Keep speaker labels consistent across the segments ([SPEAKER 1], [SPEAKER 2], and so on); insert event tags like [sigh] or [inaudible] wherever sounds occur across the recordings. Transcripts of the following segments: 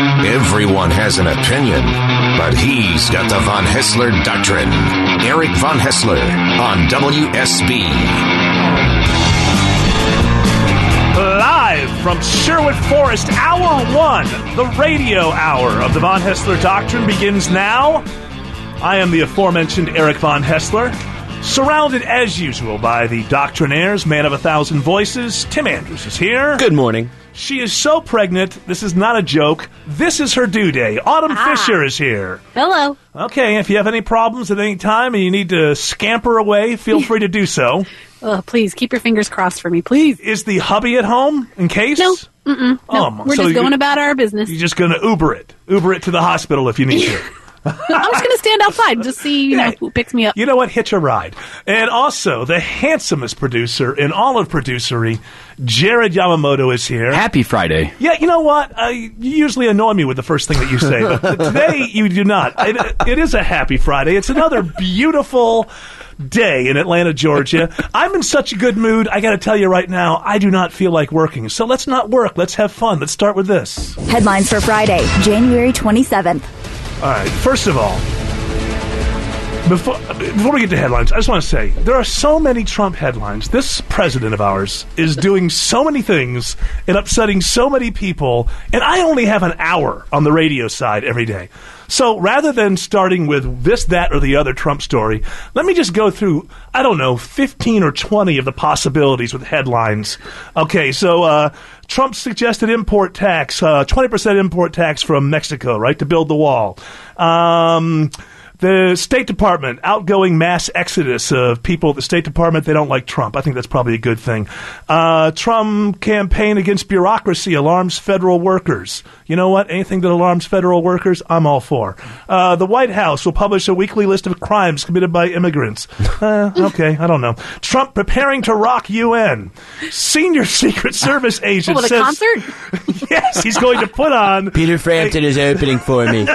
[SPEAKER 1] Everyone has an opinion, but he's got the Von Hessler doctrine. Eric Von Hessler on WSB.
[SPEAKER 2] Live from Sherwood Forest, Hour One, the radio hour of the Von Hessler Doctrine begins now. I am the aforementioned Eric Von Hessler, surrounded as usual by the doctrinaires, man of a thousand voices. Tim Andrews is here.
[SPEAKER 3] Good morning.
[SPEAKER 2] She is so pregnant. This is not a joke. This is her due day. Autumn Fisher is here.
[SPEAKER 4] Ah. Hello.
[SPEAKER 2] Okay, if you have any problems at any time and you need to scamper
[SPEAKER 4] [laughs]
[SPEAKER 2] away, feel free to do so.
[SPEAKER 4] Oh, please keep your fingers crossed for me, please.
[SPEAKER 2] Is the hubby at home in case?
[SPEAKER 4] No, mm-mm, no.
[SPEAKER 2] Um,
[SPEAKER 4] We're
[SPEAKER 2] so
[SPEAKER 4] just
[SPEAKER 2] you-
[SPEAKER 4] going about our
[SPEAKER 2] [laughs]
[SPEAKER 4] business.
[SPEAKER 2] You're just going to Uber it. Uber it to the hospital if you need to.
[SPEAKER 4] I'm just going to stand outside and just see you know,
[SPEAKER 2] Yeah.
[SPEAKER 4] who picks me up.
[SPEAKER 2] You know what? Hitch a ride. And also, the handsomest producer in all of producery, Jared Yamamoto, is here.
[SPEAKER 5] Happy Friday.
[SPEAKER 2] yeah, you know what? Uh, you usually annoy me with the first thing that you say,
[SPEAKER 5] [laughs]
[SPEAKER 2] but today you do not. It, it is a happy Friday. It's another beautiful day in Atlanta,
[SPEAKER 5] [laughs]
[SPEAKER 2] Georgia. I'm in such a good mood. I got to tell you right now, I do not feel like working. So let's not work. Let's have fun. Let's start with this.
[SPEAKER 6] Headlines for Friday, January 27th.
[SPEAKER 2] All right. First of all, before before we get to headlines, I just want to say there are so many Trump headlines. This president of ours is doing so many things and upsetting so many people, and I only have an hour on the radio side every day. So rather than starting with this, that, or the other Trump story, let me just go through, I don't know, 15 or 20 of the possibilities with headlines. Okay, so uh, Trump suggested import tax, uh, 20% import tax from Mexico, right, to build the wall. Um, the State Department outgoing mass exodus of people at the State Department. They don't like Trump. I think that's probably a good thing. Uh, Trump campaign against bureaucracy alarms federal workers. You know what? Anything that alarms federal workers, I'm all for. Uh, the White House will publish a weekly list of crimes committed
[SPEAKER 4] [laughs]
[SPEAKER 2] by immigrants. Uh, okay, I don't know. Trump preparing to rock UN. Senior [laughs] Secret Service agent
[SPEAKER 4] What a
[SPEAKER 2] says
[SPEAKER 4] concert!
[SPEAKER 2] [laughs] yes, he's going to put on
[SPEAKER 3] Peter Frampton is opening for
[SPEAKER 2] [laughs]
[SPEAKER 3] me.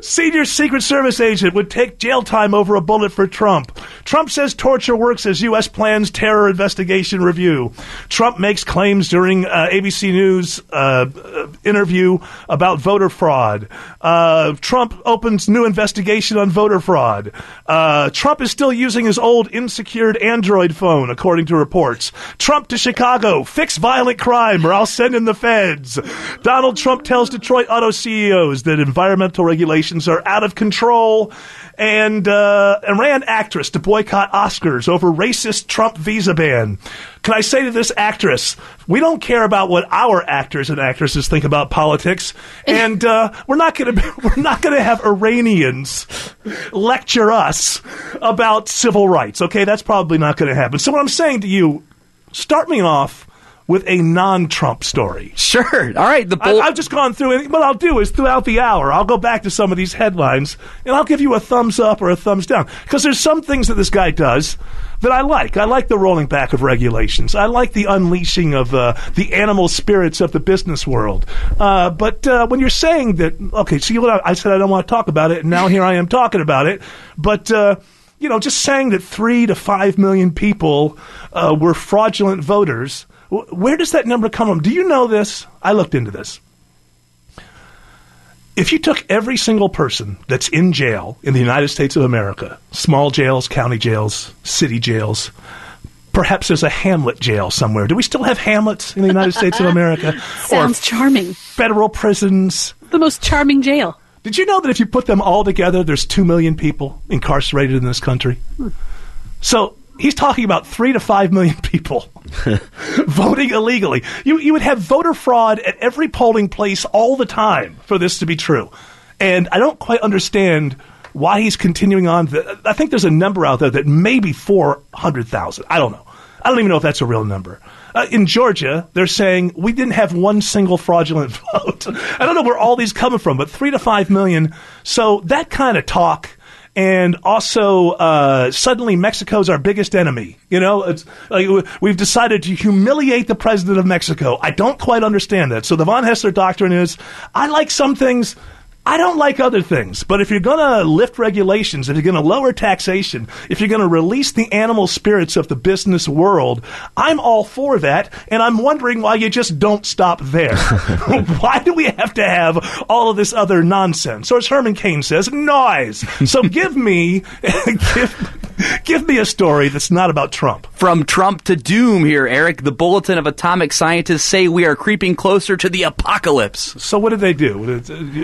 [SPEAKER 2] Senior Secret Service agent would take jail time over a bullet for Trump. Trump says torture works as U.S. plans terror investigation review. Trump makes claims during uh, ABC News uh, uh, interview about voter fraud. Uh, Trump opens new investigation on voter fraud. Uh, Trump is still using his old insecured Android phone, according to reports. Trump to Chicago, fix violent crime or I'll send in the feds. Donald Trump tells Detroit auto CEOs that environmental regulations are out of control. And uh, Iran actress to boycott Oscars over racist Trump visa ban. Can I say to this actress, we don't care about what our actors and actresses think about politics, and uh, we're not going to we're not going to have Iranians lecture us about civil rights. Okay, that's probably not going to happen. So what I'm saying to you, start me off with a non-Trump story.
[SPEAKER 5] Sure. All right. The
[SPEAKER 2] I,
[SPEAKER 5] bull.
[SPEAKER 2] I've just gone through, and what I'll do is throughout the hour, I'll go back to some of these headlines, and I'll give you a thumbs up or a thumbs down. Because there's some things that this guy does that I like. I like the rolling back of regulations. I like the unleashing of uh, the animal spirits of the business world. Uh, but uh, when you're saying that, okay, see what I, I said, I don't want to talk about it, and now here I am talking about it. But uh, you know, just saying that three to five million people uh, were fraudulent voters. wh- Where does that number come from? Do you know this? I looked into this. If you took every single person that's in jail in the United States of America, small jails, county jails, city jails, perhaps there's a hamlet jail somewhere. Do we still have hamlets in the United States of America?
[SPEAKER 4] [laughs] Sounds charming.
[SPEAKER 2] or federal prisons?
[SPEAKER 4] The most charming jail.
[SPEAKER 2] Did you know that if you put them all together, there's 2 million people incarcerated in this country?
[SPEAKER 4] Hmm.
[SPEAKER 2] So he's talking about 3 to 5 million people [laughs] voting illegally. You, you would have voter fraud at every polling place all the time for this to be true. And I don't quite understand why he's continuing on. The, I think there's a number out there that maybe 400,000. I don't know. I don't even know if that's a real number. Uh, in Georgia, they're saying we didn't have one single fraudulent [laughs] vote. I don't know where all these coming from, but three to five million. So that kind of talk, and also uh, suddenly Mexico's our biggest enemy. You know, it's like w- we've decided to humiliate the president of Mexico. I don't quite understand that. So the von Hessler doctrine is: I like some things. I don't like other things, but if you're going to lift regulations, if you're going to lower taxation, if you're going to release the animal spirits of the business world, I'm all for that, and I'm wondering why you just don't stop
[SPEAKER 5] [laughs]
[SPEAKER 2] there. [laughs] why do we have to have all of this other nonsense? Or as Herman Cain says, noise.
[SPEAKER 5] [laughs]
[SPEAKER 2] So give me, [laughs] give, give me a story that's not about Trump.
[SPEAKER 5] From Trump to doom here, Eric, the Bulletin of Atomic Scientists say we are creeping closer to the apocalypse.
[SPEAKER 2] So what did they do?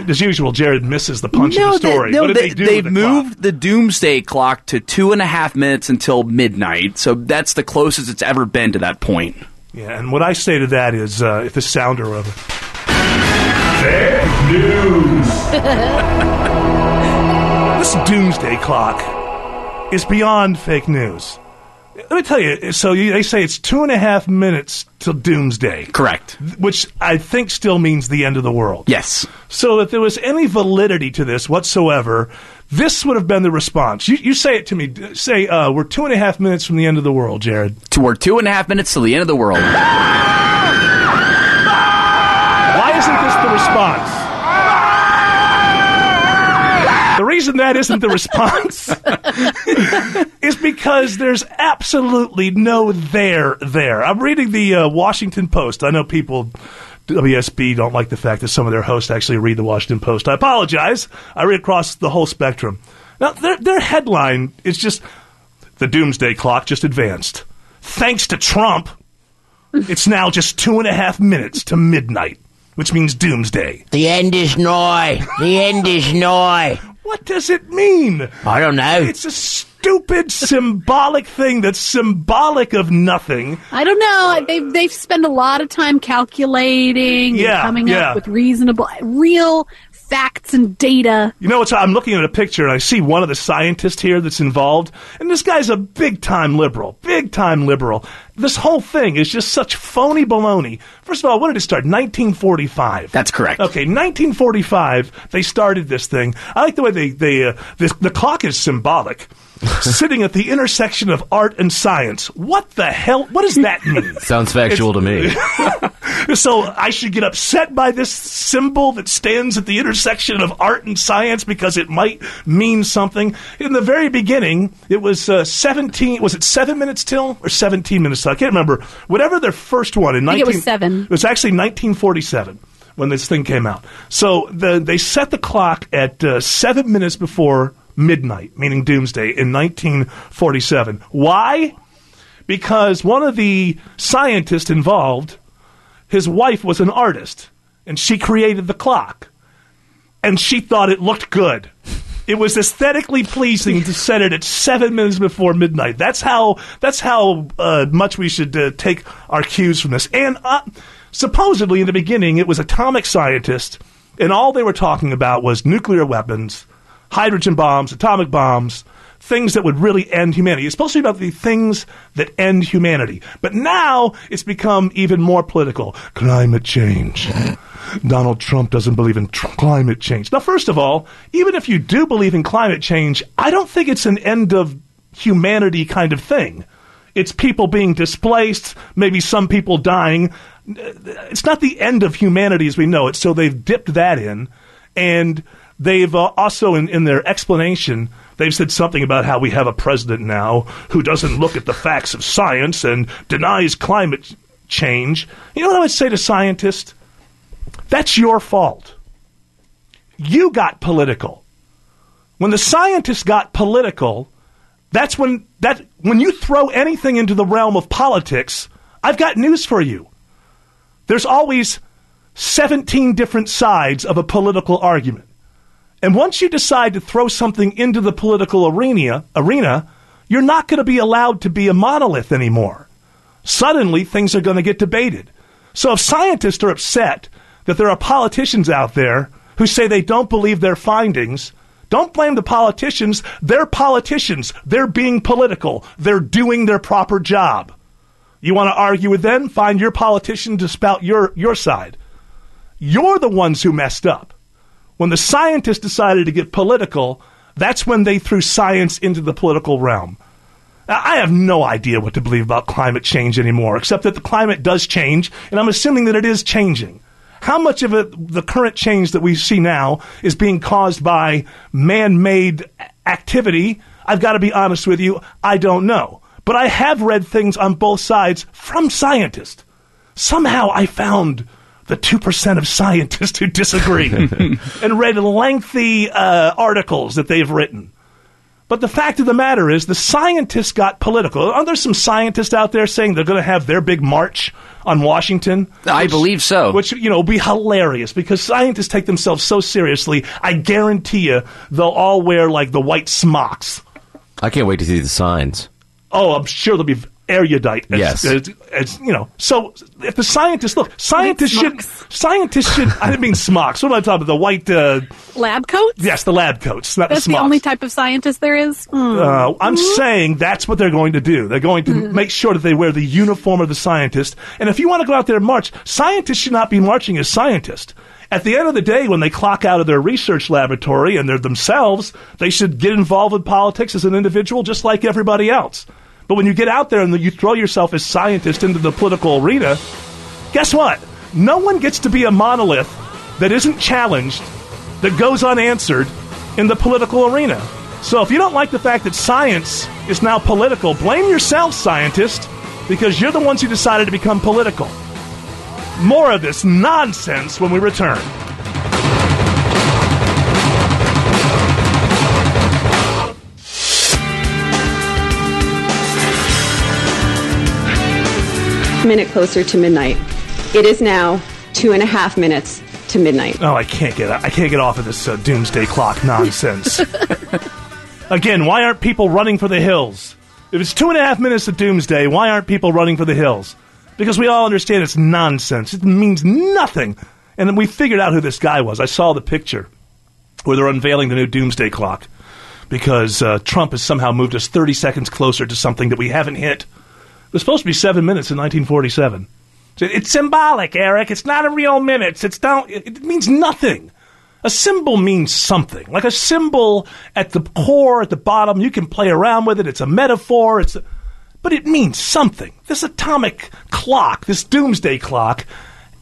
[SPEAKER 2] As usual, Jared misses the punch of the story.
[SPEAKER 5] They,
[SPEAKER 2] what did
[SPEAKER 5] they,
[SPEAKER 2] they, do?
[SPEAKER 5] have
[SPEAKER 2] with the clock?
[SPEAKER 5] moved the doomsday clock to two and a half minutes until midnight, so that's the closest it's ever been to that point.
[SPEAKER 2] Yeah, and what I say to that is uh, if the sounder of Fake news! this doomsday clock is beyond fake news. Let me tell you, so you, they say it's two and a half minutes till doomsday,
[SPEAKER 5] Correct.
[SPEAKER 2] which I think still means the end of the world.
[SPEAKER 5] Yes.
[SPEAKER 2] So if there was any validity to this whatsoever, this would have been the response. You, you say it to me. Say, uh, we're two and a half minutes from the end of the world, Jared.
[SPEAKER 5] To we're two and a half minutes till the end of the world.
[SPEAKER 2] Why isn't this the response? The reason that isn't the response is because there's absolutely no there there. I'm reading the uh, Washington Post. I know people. WSB don't like the fact that some of their hosts actually read the Washington Post. I apologize. I read across the whole spectrum. Now, their, their headline is just the doomsday clock just advanced. Thanks to Trump, it's now just two and a half minutes to midnight, which means doomsday.
[SPEAKER 3] [laughs] The end is nigh. The end is nigh.
[SPEAKER 2] What does it mean?
[SPEAKER 3] I don't know.
[SPEAKER 2] It's a stupid symbolic thing that's symbolic of nothing.
[SPEAKER 4] I don't know. They've they've spent a lot of time calculating
[SPEAKER 2] Yeah,
[SPEAKER 4] and coming
[SPEAKER 2] yeah.
[SPEAKER 4] up with reasonable, real facts and data.
[SPEAKER 2] You know what's? I'm looking at a picture and I see one of the scientists here that's involved, and this guy's a big time liberal. Big time liberal. This whole thing is just such phony baloney. First of all, when did it start? 1945.
[SPEAKER 5] That's correct.
[SPEAKER 2] Okay, 1945, they started this thing. I like the way they, they uh, this, the clock is
[SPEAKER 5] [laughs]
[SPEAKER 2] symbolic. Sitting at the intersection of art and science. What the hell? What does that mean?
[SPEAKER 7] Sounds factual to me.
[SPEAKER 2] so I should get upset by this symbol that stands at the intersection of art and science because it might mean something. In the very beginning, it was uh, 17, was it 7 minutes till or 17 minutes till? I can't remember. Whatever their first one in 19-
[SPEAKER 4] think it was seven.
[SPEAKER 2] it was actually 1947 when this thing came out. So the, they set the clock at uh, seven minutes before midnight, meaning doomsday, in 1947. Why? Because one of the scientists involved, his wife was an artist, and she created the clock, and she thought it looked good. It was aesthetically pleasing to set it at seven minutes before midnight. That's how. That's how uh, much we should uh, take our cues from this. And uh, supposedly, in the beginning, it was atomic scientists, and all they were talking about was nuclear weapons, hydrogen bombs, atomic bombs, things that would really end humanity. It's supposed to be about the things that end humanity. But now it's become even more political. [laughs] Climate change. Donald Trump doesn't believe in tr- climate change. Now, first of all, even if you do believe in climate change, I don't think it's an end of humanity kind of thing. It's people being displaced, maybe some people dying. It's not the end of humanity as we know it, so they've dipped that in. And they've uh, also, in, in their explanation, they've said something about how we have a president now who doesn't look at the facts of science and denies climate change. You know what I would say to scientists? That's your fault. You got political. When the scientists got political, that's when that when you throw anything into the realm of politics, I've got news for you. There's always 17 different sides of a political argument. And once you decide to throw something into the political arena, arena, you're not going to be allowed to be a monolith anymore suddenly things are going to get debated. So if scientists are upset that there are politicians out there who say they don't believe their findings, don't blame the politicians. They're politicians. They're being political. They're doing their proper job. You want to argue with them? Find your politician to spout your, your side. You're the ones who messed up. When the scientists decided to get political, that's when they threw science into the political realm. I I have no idea what to believe about climate change anymore, except that the climate does change, and I'm assuming that it is changing. how much of it the current change that we see now is being caused by man-made a- activity? I've got to be honest with you, I don't know. But I have read things on both sides from scientists. Somehow I found the 2% of scientists who
[SPEAKER 5] [laughs]
[SPEAKER 2] disagree and read lengthy uh, articles that they've written. But the fact of the matter is, the scientists got political. Aren't there some scientists out there saying they're going to have their big march on Washington?
[SPEAKER 5] I believe so.
[SPEAKER 2] Which, you know, will be hilarious because scientists take themselves so seriously. I guarantee you they'll all wear like the white smocks.
[SPEAKER 7] I can't wait to see the signs.
[SPEAKER 2] Oh, I'm sure they'll be erudite. As,
[SPEAKER 7] Yes.
[SPEAKER 2] As, as- you know, so if the scientists look, scientists should, scientists should, I didn't mean smocks. What am I talking about? The white, uh,
[SPEAKER 4] Lab coats?
[SPEAKER 2] yes, the lab coats, not
[SPEAKER 4] That's
[SPEAKER 2] the smocks.
[SPEAKER 4] the only type of scientist there is? Hmm.
[SPEAKER 2] Uh, I'm
[SPEAKER 8] Mm-hmm.
[SPEAKER 2] saying that's what they're going to do. They're going to make sure that they wear the uniform of the scientist. And if you want to go out there and march, scientists should not be marching as scientists. At the end of the day, when they clock out of their research laboratory and they're themselves, they should get involved in politics as an individual just like everybody else. But when you get out there and you throw yourself as scientist into the political arena, guess what? No one gets to be a monolith that isn't challenged, that goes unanswered in the political arena. So if you don't like the fact that science is now political, blame yourself, scientists, because you're the ones who decided to become political. More of this nonsense when we return.
[SPEAKER 9] minute closer to midnight. It is now two and a half minutes to midnight.
[SPEAKER 2] Oh, I can't get I can't get off of this uh, doomsday clock nonsense. Again, why aren't people running for the hills? If it's two and a half minutes to doomsday, why aren't people running for the hills? Because we all understand it's nonsense. It means nothing. And then we figured out who this guy was. I saw the picture where they're unveiling the new doomsday clock because uh, Trump has somehow moved us 30 seconds closer to something that we haven't hit. It was supposed to be seven minutes in 1947. So It's symbolic, Eric. It's not a real minutes. It's don't. It it means nothing. A symbol means something. Like a symbol at the core, at the bottom, you can play around with it. It's a metaphor. It's, but it means something. This atomic clock, this doomsday clock,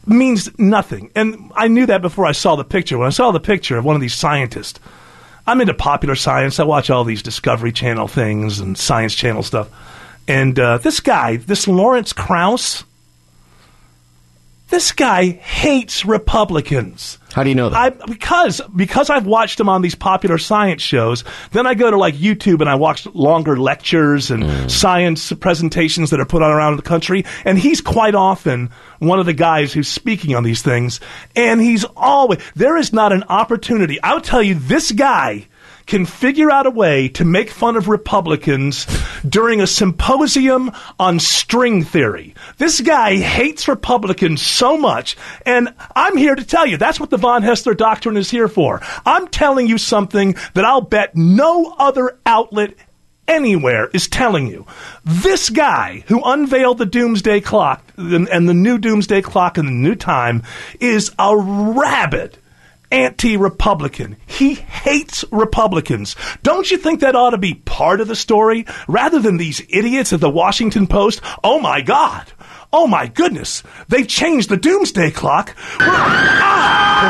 [SPEAKER 2] means nothing. And I knew that before I saw the picture. When I saw the picture of one of these scientists, I'm into popular science. I watch all these Discovery Channel things and Science Channel stuff. And uh, this guy, this Lawrence Krauss, this guy hates Republicans.
[SPEAKER 7] How do you know that?
[SPEAKER 2] I, because because I've watched him on these popular science shows. Then I go to like YouTube and I watch longer lectures and
[SPEAKER 7] Hmm.
[SPEAKER 2] science presentations that are put on around the country. And he's quite often one of the guys who's speaking on these things. And he's always there is not an opportunity. I'll tell you, this guy can figure out a way to make fun of Republicans during a symposium on string theory. This guy hates Republicans so much, and I'm here to tell you that's what the Von Hessler Doctrine is here for. I'm telling you something that I'll bet no other outlet anywhere is telling you. This guy who unveiled the doomsday clock and and the new doomsday clock and the new time is a rabid anti Republican. He hates Republicans. Don't you think that ought to be part of the story rather than these idiots at the Washington Post? Oh my God. Oh my goodness. They've changed the doomsday clock. [laughs] We're- Ah!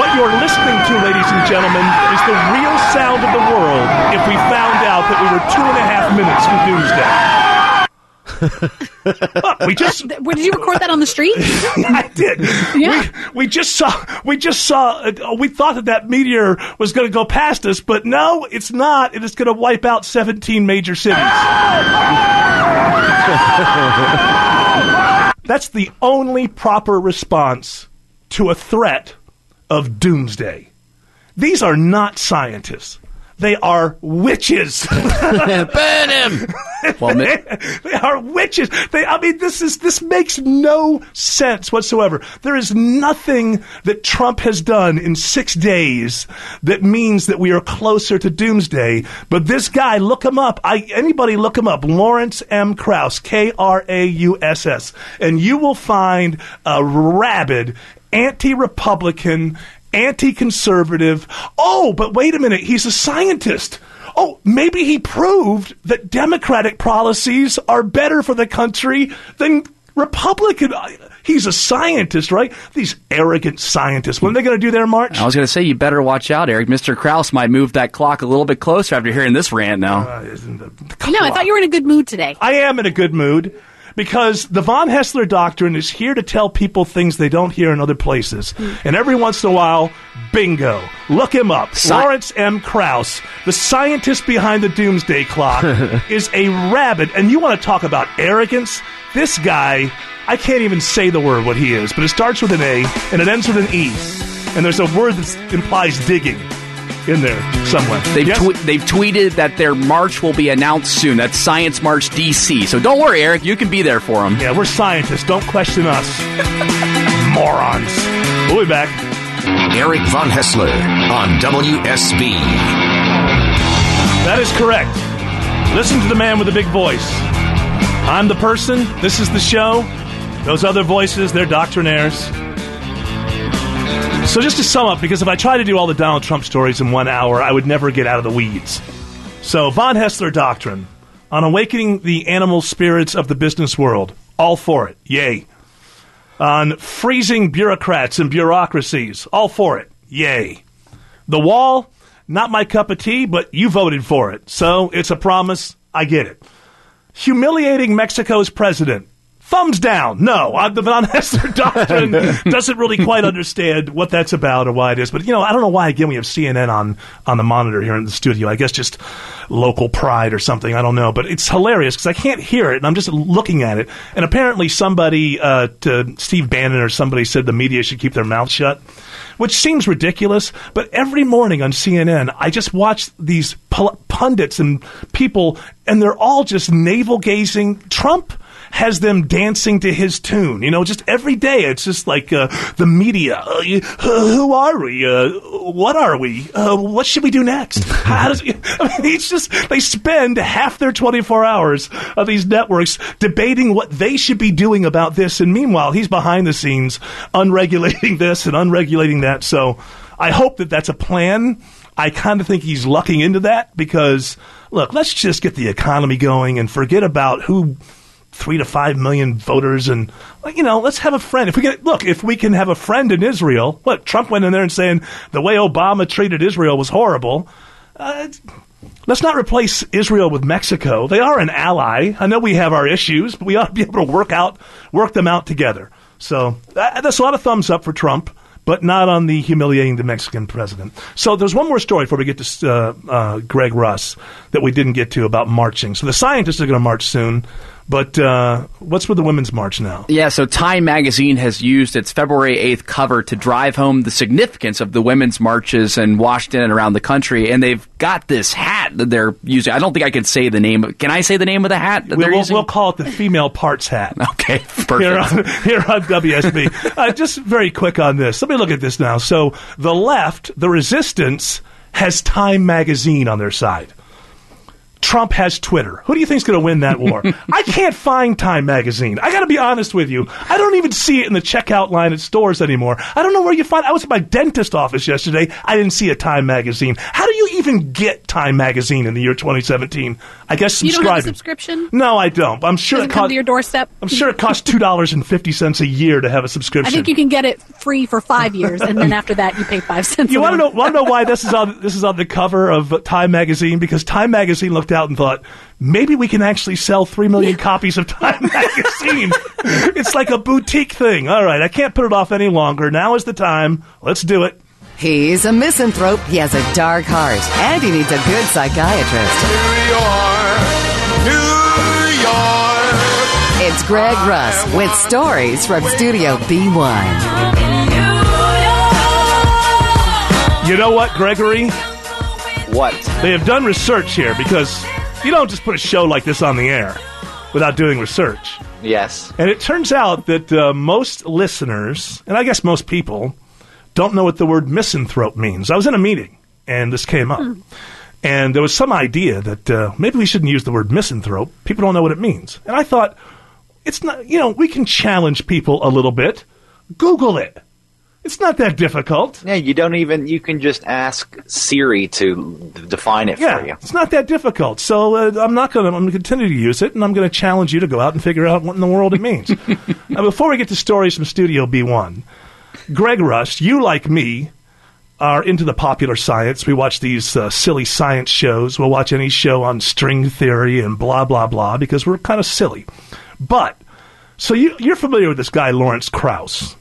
[SPEAKER 2] what you're listening to, ladies and gentlemen, is the real sound of the world if we found out that we were two and a half minutes from doomsday.
[SPEAKER 4] [laughs]
[SPEAKER 2] Look, we just
[SPEAKER 4] Th- Where did you record that on the street?
[SPEAKER 2] [laughs] I did.
[SPEAKER 4] Yeah.
[SPEAKER 2] We, we just saw. We just saw. Uh, we thought that that meteor was going to go past us, but no, it's not. It is going to wipe out 17 major cities. That's the only proper response to a threat of doomsday. These are not scientists. They are witches.
[SPEAKER 7] Burn
[SPEAKER 2] [laughs]
[SPEAKER 7] him!
[SPEAKER 5] Well, mi-
[SPEAKER 2] they are witches. They, I mean, this is this makes no sense whatsoever. There is nothing that Trump has done in six days that means that we are closer to doomsday. But this guy, look him up. I anybody look him up. Lawrence M. Krauss, K R A U S S, and you will find a rabid anti-Republican. Anti conservative. Oh, but wait a minute. He's a scientist. Oh, maybe he proved that democratic policies are better for the country than Republican. I- He's a scientist, right? These arrogant scientists. What are they going to do there, March?
[SPEAKER 5] I was going to say you better watch out, Eric. Mr. Kraus might move that clock a little bit closer after hearing this rant. Now,
[SPEAKER 2] Uh, isn't the-
[SPEAKER 4] No, I thought you were in a good mood today.
[SPEAKER 2] I am in a good mood because the von Hessler doctrine is here to tell people things they don't hear in other places. And every once in a while, bingo. Look him up. Lawrence M. Krauss, the scientist behind the doomsday clock, is a rabid. And you want to talk about arrogance? This guy, I can't even say the word what he is, but it starts with an A and it ends with an E. And there's a word that implies digging in there somewhere.
[SPEAKER 5] they've
[SPEAKER 2] Yes?
[SPEAKER 5] twe- they've tweeted that their march will be announced soon. That's Science March DC. So don't worry, Eric. You can be there for them.
[SPEAKER 2] Yeah, we're scientists. Don't question us.
[SPEAKER 5] [laughs]
[SPEAKER 2] Morons. We'll be back.
[SPEAKER 1] Eric Von Hessler on WSB.
[SPEAKER 2] That is correct. Listen to the man with the big voice. I'm the person. This is the show. Those other voices, they're doctrinaires. So, just to sum up, because if I tried to do all the Donald Trump stories in one hour, I would never get out of the weeds. So, Von Hessler Doctrine on awakening the animal spirits of the business world. All for it. Yay. on freezing bureaucrats and bureaucracies. All for it. Yay. The wall, not my cup of tea, but you voted for it. So it's a promise. I get it. Humiliating Mexico's president. Thumbs down. No, I, the Von Hessler [laughs] doctrine doesn't really quite understand what that's about or why it is. But, you know, I don't know why, again, we have CNN on, on the monitor here in the studio. I guess just local pride or something. I don't know. But it's hilarious because I can't hear it and I'm just looking at it. And apparently somebody, uh, to Steve Bannon or somebody said the media should keep their mouth shut, which seems ridiculous. But every morning on CNN, I just watch these pul- pundits and people, and they're all just navel gazing. Trump has them dancing to his tune. You know, just every day, it's just like uh, the media. Uh, you- uh, who are we? Uh, what are we? Uh, what should we do next? How does, I mean, it's just they spend half their 24 hours of these networks debating what they should be doing about this, and meanwhile, he's behind the scenes unregulating [laughs] this and unregulating that. So, I hope that that's a plan. I kind of think he's lucking into that because, look, let's just get the economy going and forget about who three to five million voters and like, you know let's have a friend if we can look if we can have a friend in israel what trump went in there and saying the way obama treated israel was horrible uh, let's not replace israel with mexico they are an ally i know we have our issues but we ought to be able to work out work them out together so uh, that's a lot of thumbs up for trump but not on the humiliating the Mexican president. So there's one more story before we get to uh, uh, Greg Russ that we didn't get to about marching. So the scientists are going to march soon, but uh, what's with the women's march now?
[SPEAKER 5] Yeah, so Time magazine has used its February 8th cover to drive home the significance of the women's marches in Washington and around the country. And they've got this hat that they're using. I don't think I could say the name. Can I say the name of the hat that
[SPEAKER 2] We,
[SPEAKER 5] they're
[SPEAKER 2] will
[SPEAKER 5] using?
[SPEAKER 2] we'll call it the female parts hat. [laughs]
[SPEAKER 5] [laughs] okay,
[SPEAKER 2] Here
[SPEAKER 5] perfect.
[SPEAKER 2] on, [laughs] here on WSB. uh, just very quick on this. Let me look at this now. So the left, the resistance, has Time magazine on their side. Trump has Twitter. Who do you think's going to win
[SPEAKER 4] [laughs]
[SPEAKER 2] that war? I can't find Time Magazine. I got to be honest with you. I don't even see it in the checkout line at stores anymore. I don't know where you find. I was at my dentist office yesterday. I didn't see a Time Magazine. How do you even get Time Magazine in the year 2017? I guess
[SPEAKER 4] You don't
[SPEAKER 2] subscribing.
[SPEAKER 4] have a subscription?
[SPEAKER 2] No, I don't. I'm sure
[SPEAKER 4] Doesn't
[SPEAKER 2] it
[SPEAKER 4] come
[SPEAKER 2] cost,
[SPEAKER 4] to your doorstep?
[SPEAKER 2] I'm sure it costs two dollars and fifty cents a year to have a subscription.
[SPEAKER 4] I think you can get it free for five years, and then after that, you pay five cents.
[SPEAKER 2] You
[SPEAKER 4] a
[SPEAKER 2] want to know?
[SPEAKER 4] month.
[SPEAKER 2] Want to know why this is on? This is on the cover of Time magazine because Time magazine looked out and thought maybe we can actually sell three
[SPEAKER 4] [laughs]
[SPEAKER 2] million copies of Time magazine. it's like a boutique thing. All right, I can't put it off any longer. Now is the time. Let's do it.
[SPEAKER 10] He's a misanthrope. He has a dark heart, and he needs a good psychiatrist. It's Greg Russ with stories from Studio B1.
[SPEAKER 2] You know what, Gregory?
[SPEAKER 5] What?
[SPEAKER 2] They have done research here because you don't just put a show like this on the air without doing research.
[SPEAKER 5] Yes.
[SPEAKER 2] And it turns out that uh, most listeners, and I guess most people, don't know what the word misanthrope means. I was in a meeting and this came up.
[SPEAKER 5] Hmm.
[SPEAKER 2] And there was some idea that uh, maybe we shouldn't use the word misanthrope. People don't know what it means. And I thought, it's not, you know, we can challenge people a little bit. Google it. It's not that difficult.
[SPEAKER 11] Yeah, you don't even. You can just ask Siri to d- define it for you.
[SPEAKER 2] Yeah, it's not that difficult. So uh, I'm not going to. I'm going to continue to use it, and I'm going to challenge you to go out and figure out what in the world it
[SPEAKER 11] [laughs]
[SPEAKER 2] means. now, before we get to stories from Studio B1, Greg Rust, you like me, are into the popular science. We watch these uh, silly science shows. We'll watch any show on string theory and blah blah blah because we're kind of silly. But so you, you're familiar with this guy Lawrence Krauss,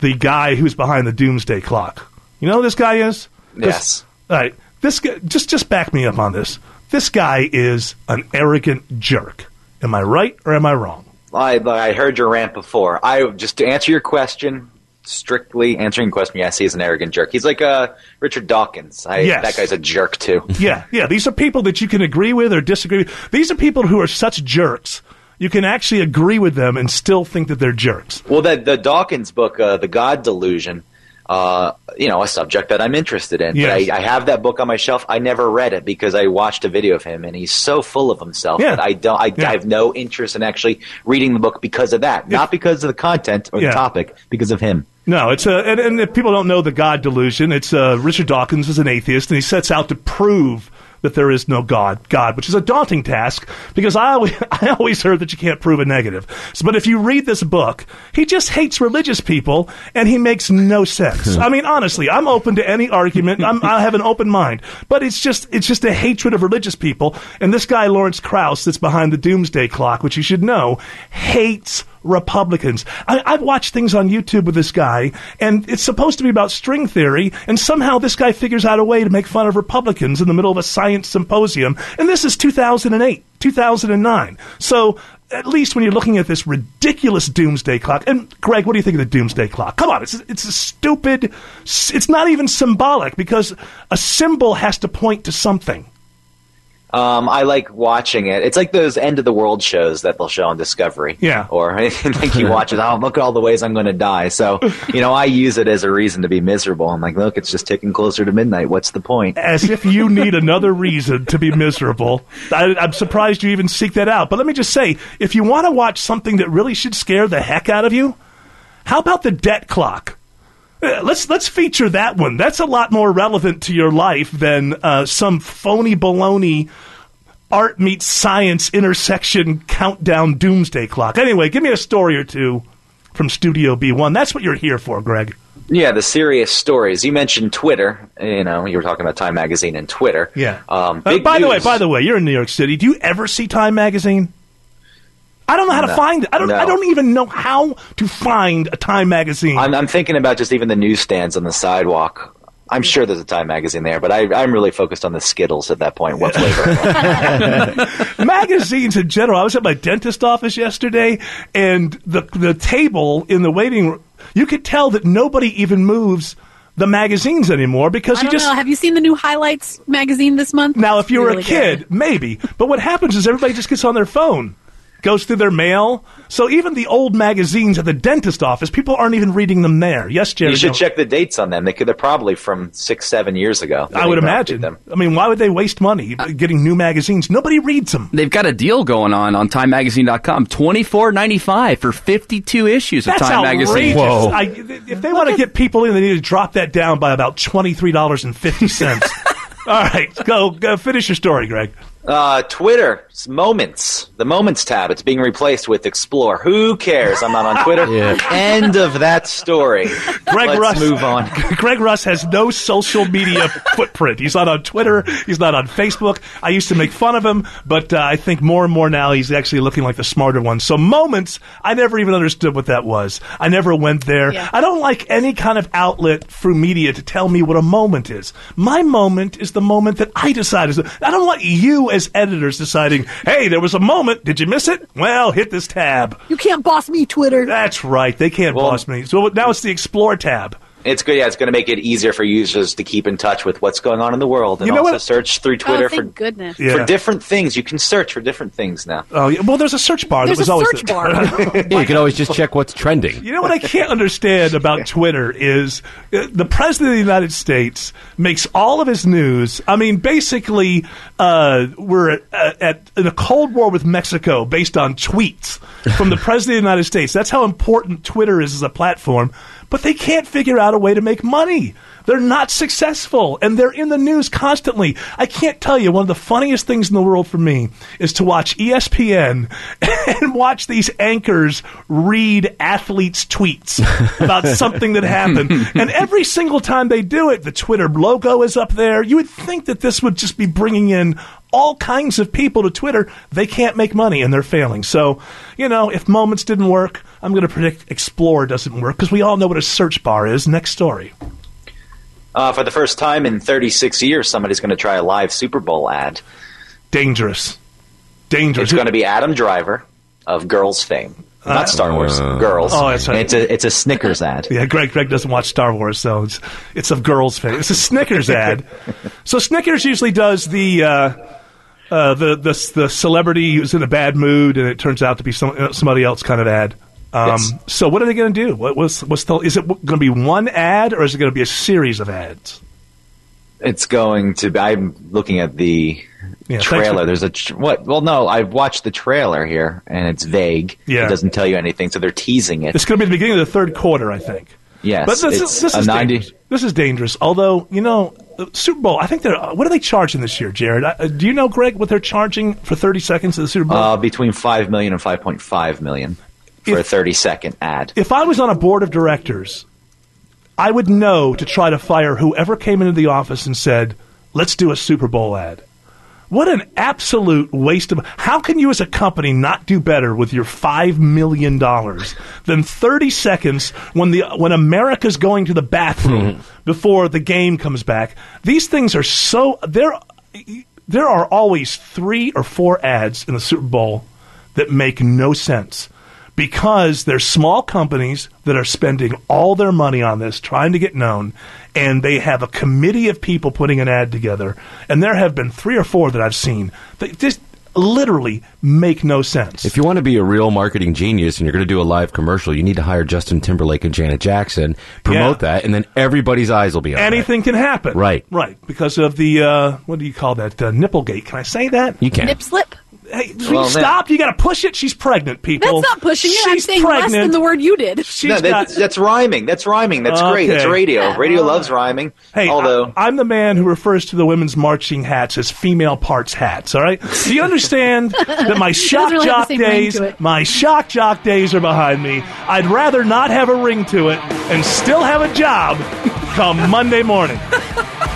[SPEAKER 2] the guy who's behind the Doomsday Clock. You know who this guy is? This-
[SPEAKER 11] Yes.
[SPEAKER 2] all right. This guy, just just back me up on this. This guy is an arrogant jerk. Am I right or am I wrong?
[SPEAKER 11] I, I heard your rant before. I just to answer your question, strictly answering the question. Yes, he's an arrogant jerk. He's like uh, Richard Dawkins. I,
[SPEAKER 2] Yes.
[SPEAKER 11] that guy's a jerk too.
[SPEAKER 2] Yeah, yeah. These are people that you can agree with or disagree with. These are people who are such jerks. You can actually agree with them and still think that they're jerks.
[SPEAKER 11] Well, that the Dawkins book, uh, The God Delusion, uh, you know, a subject that I'm interested in.
[SPEAKER 2] Yes.
[SPEAKER 11] But I, I have that book on my shelf. I never read it because I watched a video of him, and he's so full of himself
[SPEAKER 2] Yeah.
[SPEAKER 11] that I don't. I,
[SPEAKER 2] Yeah.
[SPEAKER 11] I have no interest in actually reading the book because of that, not because of the content or
[SPEAKER 2] Yeah.
[SPEAKER 11] the topic, because of him.
[SPEAKER 2] No, it's a and, and if people don't know the God delusion, it's uh, Richard Dawkins is an atheist and he sets out to prove that there is no God, God, which is a daunting task because I always, [laughs] I always heard that you can't prove a negative. So, but if you read this book, he just hates religious people and he makes no sense. I mean, honestly, I'm open to any argument. I'm, I have an open mind, but it's just it's just a hatred of religious people. And this guy Lawrence Krauss, that's behind the Doomsday Clock, which you should know, hates Republicans. I, I've watched things on YouTube with this guy, and it's supposed to be about string theory, and somehow this guy figures out a way to make fun of Republicans in the middle of a science symposium, and this is 2008, 2009. So at least when you're looking at this ridiculous doomsday clock, and Greg, what do you think of the doomsday clock? Come on, it's, it's a stupid, s- it's not even symbolic because a symbol has to point to something.
[SPEAKER 11] Um, I like watching it. It's like those end of the world shows that they'll show on Discovery.
[SPEAKER 2] Yeah.
[SPEAKER 11] Or [laughs] like you watch it. Oh, look at all the ways I'm going to die. So you know, I use it as a reason to be miserable. I'm like, look, it's just ticking closer to midnight. What's the point?
[SPEAKER 2] as if you need another reason to be miserable. I, I'm surprised you even seek that out. But let me just say if you want to watch something that really should scare the heck out of you, how about the debt clock? Uh, Let's let's feature that one. That's a lot more relevant to your life than uh, some phony baloney art meets science intersection countdown doomsday clock. Anyway, give me a story or two from Studio B1. That's what you're here for, Greg.
[SPEAKER 11] Yeah, the serious stories. You mentioned Twitter. You know, you were talking about Time Magazine and Twitter. Um,
[SPEAKER 2] Uh,
[SPEAKER 11] big
[SPEAKER 2] by the way,
[SPEAKER 11] news.
[SPEAKER 2] by the way, you're in New York City. Do you ever see Time Magazine? I don't know how to
[SPEAKER 11] No.
[SPEAKER 2] find it. I don't. I
[SPEAKER 11] No.
[SPEAKER 2] don't even know how to find a Time Magazine.
[SPEAKER 11] I'm, I'm thinking about just even the newsstands on the sidewalk. I'm sure there's a Time Magazine there, but I, I'm really focused on the Skittles at that point. What flavor? [laughs]
[SPEAKER 2] magazines in general. I was at my dentist office yesterday, and the the table in the waiting room. You could tell that nobody even moves the magazines anymore because
[SPEAKER 4] I
[SPEAKER 2] you
[SPEAKER 4] don't
[SPEAKER 2] just
[SPEAKER 4] know. Have you seen the new Highlights magazine this month?
[SPEAKER 2] Now, if
[SPEAKER 4] It's
[SPEAKER 2] you were
[SPEAKER 4] really
[SPEAKER 2] a kid,
[SPEAKER 4] good.
[SPEAKER 2] maybe. But what happens is everybody just gets on their phone, goes through their mail. So even the old magazines at the dentist office, people aren't even reading them there. Yes, [laughs] Jerry.
[SPEAKER 11] you should
[SPEAKER 2] no.
[SPEAKER 11] check the dates on them. They could, they're probably from six, seven years ago.
[SPEAKER 2] I would
[SPEAKER 11] They might
[SPEAKER 2] imagine.
[SPEAKER 11] them.
[SPEAKER 2] I mean, why would they waste money getting new magazines? Nobody reads them.
[SPEAKER 5] They've got a deal going on on TimeMagazine.com. Twenty four ninety five for fifty two issues of
[SPEAKER 2] That's
[SPEAKER 5] Time
[SPEAKER 2] outrageous.
[SPEAKER 5] Magazine.
[SPEAKER 2] I, if they want to get people in, they need to drop that down by about twenty three dollars and fifty
[SPEAKER 5] [laughs]
[SPEAKER 2] cents. All right, go, go finish your story, Greg.
[SPEAKER 11] Uh, Twitter it's moments, the moments tab. It's being replaced with Explore. Who cares? I'm not on Twitter. End of that story.
[SPEAKER 2] Greg
[SPEAKER 11] Let's
[SPEAKER 2] Russ.
[SPEAKER 11] move on.
[SPEAKER 2] [laughs] Greg Russ has no social media footprint. He's not on Twitter. He's not on Facebook. I used to make fun of him, but uh, I think more and more now he's actually looking like the smarter one. So moments, I never even understood what that was. I never went there.
[SPEAKER 4] Yeah.
[SPEAKER 2] I don't like any kind of outlet through media to tell me what a moment is. My moment is the moment that I decide. is- I don't want you as editors deciding, hey, there was a moment. Did you miss it? Well, hit this tab.
[SPEAKER 4] You can't boss me, Twitter.
[SPEAKER 2] That's right. They can't
[SPEAKER 11] Well-
[SPEAKER 2] boss me. So now it's the explore tab.
[SPEAKER 11] It's good. Yeah, it's going to make it easier for users to keep in touch with what's going on in the world, and
[SPEAKER 2] You know
[SPEAKER 11] also
[SPEAKER 2] what?
[SPEAKER 11] search through Twitter
[SPEAKER 4] oh,
[SPEAKER 11] for
[SPEAKER 4] thank goodness.
[SPEAKER 2] Yeah.
[SPEAKER 11] for different things. You can search for different things now.
[SPEAKER 2] Oh, yeah. well, there's a search bar
[SPEAKER 4] There's
[SPEAKER 2] that was
[SPEAKER 4] a
[SPEAKER 2] always
[SPEAKER 4] search
[SPEAKER 2] there.
[SPEAKER 4] bar.
[SPEAKER 7] [laughs] Yeah, you
[SPEAKER 2] [laughs]
[SPEAKER 7] can always just check what's trending.
[SPEAKER 2] You know what I can't understand about Twitter is uh, the president of the United States makes all of his news. I mean, uh, basically, uh, we're at, at, in a cold war with Mexico based on tweets. from
[SPEAKER 7] [laughs]
[SPEAKER 2] the president of the United States. That's how important Twitter is as a platform. But they can't figure out a way to make money. They're not successful, and they're in the news constantly. I can't tell you one of the funniest things in the world for me is to watch E ESPN [laughs] and watch these anchors read athletes' tweets about something that happened. And every single time they do it, the Twitter logo is up there. You would think that this would just be bringing in all kinds of people to Twitter. They can't make money and they're failing. So, you know, if Moments didn't work, I'm going to predict Explore doesn't work because we all know what a search bar is. Next story.
[SPEAKER 11] Uh, for the first time in 36 years, somebody's going to try a live Super Bowl ad.
[SPEAKER 2] Dangerous. Dangerous.
[SPEAKER 11] It's going to be Adam Driver of Girls fame. Not Star Wars, Girls.
[SPEAKER 2] Oh, that's right.
[SPEAKER 11] It's a it's a Snickers ad.
[SPEAKER 2] [laughs] Yeah, Greg. Greg doesn't watch Star Wars, so it's it's of girls' fan. It's a
[SPEAKER 11] [laughs]
[SPEAKER 2] Snickers ad. So Snickers usually does the uh, uh, the the the celebrity who's in a bad mood, and it turns out to be some, uh, somebody else kind of ad. Um,
[SPEAKER 11] Yes.
[SPEAKER 2] So what are they going to do? What, what's what's the, is it going to be one ad or is it going to be a series of ads?
[SPEAKER 11] It's going to. be I'm looking at the
[SPEAKER 2] Yeah, thanks
[SPEAKER 11] trailer.
[SPEAKER 2] for-
[SPEAKER 11] There's a tr- what? Well, no, I've watched the trailer here, and it's vague.
[SPEAKER 2] Yeah.
[SPEAKER 11] it doesn't tell you anything, so they're teasing it.
[SPEAKER 2] It's going to be the beginning of the third quarter, I think.
[SPEAKER 11] yes,
[SPEAKER 2] but this
[SPEAKER 11] it's
[SPEAKER 2] is this
[SPEAKER 11] a
[SPEAKER 2] is
[SPEAKER 11] 90
[SPEAKER 2] dangerous. This is dangerous. Although you know, uh, Super Bowl. I think they're uh, what are they charging this year, Jared? Uh, do you know, Greg, what they're charging for thirty seconds of the Super Bowl?
[SPEAKER 11] uh, between five million and five point five million for a
[SPEAKER 2] If-
[SPEAKER 11] thirty second ad.
[SPEAKER 2] if I was on a board of directors, I would know to try to fire whoever came into the office and said, "Let's do a Super Bowl ad." What an absolute waste of How can you as a company not do better with your 5 million dollars than 30 seconds when the when America's going to the bathroom before the game comes back? These things are so there there are always 3 or 4 ads in the Super Bowl that make no sense because they're small companies that are spending all their money on this trying to get known and they have a committee of people putting an ad together and there have been three or four that i've seen that just literally make no sense
[SPEAKER 7] If you want to be a real marketing genius and you're going to do a live commercial, you need to hire Justin Timberlake and Janet Jackson, promote
[SPEAKER 2] Yeah.
[SPEAKER 7] that, and then everybody's eyes will be on that.
[SPEAKER 2] anything can happen
[SPEAKER 7] Right.
[SPEAKER 2] right because of the uh, what do you call that uh, nipplegate can i say that
[SPEAKER 7] You can.
[SPEAKER 4] Nip slip.
[SPEAKER 2] hey, will
[SPEAKER 11] Well,
[SPEAKER 2] you
[SPEAKER 11] then-
[SPEAKER 2] stop you gotta push it she's pregnant people
[SPEAKER 4] That's not pushing it. I'm
[SPEAKER 2] She's
[SPEAKER 4] saying
[SPEAKER 2] pregnant.
[SPEAKER 4] less than the word you did.
[SPEAKER 2] She's
[SPEAKER 11] no,
[SPEAKER 2] got-
[SPEAKER 11] that's, that's rhyming. That's rhyming. That's great. That's
[SPEAKER 2] Okay.
[SPEAKER 11] radio. Radio loves rhyming.
[SPEAKER 2] Hey, uh,
[SPEAKER 11] although
[SPEAKER 2] I, am the man who refers to the women's marching hats as female parts hats. All right, do
[SPEAKER 4] [laughs]
[SPEAKER 2] you understand that my shock
[SPEAKER 4] really have
[SPEAKER 2] jock
[SPEAKER 4] the same ring
[SPEAKER 2] days,
[SPEAKER 4] to it.
[SPEAKER 2] my shock jock days are behind me. I'd rather not have a ring to it and still have a job [laughs] come Monday morning.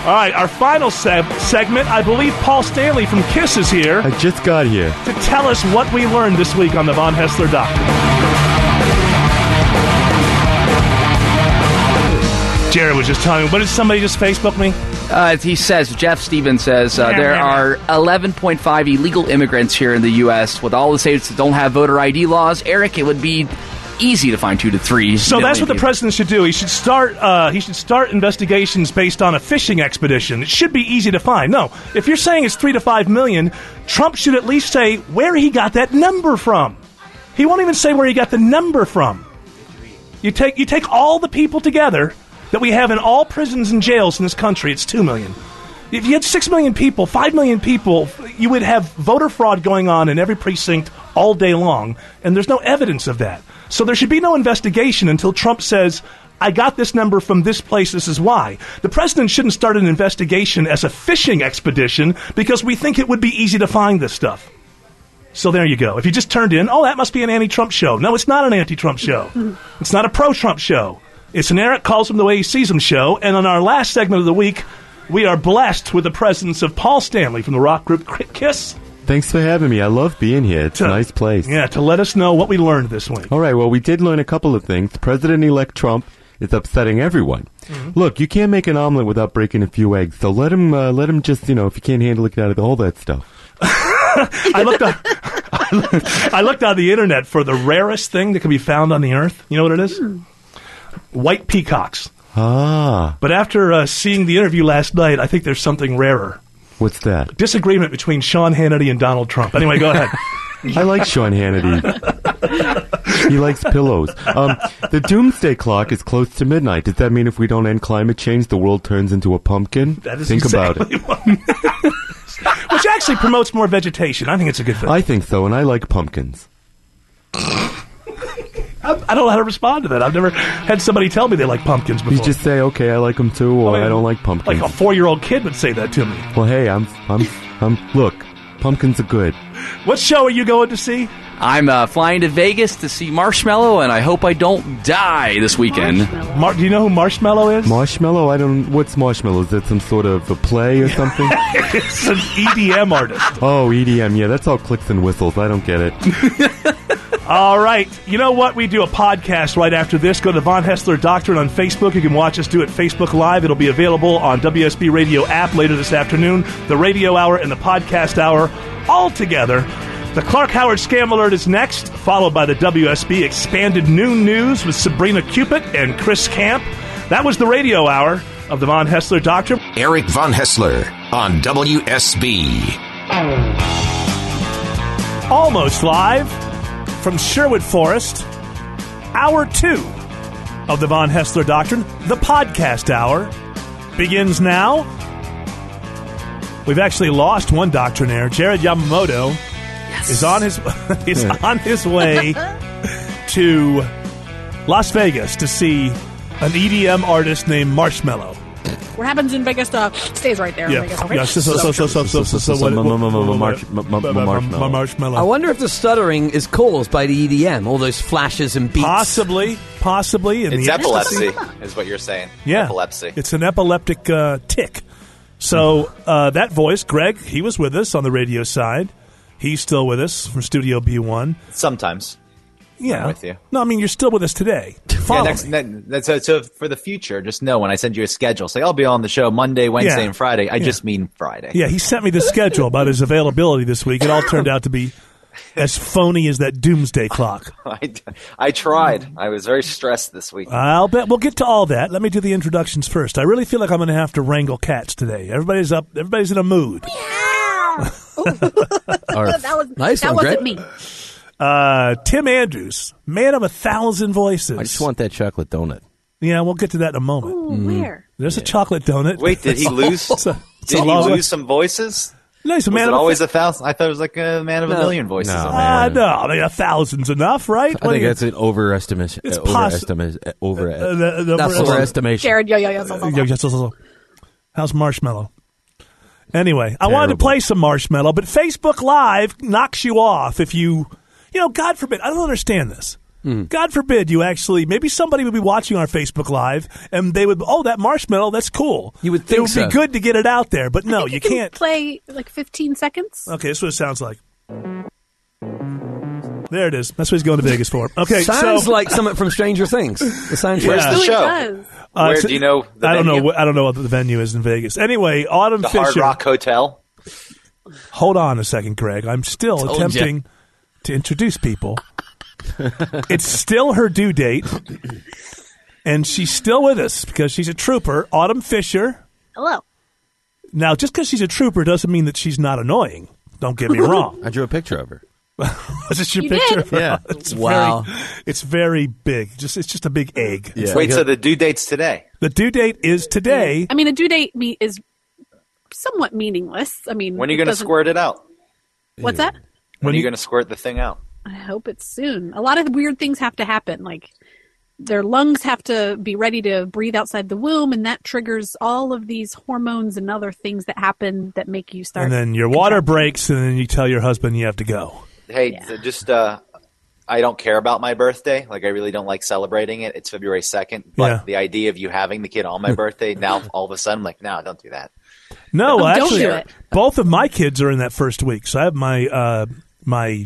[SPEAKER 2] All right, our final seg- segment. I believe Paul Stanley from Kiss is here
[SPEAKER 7] I just got here.
[SPEAKER 2] to tell us what we learned this week on the Von Hessler Doc. Jared was just telling me, what did somebody just Facebook me?
[SPEAKER 5] Uh, he says, Jeff Stevens says, uh, there are 11.5 illegal immigrants here in the U.S. With all the states that don't have voter ID laws, Eric, it would be easy to find two to three.
[SPEAKER 2] So that's what
[SPEAKER 5] million
[SPEAKER 2] the
[SPEAKER 5] people.
[SPEAKER 2] president should do. He should start. Uh, he should start investigations based on a fishing expedition. It should be easy to find. No, if you're saying it's three to five million, Trump should at least say where he got that number from. He won't even say where he got the number from. You take you take all the people together that we have in all prisons and jails in this country. It's two million. If you had six million people, five million people, you would have voter fraud going on in every precinct all day long, and there's no evidence of that. So there should be no investigation until Trump says, I got this number from this place, this is why. The president shouldn't start an investigation as a fishing expedition because we think it would be easy to find this stuff. So there you go. If you just turned in, oh, that must be an anti Trump show. No, it's not an anti Trump show. it's not a pro Trump show. It's an Eric calls him the way he sees him show. And on our last segment of the week, we are blessed with the presence of Paul Stanley from the rock group K- Kiss.
[SPEAKER 12] Thanks for having me. I love being here. It's a nice place.
[SPEAKER 2] Yeah, to let us know what we learned this week.
[SPEAKER 12] All right, well, we did learn a couple of things. President elect Trump is upsetting everyone.
[SPEAKER 2] Mm-hmm.
[SPEAKER 12] Look, you can't make an omelet without breaking a few eggs, so let him, uh, let him just, you know, if you can't handle it, get out of all that stuff.
[SPEAKER 2] I looked on, I looked on the internet for the rarest thing that can be found on the earth. You know what it is? White peacocks.
[SPEAKER 12] Ah,
[SPEAKER 2] But after uh, seeing the interview last night, I think there's something rarer.
[SPEAKER 12] what's that?
[SPEAKER 2] Disagreement between Sean Hannity and Donald Trump. Anyway, go ahead.
[SPEAKER 12] I like Sean Hannity. he likes pillows. Um, the doomsday clock is close to midnight. Does that mean if we don't end climate change, the world turns into a pumpkin?
[SPEAKER 2] That is
[SPEAKER 12] Think about it.
[SPEAKER 2] exactly what- Which actually promotes more vegetation. I think it's a good thing.
[SPEAKER 12] I think so, and I like pumpkins.
[SPEAKER 2] I, I don't know how to respond to that. I've never had somebody tell me they like pumpkins before.
[SPEAKER 12] You just say, okay, I like them too, or I, don't like pumpkins.
[SPEAKER 2] like oh, a four-year-old kid would say that to [laughs] me.
[SPEAKER 12] well, hey, I'm, I'm, I'm. Look, pumpkins are good.
[SPEAKER 2] What show are you going to see?
[SPEAKER 5] I'm uh, flying to Vegas to see Marshmallow, and I hope I don't die this weekend.
[SPEAKER 2] Mar- do you know who Marshmallow is?
[SPEAKER 12] Marshmallow? I don't. What's Marshmallow? Is that some sort of a play or
[SPEAKER 2] [laughs]
[SPEAKER 12] something?
[SPEAKER 2] it's an EDM artist.
[SPEAKER 12] oh, EDM. Yeah, that's all clicks and whistles. I don't get it.
[SPEAKER 2] All right. You know what? We do a podcast right after this. Go to Von Hessler Doctrine on Facebook. You can watch us do it Facebook Live. It'll be available on WSB Radio app later this afternoon. The radio hour and the podcast hour all together. The Clark Howard Scam Alert is next, followed by the WSB Expanded Noon News with Sabrina Cupid and Chris Camp. That was the radio hour of the Von Hessler Doctrine.
[SPEAKER 1] Eric Von Hessler on WSB.
[SPEAKER 2] almost live from Sherwood Forest, hour two of the Von Hessler Doctrine, the podcast hour, begins now. We've actually lost one doctrinaire. Jared Yamamoto is on his [laughs] is on his way to Las Vegas to see an EDM artist named Marshmallow.
[SPEAKER 4] What happens in Vegas uh, stays right there. in Vegas, okay? [laughs]
[SPEAKER 2] yeah. So, so, so, so, so, so, so, so, what- what- what- um,
[SPEAKER 12] Marshmallow.
[SPEAKER 2] Marshmallow.
[SPEAKER 13] I wonder if the stuttering is caused by the EDM, all those flashes and beats.
[SPEAKER 2] Possibly, possibly. In
[SPEAKER 11] It's
[SPEAKER 2] the
[SPEAKER 11] epilepsy, is what you're saying.
[SPEAKER 2] Yeah.
[SPEAKER 11] Epilepsy.
[SPEAKER 2] It's an epileptic uh, tick. So uh, that voice, Greg, he was with us on the radio side. He's still with us from Studio B1.
[SPEAKER 11] Sometimes.
[SPEAKER 2] Yeah.
[SPEAKER 11] I'm with you.
[SPEAKER 2] No, I mean, you're still with us today.
[SPEAKER 11] Yeah,
[SPEAKER 2] Follow
[SPEAKER 11] next,
[SPEAKER 2] me.
[SPEAKER 11] ne- that's- so, so for the future, just know when I send you a schedule, say I'll be on the show Monday, Wednesday,
[SPEAKER 2] Yeah.
[SPEAKER 11] and Friday. I
[SPEAKER 2] Yeah.
[SPEAKER 11] just mean Friday. [laughs]
[SPEAKER 2] Yeah, he sent me the schedule about his availability this week. It all turned out to be as phony as that doomsday clock.
[SPEAKER 11] I, I
[SPEAKER 2] Mm.
[SPEAKER 11] tried. I was very stressed this week.
[SPEAKER 2] I'll bet we'll get to all that. Let me do the introductions first. I really feel like I'm going to have to wrangle cats today. Everybody's up. Everybody's in a mood.
[SPEAKER 7] [laughs]
[SPEAKER 4] that was
[SPEAKER 13] Nice
[SPEAKER 4] that
[SPEAKER 13] one,
[SPEAKER 4] wasn't
[SPEAKER 13] Greg.
[SPEAKER 4] me.
[SPEAKER 2] Uh, Tim Andrews, man of a thousand voices.
[SPEAKER 7] I just want that chocolate donut. Mm-hmm.
[SPEAKER 2] Yeah, we'll get to that in a moment.
[SPEAKER 4] Where?
[SPEAKER 2] There's a chocolate donut.
[SPEAKER 11] Wait,
[SPEAKER 2] [laughs]
[SPEAKER 11] did he lose?
[SPEAKER 2] It's a- it's
[SPEAKER 11] Did
[SPEAKER 2] a
[SPEAKER 11] he
[SPEAKER 2] long-
[SPEAKER 11] lose some voices?
[SPEAKER 2] No, he's a
[SPEAKER 11] Was
[SPEAKER 2] man
[SPEAKER 11] it
[SPEAKER 2] of a
[SPEAKER 11] always a thousand? I thought it was like a man of a million voices.
[SPEAKER 7] No,
[SPEAKER 11] on
[SPEAKER 7] man.
[SPEAKER 11] there.
[SPEAKER 2] Ah, no, I mean, a thousand's enough, right?
[SPEAKER 7] I
[SPEAKER 2] What do
[SPEAKER 7] think
[SPEAKER 2] you-
[SPEAKER 7] that's an overestimate.
[SPEAKER 2] It's
[SPEAKER 7] uh,
[SPEAKER 2] possi-
[SPEAKER 7] overestimate. uh, Over,
[SPEAKER 2] uh, the- the-
[SPEAKER 13] That's
[SPEAKER 2] uh,
[SPEAKER 7] overestimation.
[SPEAKER 4] Jared, yo, yo, yo,
[SPEAKER 11] [laughs]
[SPEAKER 4] so, so, so.
[SPEAKER 2] yeah, yeah, so, so, so. How's marshmallow? Anyway, I wanted to
[SPEAKER 7] Terrible.
[SPEAKER 2] play some marshmallow, but Facebook Live knocks you off if you, you know, God forbid. I don't understand this.
[SPEAKER 11] Hmm.
[SPEAKER 2] God forbid you actually. Maybe somebody would be watching our Facebook Live, and they would. Oh, that marshmallow, that's cool.
[SPEAKER 13] You would
[SPEAKER 2] it
[SPEAKER 13] think
[SPEAKER 2] would
[SPEAKER 13] so.
[SPEAKER 2] be good to get it out there, but no, you
[SPEAKER 4] can
[SPEAKER 2] can't.
[SPEAKER 4] play like 15 seconds.
[SPEAKER 2] Okay, that's what it sounds like. There it is. That's what he's going to Vegas for. Okay,
[SPEAKER 13] sounds
[SPEAKER 2] so,
[SPEAKER 13] like something from Stranger Things. The soundtrack.
[SPEAKER 11] Where's
[SPEAKER 2] Yeah.
[SPEAKER 11] the
[SPEAKER 4] Really
[SPEAKER 11] show?
[SPEAKER 4] does.
[SPEAKER 2] uh,
[SPEAKER 11] Where
[SPEAKER 2] it's-
[SPEAKER 11] do you know? The
[SPEAKER 2] I don't know.
[SPEAKER 11] venue?
[SPEAKER 2] wh- I don't know what the venue is in Vegas. Anyway, Autumn
[SPEAKER 11] The Hard
[SPEAKER 2] Fisher.
[SPEAKER 11] Rock Hotel.
[SPEAKER 2] Hold on a second, Greg. I'm still
[SPEAKER 13] Told ya.
[SPEAKER 2] attempting to
[SPEAKER 7] [laughs]
[SPEAKER 2] introduce people. it's still her due date, and she's still with us because she's a trooper. Autumn Fisher.
[SPEAKER 4] Hello.
[SPEAKER 2] Now, just because she's a trooper doesn't mean that she's not annoying.
[SPEAKER 7] [laughs]
[SPEAKER 2] Don't get me wrong.
[SPEAKER 7] I drew a picture of her.
[SPEAKER 2] [laughs] Was this your
[SPEAKER 4] You
[SPEAKER 2] picture?
[SPEAKER 4] did.
[SPEAKER 2] of her?
[SPEAKER 7] Yeah.
[SPEAKER 2] [laughs] It's
[SPEAKER 13] Wow.
[SPEAKER 2] Very, it's very big. Just it's just a big egg.
[SPEAKER 7] Yeah.
[SPEAKER 11] Wait, so the due date's today?
[SPEAKER 2] The due date is today.
[SPEAKER 4] I mean, a due date me- is somewhat meaningless. I mean,
[SPEAKER 11] When are you
[SPEAKER 4] it
[SPEAKER 11] going to
[SPEAKER 4] doesn't-
[SPEAKER 11] squirt it out?
[SPEAKER 4] What's that?
[SPEAKER 11] When,
[SPEAKER 2] When
[SPEAKER 11] are you
[SPEAKER 2] you-
[SPEAKER 11] going to squirt the thing out?
[SPEAKER 4] I hope it's soon. A lot of weird things have to happen. Like their lungs have to be ready to breathe outside the womb, and that triggers all of these hormones and other things that happen that make you start.
[SPEAKER 2] And then your water breaks, and then you tell your husband you have to go.
[SPEAKER 11] Hey, th- just uh, I don't care about my birthday. Like I really don't like celebrating it. It's February second, but
[SPEAKER 2] Yeah.
[SPEAKER 11] the idea of you having the kid
[SPEAKER 2] [laughs]
[SPEAKER 11] on my birthday now, all of a sudden, I'm like, no, don't do that.
[SPEAKER 2] No,
[SPEAKER 4] Oh, don't
[SPEAKER 2] actually,
[SPEAKER 4] do it.
[SPEAKER 2] both of my kids are in that first week. So I have my uh, my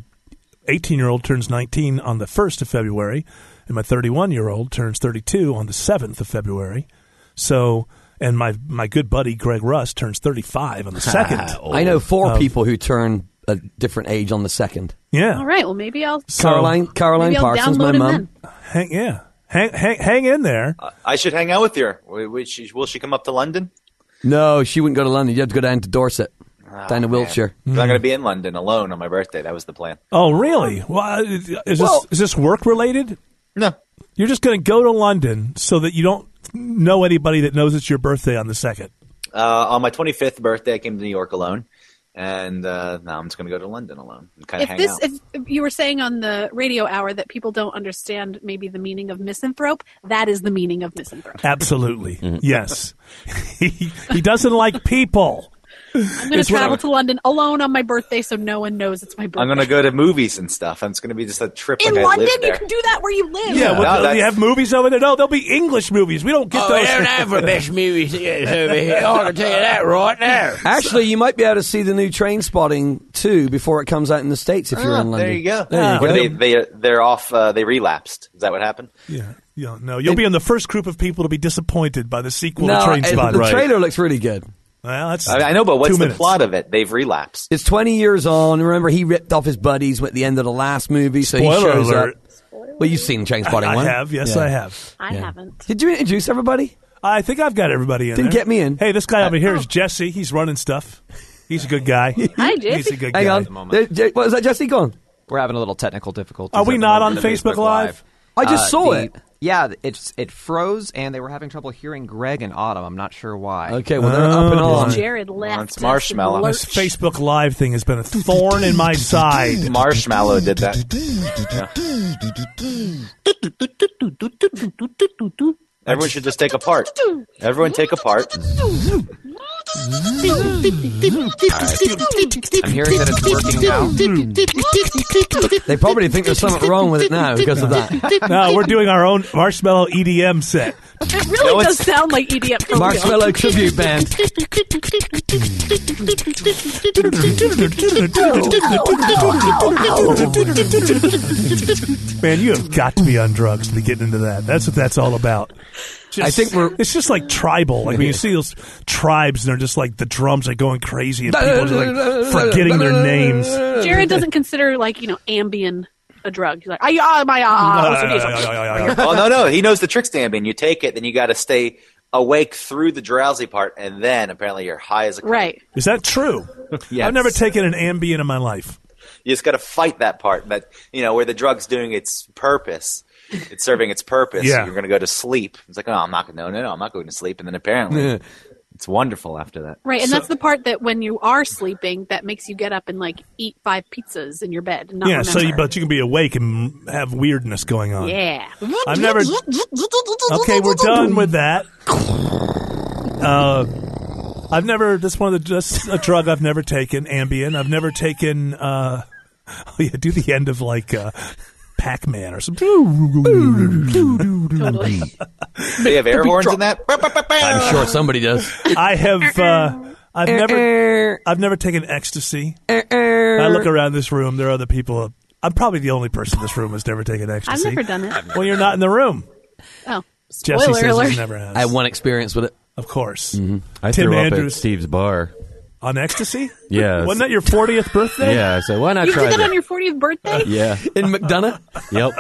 [SPEAKER 2] eighteen year old turns nineteen on the first of February, and my thirty one year old turns thirty two on the seventh of February. So, and my my good buddy Greg Russ turns thirty five on the second.
[SPEAKER 13] [laughs]
[SPEAKER 2] Um,
[SPEAKER 13] I know four people who turn a different age on the second.
[SPEAKER 2] Yeah,
[SPEAKER 4] All right. Well, maybe I'll.
[SPEAKER 2] So-
[SPEAKER 13] Caroline, Caroline
[SPEAKER 4] maybe I'll
[SPEAKER 13] Parsons,
[SPEAKER 4] download
[SPEAKER 13] my
[SPEAKER 4] him
[SPEAKER 13] mum.
[SPEAKER 4] then.
[SPEAKER 2] hang yeah, hang hang, hang in there.
[SPEAKER 11] I should hang out with her. Will will she, will she come up to London?
[SPEAKER 13] No, she wouldn't go to London. You had to go down to Dorset,
[SPEAKER 11] Oh,
[SPEAKER 13] down to Wiltshire.
[SPEAKER 11] I'm not
[SPEAKER 2] Mm.
[SPEAKER 11] going to be in London alone on my birthday. That was the plan.
[SPEAKER 2] Oh, really? Well, is this
[SPEAKER 11] Well-
[SPEAKER 2] is this work related?
[SPEAKER 11] No,
[SPEAKER 2] You're just going to go to London so that you don't know anybody that knows it's your birthday on the second.
[SPEAKER 11] uh, on my 25th birthday, I came to New York alone, and uh, now I'm just going to go to London alone and kind of
[SPEAKER 8] If
[SPEAKER 11] hang
[SPEAKER 8] this,
[SPEAKER 11] out.
[SPEAKER 8] if you were saying on the radio hour that people don't understand maybe the meaning of misanthrope, that is the meaning of misanthrope.
[SPEAKER 2] Absolutely. Yes. he, he doesn't like people.
[SPEAKER 8] I'm going to
[SPEAKER 11] It's one of-
[SPEAKER 8] travel to London alone on my birthday, so no one knows it's my birthday.
[SPEAKER 11] I'm going to go to movies and stuff. And it's going to be just a trip.
[SPEAKER 8] in
[SPEAKER 11] like I
[SPEAKER 8] London,
[SPEAKER 11] live
[SPEAKER 8] you
[SPEAKER 11] there.
[SPEAKER 8] can do that where you live. [laughs]
[SPEAKER 2] Yeah,
[SPEAKER 11] Yeah,
[SPEAKER 2] well,
[SPEAKER 11] no,
[SPEAKER 2] they
[SPEAKER 11] that's-
[SPEAKER 2] have movies over there. No, there'll be English movies. We don't get
[SPEAKER 3] Oh,
[SPEAKER 2] those.
[SPEAKER 3] they
[SPEAKER 2] [laughs]
[SPEAKER 3] don't have the best movies over here. Oh, I can tell you that right now.
[SPEAKER 13] Actually, you might be able to see the new train spotting too before it comes out in the states if you're
[SPEAKER 11] Ah,
[SPEAKER 13] in London.
[SPEAKER 11] There you go.
[SPEAKER 13] There you
[SPEAKER 11] Where
[SPEAKER 13] go.
[SPEAKER 11] They, they, they're off. Uh, they relapsed. Is that what happened?
[SPEAKER 2] Yeah, yeah, no. You'll be in the first group of people to be disappointed by the sequel
[SPEAKER 13] No,
[SPEAKER 2] to Train
[SPEAKER 13] it-
[SPEAKER 2] Spotting.
[SPEAKER 13] the trailer looks really good.
[SPEAKER 2] Well, that's
[SPEAKER 11] I, I know, but
[SPEAKER 2] two
[SPEAKER 11] what's the
[SPEAKER 2] minutes.
[SPEAKER 11] plot of it? They've relapsed.
[SPEAKER 13] It's 20 years on. Remember, he ripped off his buddies at the end of the last movie, so he
[SPEAKER 2] Spoiler
[SPEAKER 13] shows
[SPEAKER 2] alert.
[SPEAKER 13] up. Well, you've seen Train Spotting
[SPEAKER 2] I
[SPEAKER 13] one.
[SPEAKER 2] have, yes, I have.
[SPEAKER 8] I
[SPEAKER 13] Yeah.
[SPEAKER 2] [laughs]
[SPEAKER 8] haven't.
[SPEAKER 13] Did you introduce everybody?
[SPEAKER 2] I think I've got everybody in.
[SPEAKER 13] Didn't
[SPEAKER 2] there.
[SPEAKER 13] get me in. Oh.
[SPEAKER 2] Hey, this guy over here is Jesse. He's running stuff. He's a good
[SPEAKER 13] [laughs]
[SPEAKER 2] guy.
[SPEAKER 8] Hi,
[SPEAKER 2] He's
[SPEAKER 8] Jesse.
[SPEAKER 2] a good
[SPEAKER 13] Hang
[SPEAKER 2] guy.
[SPEAKER 13] on. There- there- what, is that Jesse gone?
[SPEAKER 14] We're having a little technical difficulty.
[SPEAKER 2] Are we not on Facebook Live?
[SPEAKER 13] I just
[SPEAKER 11] Uh,
[SPEAKER 13] saw it.
[SPEAKER 14] Yeah, it's it froze, and they were having trouble hearing Greg and Autumn. I'm not sure why.
[SPEAKER 13] Okay, well, they're
[SPEAKER 2] Oh.
[SPEAKER 13] up and on.
[SPEAKER 8] Jared left. us
[SPEAKER 11] marshmallow.
[SPEAKER 8] alone.
[SPEAKER 2] This Facebook Live thing has been a thorn in my side.
[SPEAKER 11] Marshmallow
[SPEAKER 13] [laughs]
[SPEAKER 11] did that. Yeah. Everyone should just take apart. Everyone take
[SPEAKER 13] [laughs]
[SPEAKER 11] apart.
[SPEAKER 2] [laughs]
[SPEAKER 14] I'm hearing that it's working now.
[SPEAKER 13] They probably think there's something wrong with it now because of that.
[SPEAKER 2] no, we're doing our own marshmallow EDM set.
[SPEAKER 8] It really
[SPEAKER 2] No,
[SPEAKER 8] does
[SPEAKER 2] it's-
[SPEAKER 8] sound like EDM. for real.
[SPEAKER 13] Marshmallow tribute band.
[SPEAKER 2] Man, you have got to be on drugs to be getting into that. That's what that's all about. Just-
[SPEAKER 13] I think we're-
[SPEAKER 2] It's just like tribal. Like when you see those tribes, and they're just like the drums are going crazy, and people are just like forgetting their names.
[SPEAKER 8] Jared doesn't consider like you know Ambien a drug. He's like, ah, yeah, my ah. what's your name?"
[SPEAKER 11] oh no, no, he knows the trick, Stambin. You take it, then you got to stay awake through the drowsy part, and then apparently you're high as a.
[SPEAKER 8] Right.
[SPEAKER 2] Is that true?
[SPEAKER 11] Yes.
[SPEAKER 2] I've never taken an Ambien in my life.
[SPEAKER 11] You just got to fight that part, that you know where the drug's doing its purpose. It's serving its purpose.
[SPEAKER 2] Yeah.
[SPEAKER 11] You're going to go to sleep. It's like, oh, I'm not going. No, no, no, I'm not going to sleep. And then
[SPEAKER 13] Yeah.
[SPEAKER 11] apparently, it's wonderful after that.
[SPEAKER 8] Right, and that's the part that when you are sleeping, that makes you get up and like eat five pizzas in your bed. And not
[SPEAKER 2] yeah, so you,
[SPEAKER 8] remember.
[SPEAKER 2] but you can be awake and have weirdness going on.
[SPEAKER 8] yeah,
[SPEAKER 2] I've never. Okay, we're done with that. Uh, I've never. That's one of the. That's a drug I've never taken. Ambien. I've never taken. Uh, [laughs] oh yeah, do the end of like uh, Pac Man or something.
[SPEAKER 8] Totally.
[SPEAKER 11] They have air horns in that.
[SPEAKER 13] I'm sure somebody does.
[SPEAKER 2] I
[SPEAKER 8] Er,
[SPEAKER 2] have. Uh, I've never. I've never taken ecstasy.
[SPEAKER 8] Er,
[SPEAKER 2] I look around this room. There are other people. I'm probably the only person in this room who's never taken
[SPEAKER 8] I've
[SPEAKER 2] ecstasy.
[SPEAKER 8] never done it.
[SPEAKER 2] Well, you're not in the room.
[SPEAKER 8] Oh,
[SPEAKER 2] Jesse
[SPEAKER 8] spoiler
[SPEAKER 2] says
[SPEAKER 8] alert!
[SPEAKER 2] he's never has.
[SPEAKER 13] I had one experience with it.
[SPEAKER 2] of course.
[SPEAKER 13] Mm-hmm.
[SPEAKER 7] I
[SPEAKER 2] Tim
[SPEAKER 7] threw
[SPEAKER 2] Andrews.
[SPEAKER 7] up at Steve's bar.
[SPEAKER 2] On
[SPEAKER 7] [laughs]
[SPEAKER 2] ecstasy?
[SPEAKER 7] Yeah.
[SPEAKER 2] Wasn't that
[SPEAKER 8] [laughs]
[SPEAKER 2] your 40th birthday?
[SPEAKER 7] Yeah, so why not
[SPEAKER 8] You
[SPEAKER 7] try
[SPEAKER 8] did that on
[SPEAKER 7] that?
[SPEAKER 8] your 40th birthday?
[SPEAKER 7] Yeah.
[SPEAKER 13] In
[SPEAKER 8] [laughs]
[SPEAKER 13] McDonough?
[SPEAKER 7] Yep.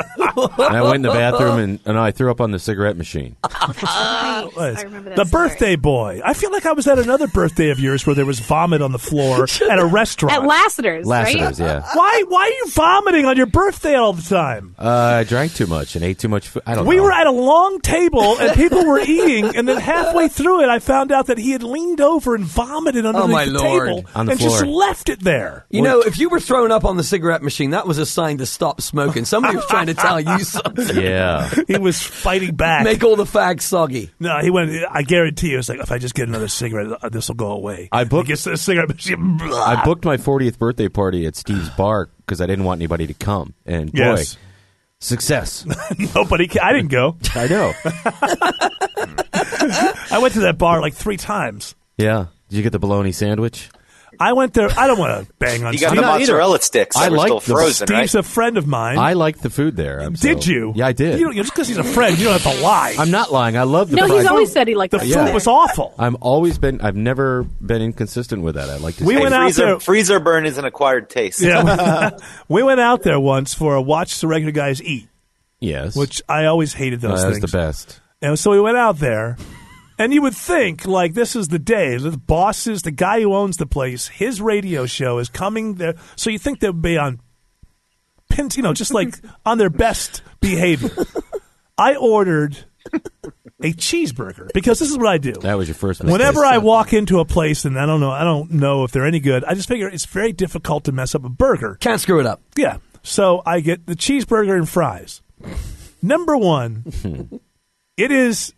[SPEAKER 7] and I went in the bathroom and, and I threw up on the cigarette machine.
[SPEAKER 8] Oh,
[SPEAKER 2] Was.
[SPEAKER 8] I remember that.
[SPEAKER 2] The
[SPEAKER 8] story.
[SPEAKER 2] birthday boy. I feel like I was at another birthday of yours where there was vomit on the
[SPEAKER 8] [laughs]
[SPEAKER 2] floor at a restaurant.
[SPEAKER 8] at Lassiter's,
[SPEAKER 7] Lassiter's,
[SPEAKER 8] right?
[SPEAKER 7] yeah.
[SPEAKER 2] [laughs] why? Why are you vomiting on your birthday all the time?
[SPEAKER 7] Uh, I drank too much and ate too much food. I don't
[SPEAKER 2] We
[SPEAKER 7] know.
[SPEAKER 2] were at a long table and people were eating, and then halfway through it, I found out that he had leaned over and vomited under
[SPEAKER 13] Oh, my
[SPEAKER 2] the
[SPEAKER 13] Lord.
[SPEAKER 2] table
[SPEAKER 7] On the
[SPEAKER 2] and just
[SPEAKER 7] floor.
[SPEAKER 2] [laughs] left it there.
[SPEAKER 13] You know, if you were thrown up on the cigarette machine, that was a sign to stop smoking. Somebody was trying to
[SPEAKER 2] [laughs]
[SPEAKER 13] tell you something.
[SPEAKER 7] Yeah.
[SPEAKER 2] He was fighting back.
[SPEAKER 13] Make all the fags soggy.
[SPEAKER 2] [laughs] no, he went. I guarantee you, it's like if I just get another cigarette, uh, this will go away.
[SPEAKER 7] I booked-
[SPEAKER 2] He gets the cigarette machine.
[SPEAKER 7] I booked my 40th birthday party at Steve's bar because I didn't want anybody to come. And boy,
[SPEAKER 2] Yes.
[SPEAKER 7] success.
[SPEAKER 2] [laughs] Nobody. ca- I didn't go.
[SPEAKER 7] I know.
[SPEAKER 2] I went to that bar like three times.
[SPEAKER 7] Yeah. Did you get the bologna sandwich?
[SPEAKER 2] I went there. I don't want to bang on.
[SPEAKER 11] You got
[SPEAKER 2] Steve.
[SPEAKER 11] the
[SPEAKER 7] not either.
[SPEAKER 11] mozzarella sticks.
[SPEAKER 7] I
[SPEAKER 11] that were
[SPEAKER 7] like
[SPEAKER 11] still
[SPEAKER 7] the-
[SPEAKER 11] frozen, right?
[SPEAKER 2] Steve's a friend of mine.
[SPEAKER 7] I liked the food there. I'm
[SPEAKER 2] did
[SPEAKER 7] so-
[SPEAKER 2] you?
[SPEAKER 7] Yeah, I did.
[SPEAKER 2] You don't, just because he's a friend, you don't have to
[SPEAKER 7] [laughs]
[SPEAKER 2] lie.
[SPEAKER 7] I'm not lying. I love the
[SPEAKER 8] No,
[SPEAKER 7] fried
[SPEAKER 8] he's always said he liked
[SPEAKER 2] the
[SPEAKER 8] that
[SPEAKER 2] food
[SPEAKER 7] Yeah.
[SPEAKER 8] story.
[SPEAKER 2] was awful.
[SPEAKER 7] I'm always been. I've never been inconsistent with that. I like to.
[SPEAKER 2] We
[SPEAKER 7] say-
[SPEAKER 2] went out
[SPEAKER 11] freezer,
[SPEAKER 2] there-
[SPEAKER 11] freezer burn is an acquired taste.
[SPEAKER 2] Yeah, we went out there once for a watch the regular guys eat,
[SPEAKER 7] Yes,
[SPEAKER 2] which I always hated
[SPEAKER 7] uh,
[SPEAKER 2] those
[SPEAKER 7] that's
[SPEAKER 2] things.
[SPEAKER 7] the best.
[SPEAKER 2] And so we went out there, and you would think like this is the day. The bosses, the guy who owns the place, his radio show is coming there. So you think they'll be on pins, you know, just like on their best behavior. I ordered a a cheeseburger because this is what I do.
[SPEAKER 7] That was your first mistake.
[SPEAKER 2] Whenever I walk into a place and I don't know, I don't know if they're any good. I just figure it's very difficult to mess up a burger.
[SPEAKER 13] Can't screw it up.
[SPEAKER 2] Yeah. So I get the cheeseburger and fries. Number
[SPEAKER 13] [laughs]
[SPEAKER 2] one, it is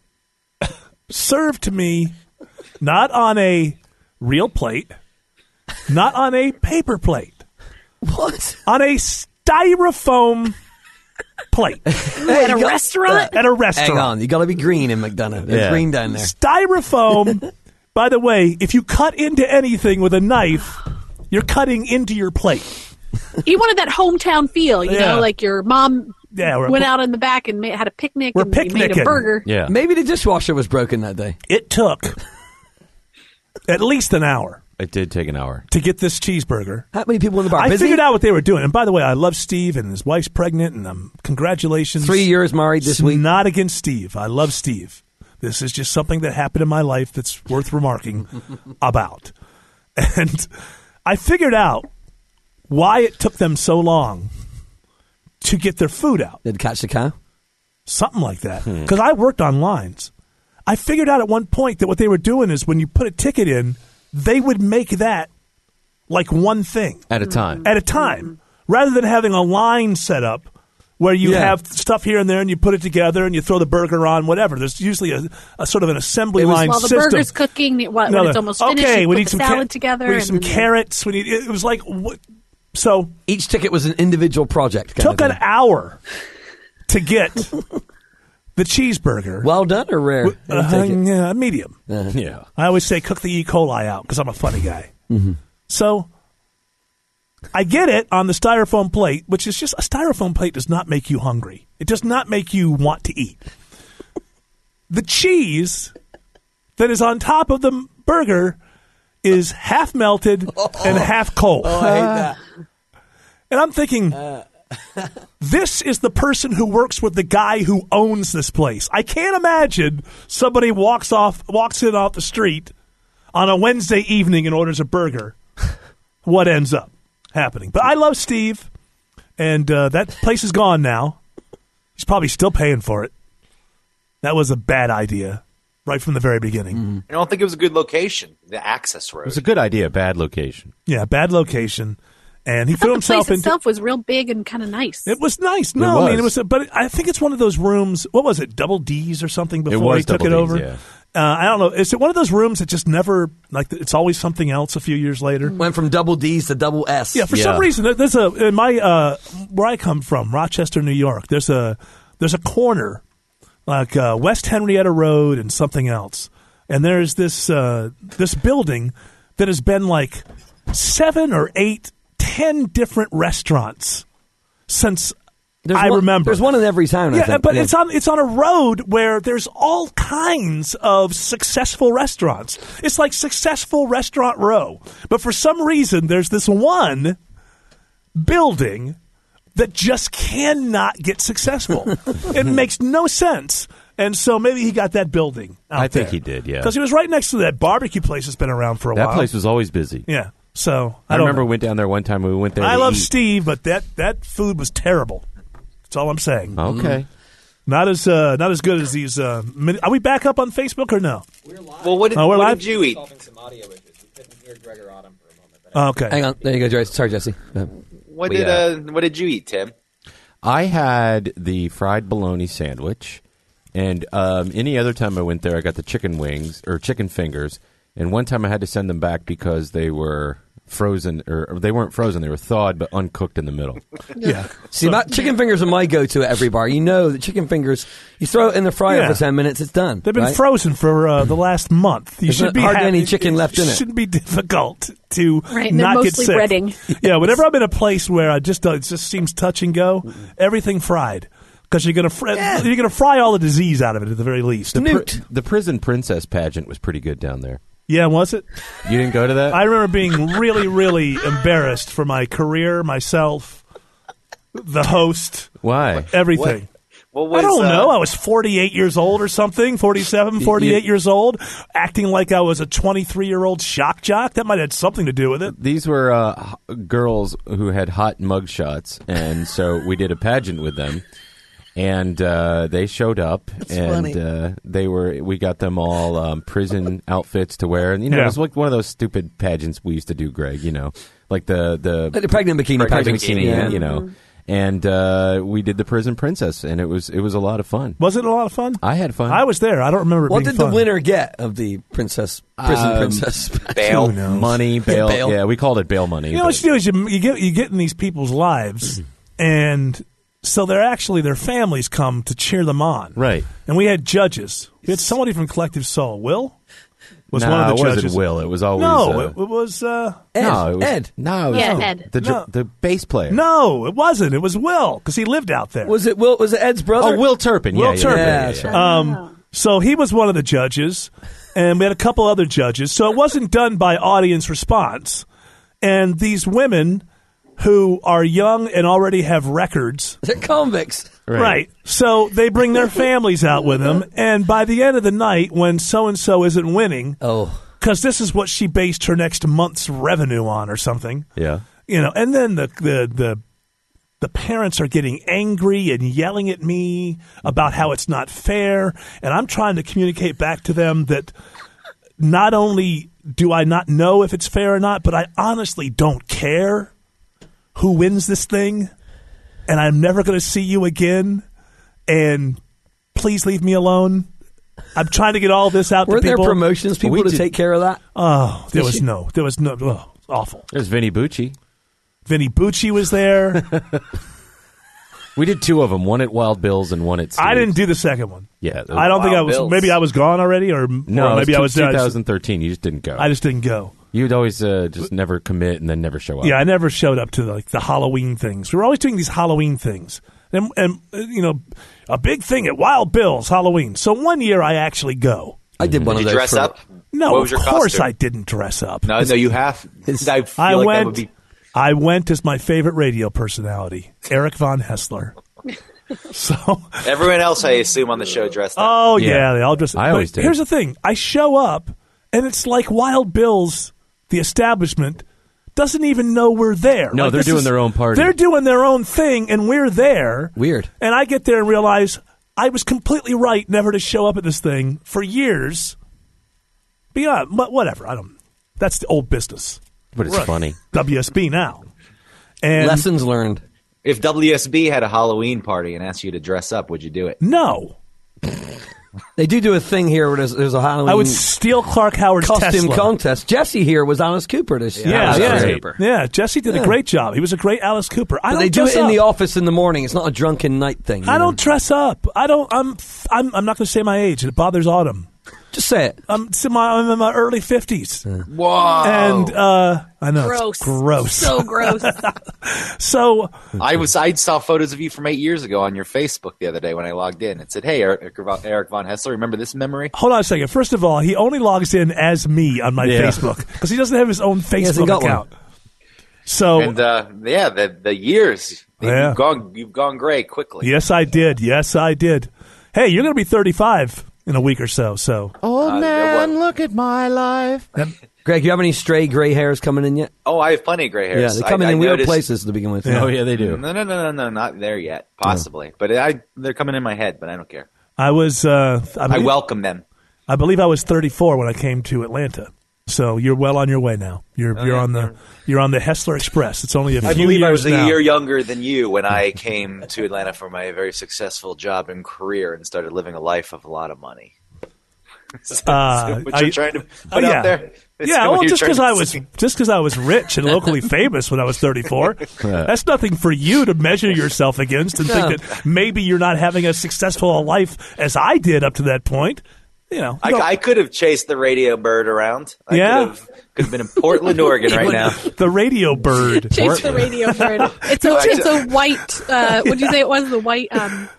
[SPEAKER 2] served to me not on a real plate, not on a paper plate.
[SPEAKER 13] What?
[SPEAKER 2] On a styrofoam
[SPEAKER 13] [laughs]
[SPEAKER 2] plate.
[SPEAKER 4] at a restaurant?
[SPEAKER 2] At a restaurant.
[SPEAKER 13] Hang on, you got to be green in McDonough. There's
[SPEAKER 2] Yeah.
[SPEAKER 13] green down there. [laughs]
[SPEAKER 2] Styrofoam. by the way, if you cut into anything with a knife, you're cutting into your plate.
[SPEAKER 4] He wanted that hometown feel, you
[SPEAKER 2] Yeah.
[SPEAKER 4] know, like your mom
[SPEAKER 2] Yeah, we're-
[SPEAKER 4] went out in the back and made, had a picnic and they made a burger.
[SPEAKER 7] Yeah.
[SPEAKER 13] Maybe the dishwasher was broken that day.
[SPEAKER 7] [laughs]
[SPEAKER 2] It took at least an hour
[SPEAKER 7] It did take an hour.
[SPEAKER 2] to get this cheeseburger.
[SPEAKER 13] How many people in the bar?
[SPEAKER 2] I
[SPEAKER 13] Busy?
[SPEAKER 2] figured out what they were doing. And by the way, I love Steve, and his wife's pregnant, and um, congratulations.
[SPEAKER 13] Three years married this
[SPEAKER 2] It's
[SPEAKER 13] week.
[SPEAKER 2] Not against Steve. I love Steve. This is just something that happened in my life that's worth
[SPEAKER 13] [laughs]
[SPEAKER 2] remarking about. And I figured out why it took them so long to get their food out.
[SPEAKER 13] Did it catch the cow? Hmm.
[SPEAKER 2] Something like that. Because I worked on lines. I figured out at one point that what they were doing is when you put a ticket in, they would make that like one thing
[SPEAKER 7] At a time.
[SPEAKER 2] at a time rather than having a line set up where you
[SPEAKER 13] Yeah.
[SPEAKER 2] have stuff here and there and you put it together and you throw the burger on whatever there's usually a, a sort of an assembly line
[SPEAKER 4] While the
[SPEAKER 2] system
[SPEAKER 4] burger's cooking, it- when
[SPEAKER 2] No,
[SPEAKER 4] it's
[SPEAKER 2] no.
[SPEAKER 4] almost finished,
[SPEAKER 2] okay
[SPEAKER 4] you
[SPEAKER 2] we
[SPEAKER 4] put
[SPEAKER 2] need
[SPEAKER 4] the
[SPEAKER 2] some
[SPEAKER 4] salad
[SPEAKER 2] carrot-
[SPEAKER 4] together.
[SPEAKER 2] we need
[SPEAKER 4] and
[SPEAKER 2] some
[SPEAKER 4] then-
[SPEAKER 2] carrots we need it was like what, so
[SPEAKER 13] Each ticket was an individual project. kind
[SPEAKER 2] took
[SPEAKER 13] of
[SPEAKER 2] an
[SPEAKER 13] thing.
[SPEAKER 2] hour to get the cheeseburger
[SPEAKER 13] Well done or rare?
[SPEAKER 2] uh,
[SPEAKER 13] Any ticket?
[SPEAKER 2] yeah, medium
[SPEAKER 13] Uh-huh.
[SPEAKER 7] [laughs] Yeah.
[SPEAKER 2] i always say cook the e coli out because i'm a funny guy
[SPEAKER 13] Mm-hmm.
[SPEAKER 2] So I get it on the styrofoam plate, which is just a styrofoam plate does not make you hungry. It does not make you want to eat. The cheese that is on top of the m- burger is half melted and half cold. And I'm thinking, this is the person who works with the guy who owns this place. I can't imagine somebody walks off, walks in off the street on a Wednesday evening and orders a burger. What ends up happening? But I love Steve, and uh, that place is gone now. He's probably still paying for it. That was a bad idea, right from the very beginning.
[SPEAKER 11] [laughs] I don't think it was a good location. The access road.
[SPEAKER 7] Mm-hmm. It was a good idea, bad location.
[SPEAKER 2] Yeah, bad location, and he
[SPEAKER 4] I thought
[SPEAKER 2] threw
[SPEAKER 4] the place
[SPEAKER 2] himself into.
[SPEAKER 4] itself was real big and kind of nice.
[SPEAKER 2] It was nice. No, I mean
[SPEAKER 7] was.
[SPEAKER 2] it was, a, but I think it's one of those rooms. What was it? Double D's or something before
[SPEAKER 7] was
[SPEAKER 2] he took
[SPEAKER 7] Double
[SPEAKER 2] it
[SPEAKER 7] D's,
[SPEAKER 2] over.
[SPEAKER 7] yeah.
[SPEAKER 2] Uh, I don't know. Is it one of those rooms that just never like it's always something else a few years later?
[SPEAKER 13] Went from double D's to double S.
[SPEAKER 2] Yeah, for some reason there- there's a in my uh, where I come from, Rochester, New York. There's a there's a corner like uh, West Henrietta Road and something else, and there's this uh, this building that has been like seven or eight, ten different restaurants since
[SPEAKER 13] There's
[SPEAKER 2] I
[SPEAKER 13] one-
[SPEAKER 2] remember.
[SPEAKER 13] There's one in every town. I
[SPEAKER 2] Yeah,
[SPEAKER 13] think.
[SPEAKER 2] but it's on it's on a road where there's all kinds of successful restaurants. It's like successful restaurant row. But for some reason there's this one building that just cannot get
[SPEAKER 13] [laughs]
[SPEAKER 2] successful. it makes no sense. And so maybe he got that building.
[SPEAKER 7] I think he did, yeah.
[SPEAKER 2] Because he was right next to that barbecue place that's been around for a
[SPEAKER 7] That
[SPEAKER 2] while.
[SPEAKER 7] place was always busy.
[SPEAKER 2] yeah. So I,
[SPEAKER 7] I,
[SPEAKER 2] don't
[SPEAKER 7] remember
[SPEAKER 2] know.
[SPEAKER 7] we went down there one time. We went there.
[SPEAKER 2] I
[SPEAKER 7] to
[SPEAKER 2] love
[SPEAKER 7] eat.
[SPEAKER 2] Steve, but that, that food was terrible. That's all I'm saying.
[SPEAKER 13] Mm-hmm.
[SPEAKER 7] Okay.
[SPEAKER 2] Not as uh, not as good as these. Uh, min- are we back up on Facebook or no?
[SPEAKER 11] Well, what did,
[SPEAKER 2] Oh, we're
[SPEAKER 11] what
[SPEAKER 2] live?
[SPEAKER 11] did you eat?
[SPEAKER 2] Oh, okay.
[SPEAKER 13] Hang on. There you go, Jesse. Sorry, Jesse. Uh,
[SPEAKER 11] What
[SPEAKER 7] We,
[SPEAKER 11] did
[SPEAKER 7] uh,
[SPEAKER 11] uh, what did you eat, Tim?
[SPEAKER 7] I had the fried bologna sandwich, and um, any other time I went there, I got the chicken wings or chicken fingers. And one time I had to send them back because they were frozen, or, or they weren't frozen; they were thawed but uncooked in the middle.
[SPEAKER 2] Yeah.
[SPEAKER 13] See, my, chicken fingers are my go-to at every bar. You know that chicken fingers. You throw it in the fryer
[SPEAKER 2] Yeah.
[SPEAKER 13] for ten minutes, it's done.
[SPEAKER 2] They've been
[SPEAKER 13] right?
[SPEAKER 2] frozen for uh, the last month. You
[SPEAKER 13] There's
[SPEAKER 2] should
[SPEAKER 13] not
[SPEAKER 2] be
[SPEAKER 13] hardly
[SPEAKER 2] happy-
[SPEAKER 13] any chicken left in it.
[SPEAKER 2] Shouldn't be [laughs] difficult to
[SPEAKER 4] Right, and they're
[SPEAKER 2] not get
[SPEAKER 4] mostly
[SPEAKER 2] sick.
[SPEAKER 4] breading.
[SPEAKER 2] Yeah, whenever I'm in a place where I just uh, it just seems touch and go, everything fried because you're gonna fr- you're gonna fry all the disease out of it at the very least.
[SPEAKER 7] The, the prison princess pageant was pretty good down there.
[SPEAKER 2] yeah, was it?
[SPEAKER 7] You didn't go to that?
[SPEAKER 2] I remember being really really embarrassed for my career, myself, the host,
[SPEAKER 7] Why?
[SPEAKER 2] everything.
[SPEAKER 11] What was,
[SPEAKER 2] I don't
[SPEAKER 11] uh,
[SPEAKER 2] know. I was 48 years old or something, 47, 48 years old, acting like I was a 23 year old shock jock. That might have had something to do with it.
[SPEAKER 7] These were uh, h- girls who had hot mug shots, and so we did a pageant with them. and uh, they showed up, and
[SPEAKER 8] funny.
[SPEAKER 7] uh, they were. We got them all um, prison outfits to wear, and you know,
[SPEAKER 13] Yeah.
[SPEAKER 7] it was like one of those stupid pageants we used to do, Greg. You know, like the the,
[SPEAKER 13] Like the pregnant bikini
[SPEAKER 7] pregnant
[SPEAKER 13] pageant.
[SPEAKER 7] bikini,
[SPEAKER 13] Yeah.
[SPEAKER 7] you know. And uh, we did the prison princess, and it was it was a lot of fun.
[SPEAKER 2] Was it a lot of fun?
[SPEAKER 7] I had fun.
[SPEAKER 2] I was there. I don't remember. It
[SPEAKER 13] What
[SPEAKER 2] being
[SPEAKER 13] did
[SPEAKER 2] fun.
[SPEAKER 13] the winner get of the princess prison
[SPEAKER 7] Um, [laughs]
[SPEAKER 13] princess [laughs]
[SPEAKER 7] Who knows? money, bail. Yeah,
[SPEAKER 13] bail.
[SPEAKER 7] we called it bail money.
[SPEAKER 2] You know
[SPEAKER 7] but-
[SPEAKER 2] what you do is you, you get you get in these
[SPEAKER 7] [clears throat]
[SPEAKER 2] people's lives, and so they're actually their families come to cheer them on.
[SPEAKER 7] Right.
[SPEAKER 2] And we had judges. We had somebody from Collective Soul. Will was
[SPEAKER 7] Nah,
[SPEAKER 2] one of the
[SPEAKER 7] it wasn't
[SPEAKER 2] judges.
[SPEAKER 7] Will. It was always,
[SPEAKER 2] no.
[SPEAKER 7] uh,
[SPEAKER 2] it, it was uh,
[SPEAKER 7] no, it was, No, it was
[SPEAKER 2] Yeah,
[SPEAKER 7] the,
[SPEAKER 2] Ed.
[SPEAKER 7] The,
[SPEAKER 2] No.
[SPEAKER 7] the bass player.
[SPEAKER 2] No, it wasn't. It was Will because he lived out there.
[SPEAKER 13] Was it Will? Was it Ed's brother?
[SPEAKER 7] Oh, Will Turpin.
[SPEAKER 2] Will
[SPEAKER 7] yeah, yeah,
[SPEAKER 2] Turpin.
[SPEAKER 7] yeah, yeah, yeah.
[SPEAKER 2] Um, so he was one of the judges, and we had a couple other judges. So it wasn't done by audience response. And these women who are young and already have records.
[SPEAKER 13] [laughs] They're convicts.
[SPEAKER 2] Right. So they bring their families out with them. And by the end of the night, when so and so isn't winning,
[SPEAKER 13] oh,
[SPEAKER 2] because this is what she based her next month's revenue on or something
[SPEAKER 7] Yeah.
[SPEAKER 2] you know and then the the the the parents are getting angry and yelling at me about how it's not fair and i'm trying to communicate back to them that not only do i not know if it's fair or not but i honestly don't care who wins this thing and i'm never going to see you again and please leave me alone i'm trying to get all this out
[SPEAKER 13] Were
[SPEAKER 2] to
[SPEAKER 13] there
[SPEAKER 2] people
[SPEAKER 13] promotions people to take care of that?
[SPEAKER 2] oh there
[SPEAKER 13] Did
[SPEAKER 2] was
[SPEAKER 13] she-
[SPEAKER 2] no there was no oh, awful
[SPEAKER 7] There's Vinny Bucci.
[SPEAKER 2] vinny
[SPEAKER 7] [laughs]
[SPEAKER 2] bucci was there
[SPEAKER 13] [laughs]
[SPEAKER 7] We did two of them, one at Wild Bills and one at.
[SPEAKER 2] I
[SPEAKER 7] Steve's.
[SPEAKER 2] didn't do the second one.
[SPEAKER 7] Yeah,
[SPEAKER 2] I don't think I was. Maybe I was gone already, or
[SPEAKER 7] No,
[SPEAKER 2] or maybe I was.
[SPEAKER 7] two-
[SPEAKER 2] I just-
[SPEAKER 7] 2013. You just didn't go.
[SPEAKER 2] I just didn't go.
[SPEAKER 7] You'd always uh, just never commit and then never show up. [laughs]
[SPEAKER 2] Yeah, I never showed up to like the Halloween things. We were always doing these Halloween things, and, and uh, you know, a big thing at Wild Bill's Halloween. So one year I actually go.
[SPEAKER 13] I did
[SPEAKER 11] one Did of you those dress for- up?
[SPEAKER 2] No,
[SPEAKER 11] What was
[SPEAKER 2] of
[SPEAKER 11] your
[SPEAKER 2] course
[SPEAKER 11] costume?
[SPEAKER 2] I didn't dress up.
[SPEAKER 11] No, no,
[SPEAKER 13] [laughs]
[SPEAKER 11] you have. I feel
[SPEAKER 2] I
[SPEAKER 11] like
[SPEAKER 2] went.
[SPEAKER 11] that would be.
[SPEAKER 2] I went as my favorite radio personality, Eric von Hessler. so
[SPEAKER 11] Everyone else, I assume, on the show dressed up.
[SPEAKER 2] Oh yeah, they all dress.
[SPEAKER 11] I
[SPEAKER 2] but
[SPEAKER 11] always did.
[SPEAKER 2] Here's the thing: I show up, and it's like Wild Bill's, the establishment, doesn't even know we're there.
[SPEAKER 7] No,
[SPEAKER 2] Like,
[SPEAKER 7] they're
[SPEAKER 2] this
[SPEAKER 7] doing their own party.
[SPEAKER 2] They're doing their own thing, and we're there.
[SPEAKER 13] Weird.
[SPEAKER 2] And I get there and realize I was completely right never to show up at this thing for years. Beyond, but whatever. I don't. That's the old business.
[SPEAKER 7] But it's
[SPEAKER 2] We're on
[SPEAKER 7] funny.
[SPEAKER 2] WSB now. And
[SPEAKER 13] Lessons learned.
[SPEAKER 11] If WSB had a Halloween party and asked you to dress up, would you do it?
[SPEAKER 2] No.
[SPEAKER 13] They do do a thing here where there's, there's a Halloween.
[SPEAKER 2] I would steal Clark Howard's
[SPEAKER 13] costume
[SPEAKER 2] Tesla.
[SPEAKER 13] contest. Jesse here was Alice Cooper this year.
[SPEAKER 2] Yeah, yeah, yeah.
[SPEAKER 13] But
[SPEAKER 2] Jesse did
[SPEAKER 13] Yeah.
[SPEAKER 2] a great job. He was a great Alice Cooper. I don't
[SPEAKER 13] they do
[SPEAKER 2] dress
[SPEAKER 13] it in
[SPEAKER 2] up.
[SPEAKER 13] the office in the morning. It's not a drunken night thing. you
[SPEAKER 2] I
[SPEAKER 13] know?
[SPEAKER 2] don't dress up. I don't. I'm. I'm. I'm not going to say my age. It bothers Autumn.
[SPEAKER 13] Just say it.
[SPEAKER 2] I'm. It's in my, I'm in my early fifties.
[SPEAKER 11] Whoa.
[SPEAKER 2] And uh, I know
[SPEAKER 11] Gross.
[SPEAKER 2] it's gross.
[SPEAKER 11] So
[SPEAKER 4] gross.
[SPEAKER 2] so
[SPEAKER 11] I was I saw photos of you from eight years ago on your Facebook the other day when I logged in. It said, "Hey, Eric, Eric von Hessler, remember this memory?"
[SPEAKER 2] [laughs] hold on a second. First of all, he only logs in as me on my
[SPEAKER 11] Yeah.
[SPEAKER 2] Facebook because he doesn't have his own
[SPEAKER 11] hasn't
[SPEAKER 2] Facebook
[SPEAKER 11] got one.
[SPEAKER 2] account. So
[SPEAKER 11] and uh, yeah, the the years
[SPEAKER 2] Oh. Yeah.
[SPEAKER 11] you've gone you've gone gray quickly.
[SPEAKER 2] yes, I did. Yes, I did. Hey, you're going to be 35 in a week or so. So
[SPEAKER 7] Old
[SPEAKER 11] Uh,
[SPEAKER 7] man, look at my life.
[SPEAKER 13] Greg, you have any stray gray hairs coming in yet?
[SPEAKER 11] Oh, I have plenty of gray hairs.
[SPEAKER 13] Yeah, they come
[SPEAKER 11] I-
[SPEAKER 13] in
[SPEAKER 11] I
[SPEAKER 13] in weird
[SPEAKER 11] noticed-
[SPEAKER 13] places to begin with.
[SPEAKER 11] Yeah.
[SPEAKER 13] Oh
[SPEAKER 7] yeah, they do.
[SPEAKER 11] No, no, no, no, no, not there yet. Possibly, but I they're coming in my head, but I don't care.
[SPEAKER 2] I was. Uh, I,
[SPEAKER 11] I
[SPEAKER 2] believe-
[SPEAKER 11] welcome them.
[SPEAKER 2] I believe I was 34 when I came to Atlanta. So you're well on your way now. You're you're on the you're on the Hessler Express. It's only a
[SPEAKER 11] Oh, I
[SPEAKER 2] few
[SPEAKER 11] believe
[SPEAKER 2] years
[SPEAKER 11] I was a
[SPEAKER 2] now.
[SPEAKER 11] year younger than you when I came to Atlanta for my very successful job and career and started living a life of a lot of money. so,
[SPEAKER 2] Uh,
[SPEAKER 11] [laughs] what
[SPEAKER 2] I-
[SPEAKER 11] you're trying to
[SPEAKER 2] Oh,
[SPEAKER 11] put
[SPEAKER 2] yeah.
[SPEAKER 11] out there. It's
[SPEAKER 2] yeah,
[SPEAKER 11] what
[SPEAKER 2] well,
[SPEAKER 11] you're
[SPEAKER 2] just
[SPEAKER 11] trying
[SPEAKER 2] because
[SPEAKER 11] to
[SPEAKER 2] I was
[SPEAKER 11] say.
[SPEAKER 2] just because I was rich and locally famous when I was
[SPEAKER 11] [laughs]
[SPEAKER 2] 34, that's nothing for you to measure yourself against and
[SPEAKER 11] No.
[SPEAKER 2] think that maybe you're not having as successful a life as I did up to that point. You know,
[SPEAKER 11] I, I could have chased the radio bird around. I
[SPEAKER 2] Yeah.
[SPEAKER 11] could have, could have been in
[SPEAKER 2] [laughs]
[SPEAKER 11] Portland, Oregon, right now.
[SPEAKER 2] the
[SPEAKER 4] [laughs]
[SPEAKER 2] radio bird. Uh,
[SPEAKER 4] Chase the
[SPEAKER 11] [laughs]
[SPEAKER 4] radio bird. It's
[SPEAKER 2] [laughs]
[SPEAKER 4] a, it's a white. Uh, What'd you say it was? The white um,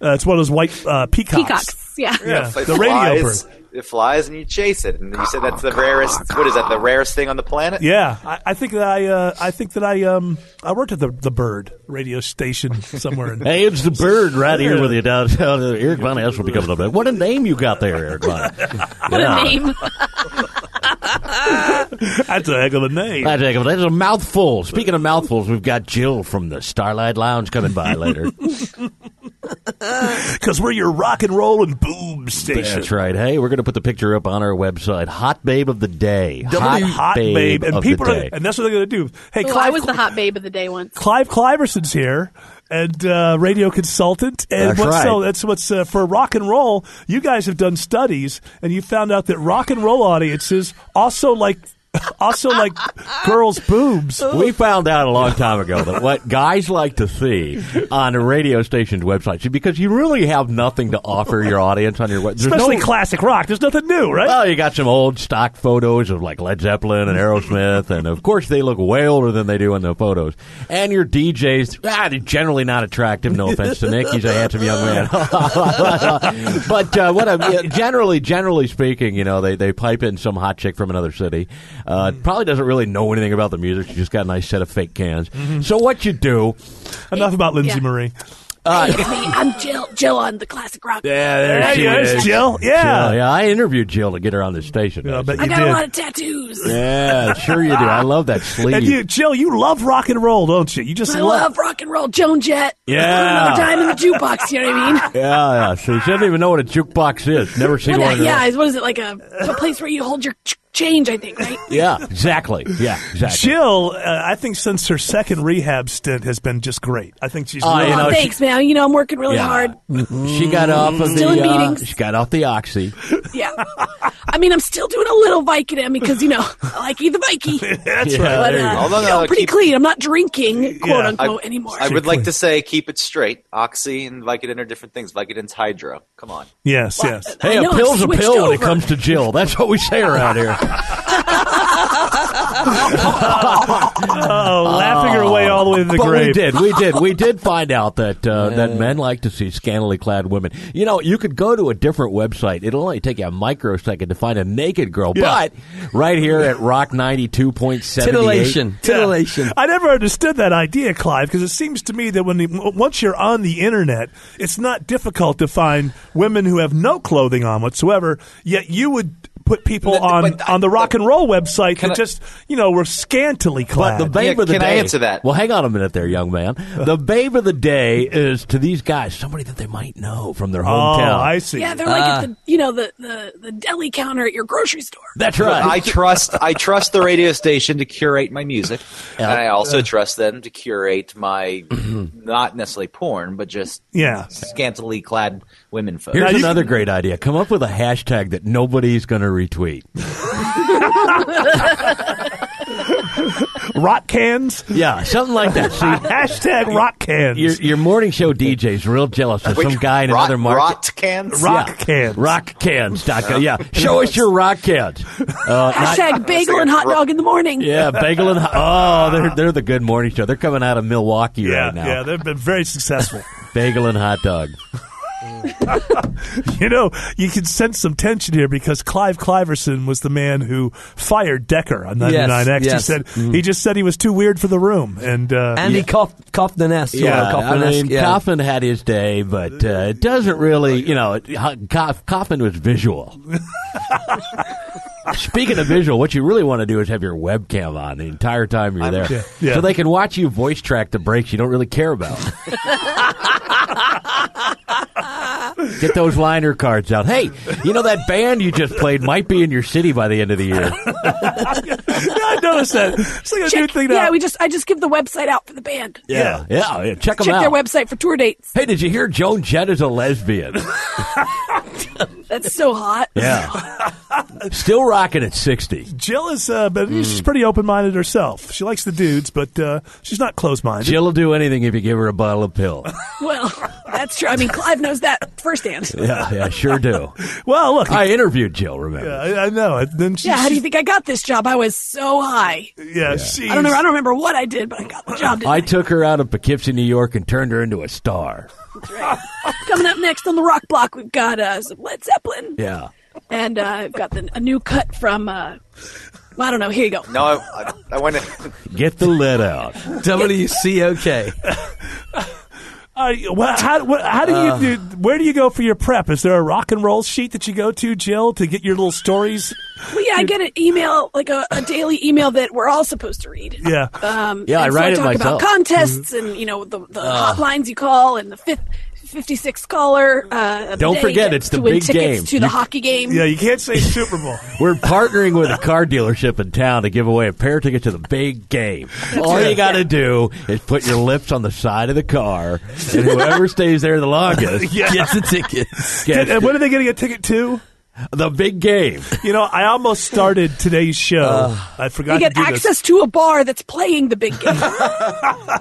[SPEAKER 2] Uh, it's one of those white uh, peacocks.
[SPEAKER 4] peacocks. Yeah.
[SPEAKER 2] Yeah.
[SPEAKER 11] It
[SPEAKER 2] the radio
[SPEAKER 11] flies- It flies and you chase it, and you said that's the rarest. What is that? The rarest thing on the planet?
[SPEAKER 2] Yeah, I, I think that I, uh, I think that I, um, I worked at the the Bird radio
[SPEAKER 15] [laughs]
[SPEAKER 2] station somewhere. In,
[SPEAKER 15] Hey, it's the bird right here with you downtown. Eric Von Hassel will be coming up. there. What a name you got there, Eric Von.
[SPEAKER 4] What
[SPEAKER 15] Yeah. [laughs]
[SPEAKER 4] a name.
[SPEAKER 2] That's a heck of a name.
[SPEAKER 15] That's a heck of a- that's a
[SPEAKER 2] [laughs]
[SPEAKER 15] mouthful. Speaking of mouthfuls, we've got Jill from the Starlight Lounge coming by later.
[SPEAKER 2] Because we're your rock and roll and boob station.
[SPEAKER 15] That's right. Hey, we're going to put the picture up on our website. Hot babe of the day.
[SPEAKER 2] Hot, hot babe, and
[SPEAKER 15] of
[SPEAKER 2] people
[SPEAKER 15] the
[SPEAKER 2] are,
[SPEAKER 15] day.
[SPEAKER 2] and that's what they're going to do. Hey,
[SPEAKER 16] Ooh,
[SPEAKER 2] Clive,
[SPEAKER 16] I was the hot babe of the day once.
[SPEAKER 2] Clive Cliverson's here and uh, radio consultant, and
[SPEAKER 15] That's
[SPEAKER 2] what's
[SPEAKER 15] right.
[SPEAKER 2] so that's what's uh, for rock and roll. You guys have done studies, and you found out that rock and roll audiences also like [laughs] also like [laughs] girls' boobs.
[SPEAKER 15] We found out a long time ago that what guys like to
[SPEAKER 2] [laughs]
[SPEAKER 15] see on a radio station's website, see, because you really have nothing to offer your audience on your website.
[SPEAKER 2] Especially classic rock. There's nothing new, right?
[SPEAKER 15] Well, you got some old stock photos of like Led Zeppelin and Aerosmith, and of course they look way older than they do in the photos. And your DJs, ah, they're generally not attractive. No offense to Nick, he's a handsome young
[SPEAKER 7] [laughs]
[SPEAKER 15] man. [laughs] but uh, what I, generally, generally speaking, you know, they, they pipe in some hot chick from another city. Uh, Probably doesn't really know anything about the music. She just got a nice set of fake cans. So what you do?
[SPEAKER 2] Mm-hmm. Enough about Lindsay
[SPEAKER 16] Yeah.
[SPEAKER 2] Marie.
[SPEAKER 11] Uh,
[SPEAKER 16] Hey, it's me. I'm Jill. Jill on the classic rock.
[SPEAKER 15] Yeah, there
[SPEAKER 2] Hey,
[SPEAKER 15] she
[SPEAKER 2] there's
[SPEAKER 15] is.
[SPEAKER 2] Jill. Yeah.
[SPEAKER 15] Jill, yeah. I interviewed Jill to get her on the station. I
[SPEAKER 2] bet
[SPEAKER 16] I got a lot
[SPEAKER 2] [laughs]
[SPEAKER 16] of tattoos.
[SPEAKER 15] Yeah, sure you do. I love that sleeve.
[SPEAKER 2] And you, Jill, you love rock and roll, don't you? You just
[SPEAKER 16] I love rock and roll. Joan Jett.
[SPEAKER 15] Yeah.
[SPEAKER 16] Another dime in the jukebox. You know what I
[SPEAKER 2] [laughs]
[SPEAKER 16] mean?
[SPEAKER 15] Yeah, yeah. So she doesn't even know what a jukebox is. Never seen
[SPEAKER 16] What
[SPEAKER 15] one.
[SPEAKER 16] a-
[SPEAKER 15] in her
[SPEAKER 16] yeah,
[SPEAKER 15] life.
[SPEAKER 16] is- what is it like a, a place where you hold your ch- change? I think right.
[SPEAKER 15] yeah. Exactly. Yeah.
[SPEAKER 2] [sighs]
[SPEAKER 15] Exactly.
[SPEAKER 2] Jill, uh, I think since her second rehab stint has been just great. I think she's.
[SPEAKER 15] Oh, you
[SPEAKER 2] really-
[SPEAKER 15] know,
[SPEAKER 16] Thanks, man. You know I'm working really
[SPEAKER 15] Yeah.
[SPEAKER 16] hard.
[SPEAKER 15] She got off of
[SPEAKER 16] Still in
[SPEAKER 15] the. Uh,
[SPEAKER 16] meetings.
[SPEAKER 15] she got off the oxy.
[SPEAKER 16] Yeah. I mean, I'm still doing a little Vicodin because you know I like either Vicky.
[SPEAKER 2] That's
[SPEAKER 15] Yeah,
[SPEAKER 16] But,
[SPEAKER 15] there you
[SPEAKER 16] uh,
[SPEAKER 15] go.
[SPEAKER 11] Although
[SPEAKER 16] you
[SPEAKER 11] no,
[SPEAKER 16] know, pretty
[SPEAKER 11] keep-
[SPEAKER 16] clean. I'm not drinking, quote
[SPEAKER 11] Yeah.
[SPEAKER 16] unquote,
[SPEAKER 11] I-
[SPEAKER 16] anymore.
[SPEAKER 11] I would like to say keep it straight. Oxy and Vicodin are different things. Vicodin's hydro. Come on.
[SPEAKER 2] yes, yes.
[SPEAKER 15] Hey,
[SPEAKER 16] I know,
[SPEAKER 15] a
[SPEAKER 16] I
[SPEAKER 15] pill's a
[SPEAKER 16] switched
[SPEAKER 15] pill when it
[SPEAKER 16] over.
[SPEAKER 15] comes to Jill. That's what we say around here.
[SPEAKER 2] Oh, laughing her way all the way to the
[SPEAKER 15] but
[SPEAKER 2] grave.
[SPEAKER 15] we did, we did, we did find out that uh, that men like to see scantily clad women. You know, you could go to a different website; it'll only take you a microsecond to find a naked girl.
[SPEAKER 2] Yeah.
[SPEAKER 15] But right here at Rock ninety two point
[SPEAKER 11] Mm-hmm.
[SPEAKER 15] seven,
[SPEAKER 13] Titillation. Titillation.
[SPEAKER 2] I never understood that idea, Clive, because it seems to me that when the, w- once you're on the internet, it's not difficult to find women who have no clothing on whatsoever. Yet you would put people
[SPEAKER 11] But-
[SPEAKER 2] on
[SPEAKER 11] but I-
[SPEAKER 2] on the rock and roll website that
[SPEAKER 11] I-
[SPEAKER 2] just you know were scantily
[SPEAKER 15] But
[SPEAKER 2] clad.
[SPEAKER 15] the babe
[SPEAKER 11] Yeah,
[SPEAKER 15] of the
[SPEAKER 11] can I
[SPEAKER 15] day.
[SPEAKER 11] answer that?
[SPEAKER 15] Well, hang on a minute there, young man. The babe of the day is to these guys somebody that they might know from their
[SPEAKER 2] oh,
[SPEAKER 15] hometown.
[SPEAKER 2] I see. Uh,
[SPEAKER 16] Yeah, they're like
[SPEAKER 2] [clears throat]
[SPEAKER 16] at the you know the, the the deli counter at your grocery store.
[SPEAKER 15] That's
[SPEAKER 11] But
[SPEAKER 15] right.
[SPEAKER 11] I trust I trust the radio station to curate my music, and I also trust them to curate my not necessarily porn, but just
[SPEAKER 2] Yeah.
[SPEAKER 11] scantily clad women folk.
[SPEAKER 15] Here's
[SPEAKER 2] Now you-
[SPEAKER 15] another great idea. Come up with a hashtag that nobody's going to retweet.
[SPEAKER 2] [laughs] rock cans.
[SPEAKER 15] Yeah, something like that. See,
[SPEAKER 2] [laughs] Hashtag rock cans.
[SPEAKER 15] your, your morning show DJ's real jealous of some guy in
[SPEAKER 11] rot,
[SPEAKER 15] another market.
[SPEAKER 11] rot cans.
[SPEAKER 2] rock cans.
[SPEAKER 15] Rockcans.com. Yeah, show us your rock
[SPEAKER 2] [laughs]
[SPEAKER 15] cans. Uh, not-
[SPEAKER 16] Hashtag bagel and hot dog in the morning.
[SPEAKER 15] yeah, bagel and hot. Oh, they're they're the good morning show. They're coming out of Milwaukee
[SPEAKER 2] yeah,
[SPEAKER 15] right now.
[SPEAKER 2] yeah, they've been very successful.
[SPEAKER 15] Bagel and hot dog.
[SPEAKER 2] You know, you can sense some tension here because Clive Cliverson was the man who fired Decker on 99X. he
[SPEAKER 13] yes.
[SPEAKER 2] said he just said he was too weird for the room, and uh,
[SPEAKER 13] Andy coughed, coughed the nest. you know, coughed
[SPEAKER 15] I
[SPEAKER 13] the nest,
[SPEAKER 15] mean,
[SPEAKER 13] yeah.
[SPEAKER 2] [laughs]
[SPEAKER 15] Kaufman had his day, but uh, it doesn't really, you know, it- Ho- Kauf- Kaufman was visual. Speaking of visual, what you really want to do is have your webcam on the entire time you're there,
[SPEAKER 2] yeah, yeah.
[SPEAKER 15] so they can watch you voice track the breaks you don't really care about. Get those liner cards out. Hey, you know that band you just played might be in your city by the end of the year.
[SPEAKER 2] I noticed that. It's like a new
[SPEAKER 16] Check,
[SPEAKER 2] thing
[SPEAKER 16] yeah,
[SPEAKER 2] now.
[SPEAKER 16] we just I just give the website out for the band.
[SPEAKER 15] Yeah, yeah. yeah. Check them
[SPEAKER 16] Check
[SPEAKER 15] out.
[SPEAKER 16] their website for tour dates.
[SPEAKER 15] hey, did you hear Joan Jett is a lesbian?
[SPEAKER 16] That's so hot.
[SPEAKER 15] Yeah. Still rocking at 60.
[SPEAKER 2] Jill is, uh, but she's pretty open minded herself. She likes the dudes, but uh, she's not close minded.
[SPEAKER 15] Jill will do anything if you give her a bottle of pill.
[SPEAKER 16] [laughs] Well, that's true. I mean, Clive knows that firsthand.
[SPEAKER 15] Yeah, yeah, sure do.
[SPEAKER 2] Well, look,
[SPEAKER 15] I interviewed Jill, remember?
[SPEAKER 2] yeah, I, I know. And Then she,
[SPEAKER 16] Yeah, how do you think I got this job? I was so high.
[SPEAKER 2] yeah, she's-
[SPEAKER 16] I don't know. I don't remember what I did, but I got the job. Didn't I
[SPEAKER 15] I took her out of Poughkeepsie, New York, and turned her into a star.
[SPEAKER 16] Oh, Coming up next on the Rock Block, we've got uh, some Led Zeppelin,
[SPEAKER 15] Yeah.
[SPEAKER 16] and uh, I've got the, a new cut from. Uh, well, I don't know. Here you go.
[SPEAKER 11] No, I, I, I want to.
[SPEAKER 15] Get [laughs] the lead out.
[SPEAKER 13] WCOK.
[SPEAKER 2] Uh, well, how, what, how do you
[SPEAKER 15] Uh.
[SPEAKER 2] do? Where do you go for your prep? Is there a rock and roll sheet that you go to, Jill, to get your little stories?
[SPEAKER 16] Well, yeah, I get an email, like a, a daily email that we're all supposed to read.
[SPEAKER 2] Yeah.
[SPEAKER 16] Um,
[SPEAKER 15] Yeah, I
[SPEAKER 16] and so
[SPEAKER 15] write it myself.
[SPEAKER 16] talk
[SPEAKER 15] Mm-hmm.
[SPEAKER 16] about contests and you know the the hotlines you call and the fifth 56 caller. Uh,
[SPEAKER 15] Don't
[SPEAKER 16] they
[SPEAKER 15] forget,
[SPEAKER 16] get
[SPEAKER 15] it's the
[SPEAKER 16] to win
[SPEAKER 15] big
[SPEAKER 16] tickets
[SPEAKER 15] game.
[SPEAKER 16] to the
[SPEAKER 15] You-
[SPEAKER 16] hockey game.
[SPEAKER 2] you can't say Super Bowl.
[SPEAKER 15] We're partnering with a car dealership in town to give away a pair of tickets to the big game. All
[SPEAKER 2] right.
[SPEAKER 15] you got to do is put your lips on the side of the car, and whoever stays there the longest
[SPEAKER 2] [laughs] Yeah.
[SPEAKER 15] gets the tickets.
[SPEAKER 2] [laughs] Did- and when are they getting a ticket to?
[SPEAKER 15] The big game. Uh.
[SPEAKER 2] You know, I almost started today's show. I forgot
[SPEAKER 16] You get
[SPEAKER 2] to do this.
[SPEAKER 16] access to a bar that's playing
[SPEAKER 15] [laughs]
[SPEAKER 16] the big game.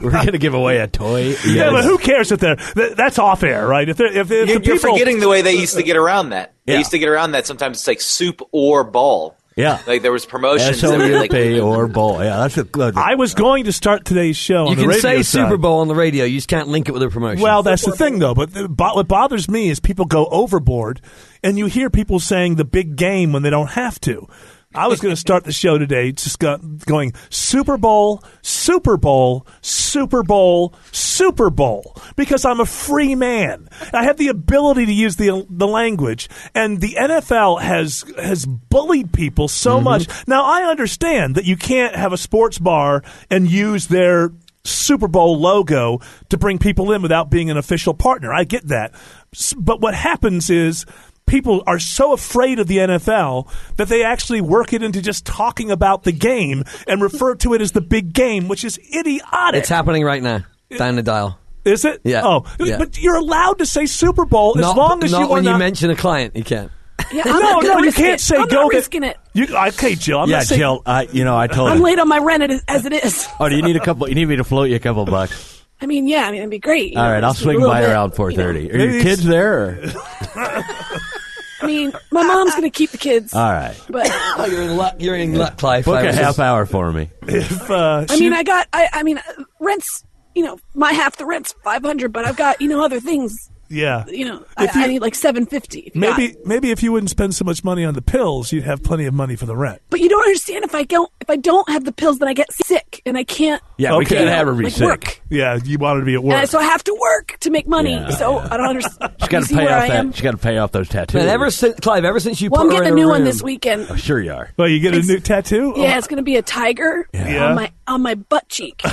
[SPEAKER 15] We're going to give away a toy.
[SPEAKER 2] [laughs] Yeah, but who cares if they're th- that's off air, right? If they're, if, if
[SPEAKER 11] You're,
[SPEAKER 2] the
[SPEAKER 11] you're
[SPEAKER 2] people-
[SPEAKER 11] forgetting the way they used to get around that. They
[SPEAKER 2] Yeah.
[SPEAKER 11] used to get around that. Sometimes it's like soup or ball.
[SPEAKER 15] Yeah.
[SPEAKER 11] Like there was promotions. that were like, [laughs]
[SPEAKER 15] S-O-U-P or bowl. Yeah, that's a good
[SPEAKER 2] I was going to start today's show. on
[SPEAKER 13] You
[SPEAKER 2] the
[SPEAKER 13] can
[SPEAKER 2] radio
[SPEAKER 13] say
[SPEAKER 2] side.
[SPEAKER 13] Super Bowl on the radio. You just can't link it with a promotion.
[SPEAKER 2] Well, that's the thing, though. But the, bo- what bothers me is people go overboard, and you hear people saying the big game when they don't have to. I was going to start the show today just go- going Super Bowl, Super Bowl, Super Bowl, Super Bowl because I'm a free man. I have the ability to use the the language, and the NFL has has bullied people so much. Now I understand that you can't have a sports bar and use their Super Bowl logo to bring people in without being an official partner. I get that. S- But what happens is people are so afraid of the NFL that they actually work it into just talking about the game and refer to it as the big game, which is idiotic.
[SPEAKER 13] It's happening right now down the dial.
[SPEAKER 2] is it?
[SPEAKER 13] Yeah.
[SPEAKER 2] Oh,
[SPEAKER 13] Yeah.
[SPEAKER 2] but you're allowed to say Super Bowl as
[SPEAKER 13] not,
[SPEAKER 2] long as
[SPEAKER 13] not
[SPEAKER 2] you are
[SPEAKER 13] when
[SPEAKER 2] not.
[SPEAKER 13] you mention a client, you can't.
[SPEAKER 16] Yeah, I'm
[SPEAKER 2] no,
[SPEAKER 16] not gonna
[SPEAKER 2] no, you
[SPEAKER 16] risk
[SPEAKER 2] can't
[SPEAKER 16] it.
[SPEAKER 2] say
[SPEAKER 16] I'm
[SPEAKER 2] go.
[SPEAKER 16] not
[SPEAKER 2] there.
[SPEAKER 16] risking it.
[SPEAKER 2] You, okay, Jill. I'm
[SPEAKER 15] yeah,
[SPEAKER 2] not saying,
[SPEAKER 15] Jill. I, you know, I told
[SPEAKER 16] I'm
[SPEAKER 15] you.
[SPEAKER 16] late on my rent it- as it is.
[SPEAKER 15] [laughs] Oh, do you need a couple? You need me to float you a couple bucks?
[SPEAKER 16] I mean, yeah, I mean, it'd be great. you
[SPEAKER 15] All
[SPEAKER 16] know,
[SPEAKER 15] right, I'll
[SPEAKER 16] just a
[SPEAKER 15] swing
[SPEAKER 16] little
[SPEAKER 15] by
[SPEAKER 16] bit,
[SPEAKER 15] around
[SPEAKER 16] you
[SPEAKER 15] four thirty.
[SPEAKER 16] know.
[SPEAKER 15] Are your kids there? Or?
[SPEAKER 16] I mean, my mom's going to keep the kids.
[SPEAKER 15] All right,
[SPEAKER 16] But
[SPEAKER 13] Oh, you're in luck. You're in luck, Clive.
[SPEAKER 15] book
[SPEAKER 13] I
[SPEAKER 15] a
[SPEAKER 13] was
[SPEAKER 15] half
[SPEAKER 13] just-
[SPEAKER 15] hour for me.
[SPEAKER 2] if, uh,
[SPEAKER 16] I mean, I got. I, I mean, uh, rents. You know, my half the rent's five hundred, but I've got you know other things.
[SPEAKER 2] yeah.
[SPEAKER 16] You know, I,
[SPEAKER 2] If
[SPEAKER 16] I
[SPEAKER 2] you-
[SPEAKER 16] need like seven fifty.
[SPEAKER 2] Maybe maybe if you wouldn't spend so much money on the pills, you'd have plenty of money for the rent.
[SPEAKER 16] but you don't understand if I don't if I don't have the pills, then I get sick and I can't.
[SPEAKER 15] Yeah, we
[SPEAKER 2] Okay.
[SPEAKER 15] can't have her be
[SPEAKER 16] Like
[SPEAKER 15] sick.
[SPEAKER 16] work.
[SPEAKER 2] Yeah, you wanted to be at work.
[SPEAKER 16] And I- so I have to work to make money.
[SPEAKER 15] Yeah,
[SPEAKER 16] so I don't understand.
[SPEAKER 15] She's got to
[SPEAKER 16] see
[SPEAKER 15] pay
[SPEAKER 16] where
[SPEAKER 15] off
[SPEAKER 16] I am.
[SPEAKER 15] that. She's got to pay off those tattoos.
[SPEAKER 13] Man, ever since Clive, ever since you
[SPEAKER 16] Well,
[SPEAKER 13] put
[SPEAKER 16] I'm
[SPEAKER 13] her
[SPEAKER 16] getting a
[SPEAKER 13] in
[SPEAKER 16] new one
[SPEAKER 13] room,
[SPEAKER 16] this weekend.
[SPEAKER 15] Oh, sure you are.
[SPEAKER 2] Well, you get a
[SPEAKER 16] It's-
[SPEAKER 2] new tattoo.
[SPEAKER 16] Yeah, it's going to be a tiger
[SPEAKER 2] Yeah.
[SPEAKER 16] on my on my butt cheek.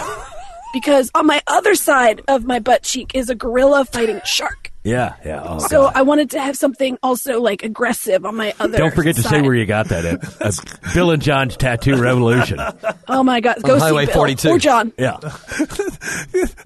[SPEAKER 16] because on my other side of my butt cheek is a gorilla fighting a shark.
[SPEAKER 15] Yeah, yeah. Oh,
[SPEAKER 16] so
[SPEAKER 15] God.
[SPEAKER 16] I wanted to have something also like aggressive on my other.
[SPEAKER 15] don't forget to say
[SPEAKER 16] side.
[SPEAKER 15] where you got that
[SPEAKER 16] [laughs]
[SPEAKER 15] at. Uh, Bill and John's Tattoo Revolution.
[SPEAKER 16] Oh my God! Go
[SPEAKER 13] On
[SPEAKER 16] see
[SPEAKER 13] Highway
[SPEAKER 16] Bill
[SPEAKER 13] 42.
[SPEAKER 16] or John.
[SPEAKER 15] Yeah.
[SPEAKER 2] [laughs]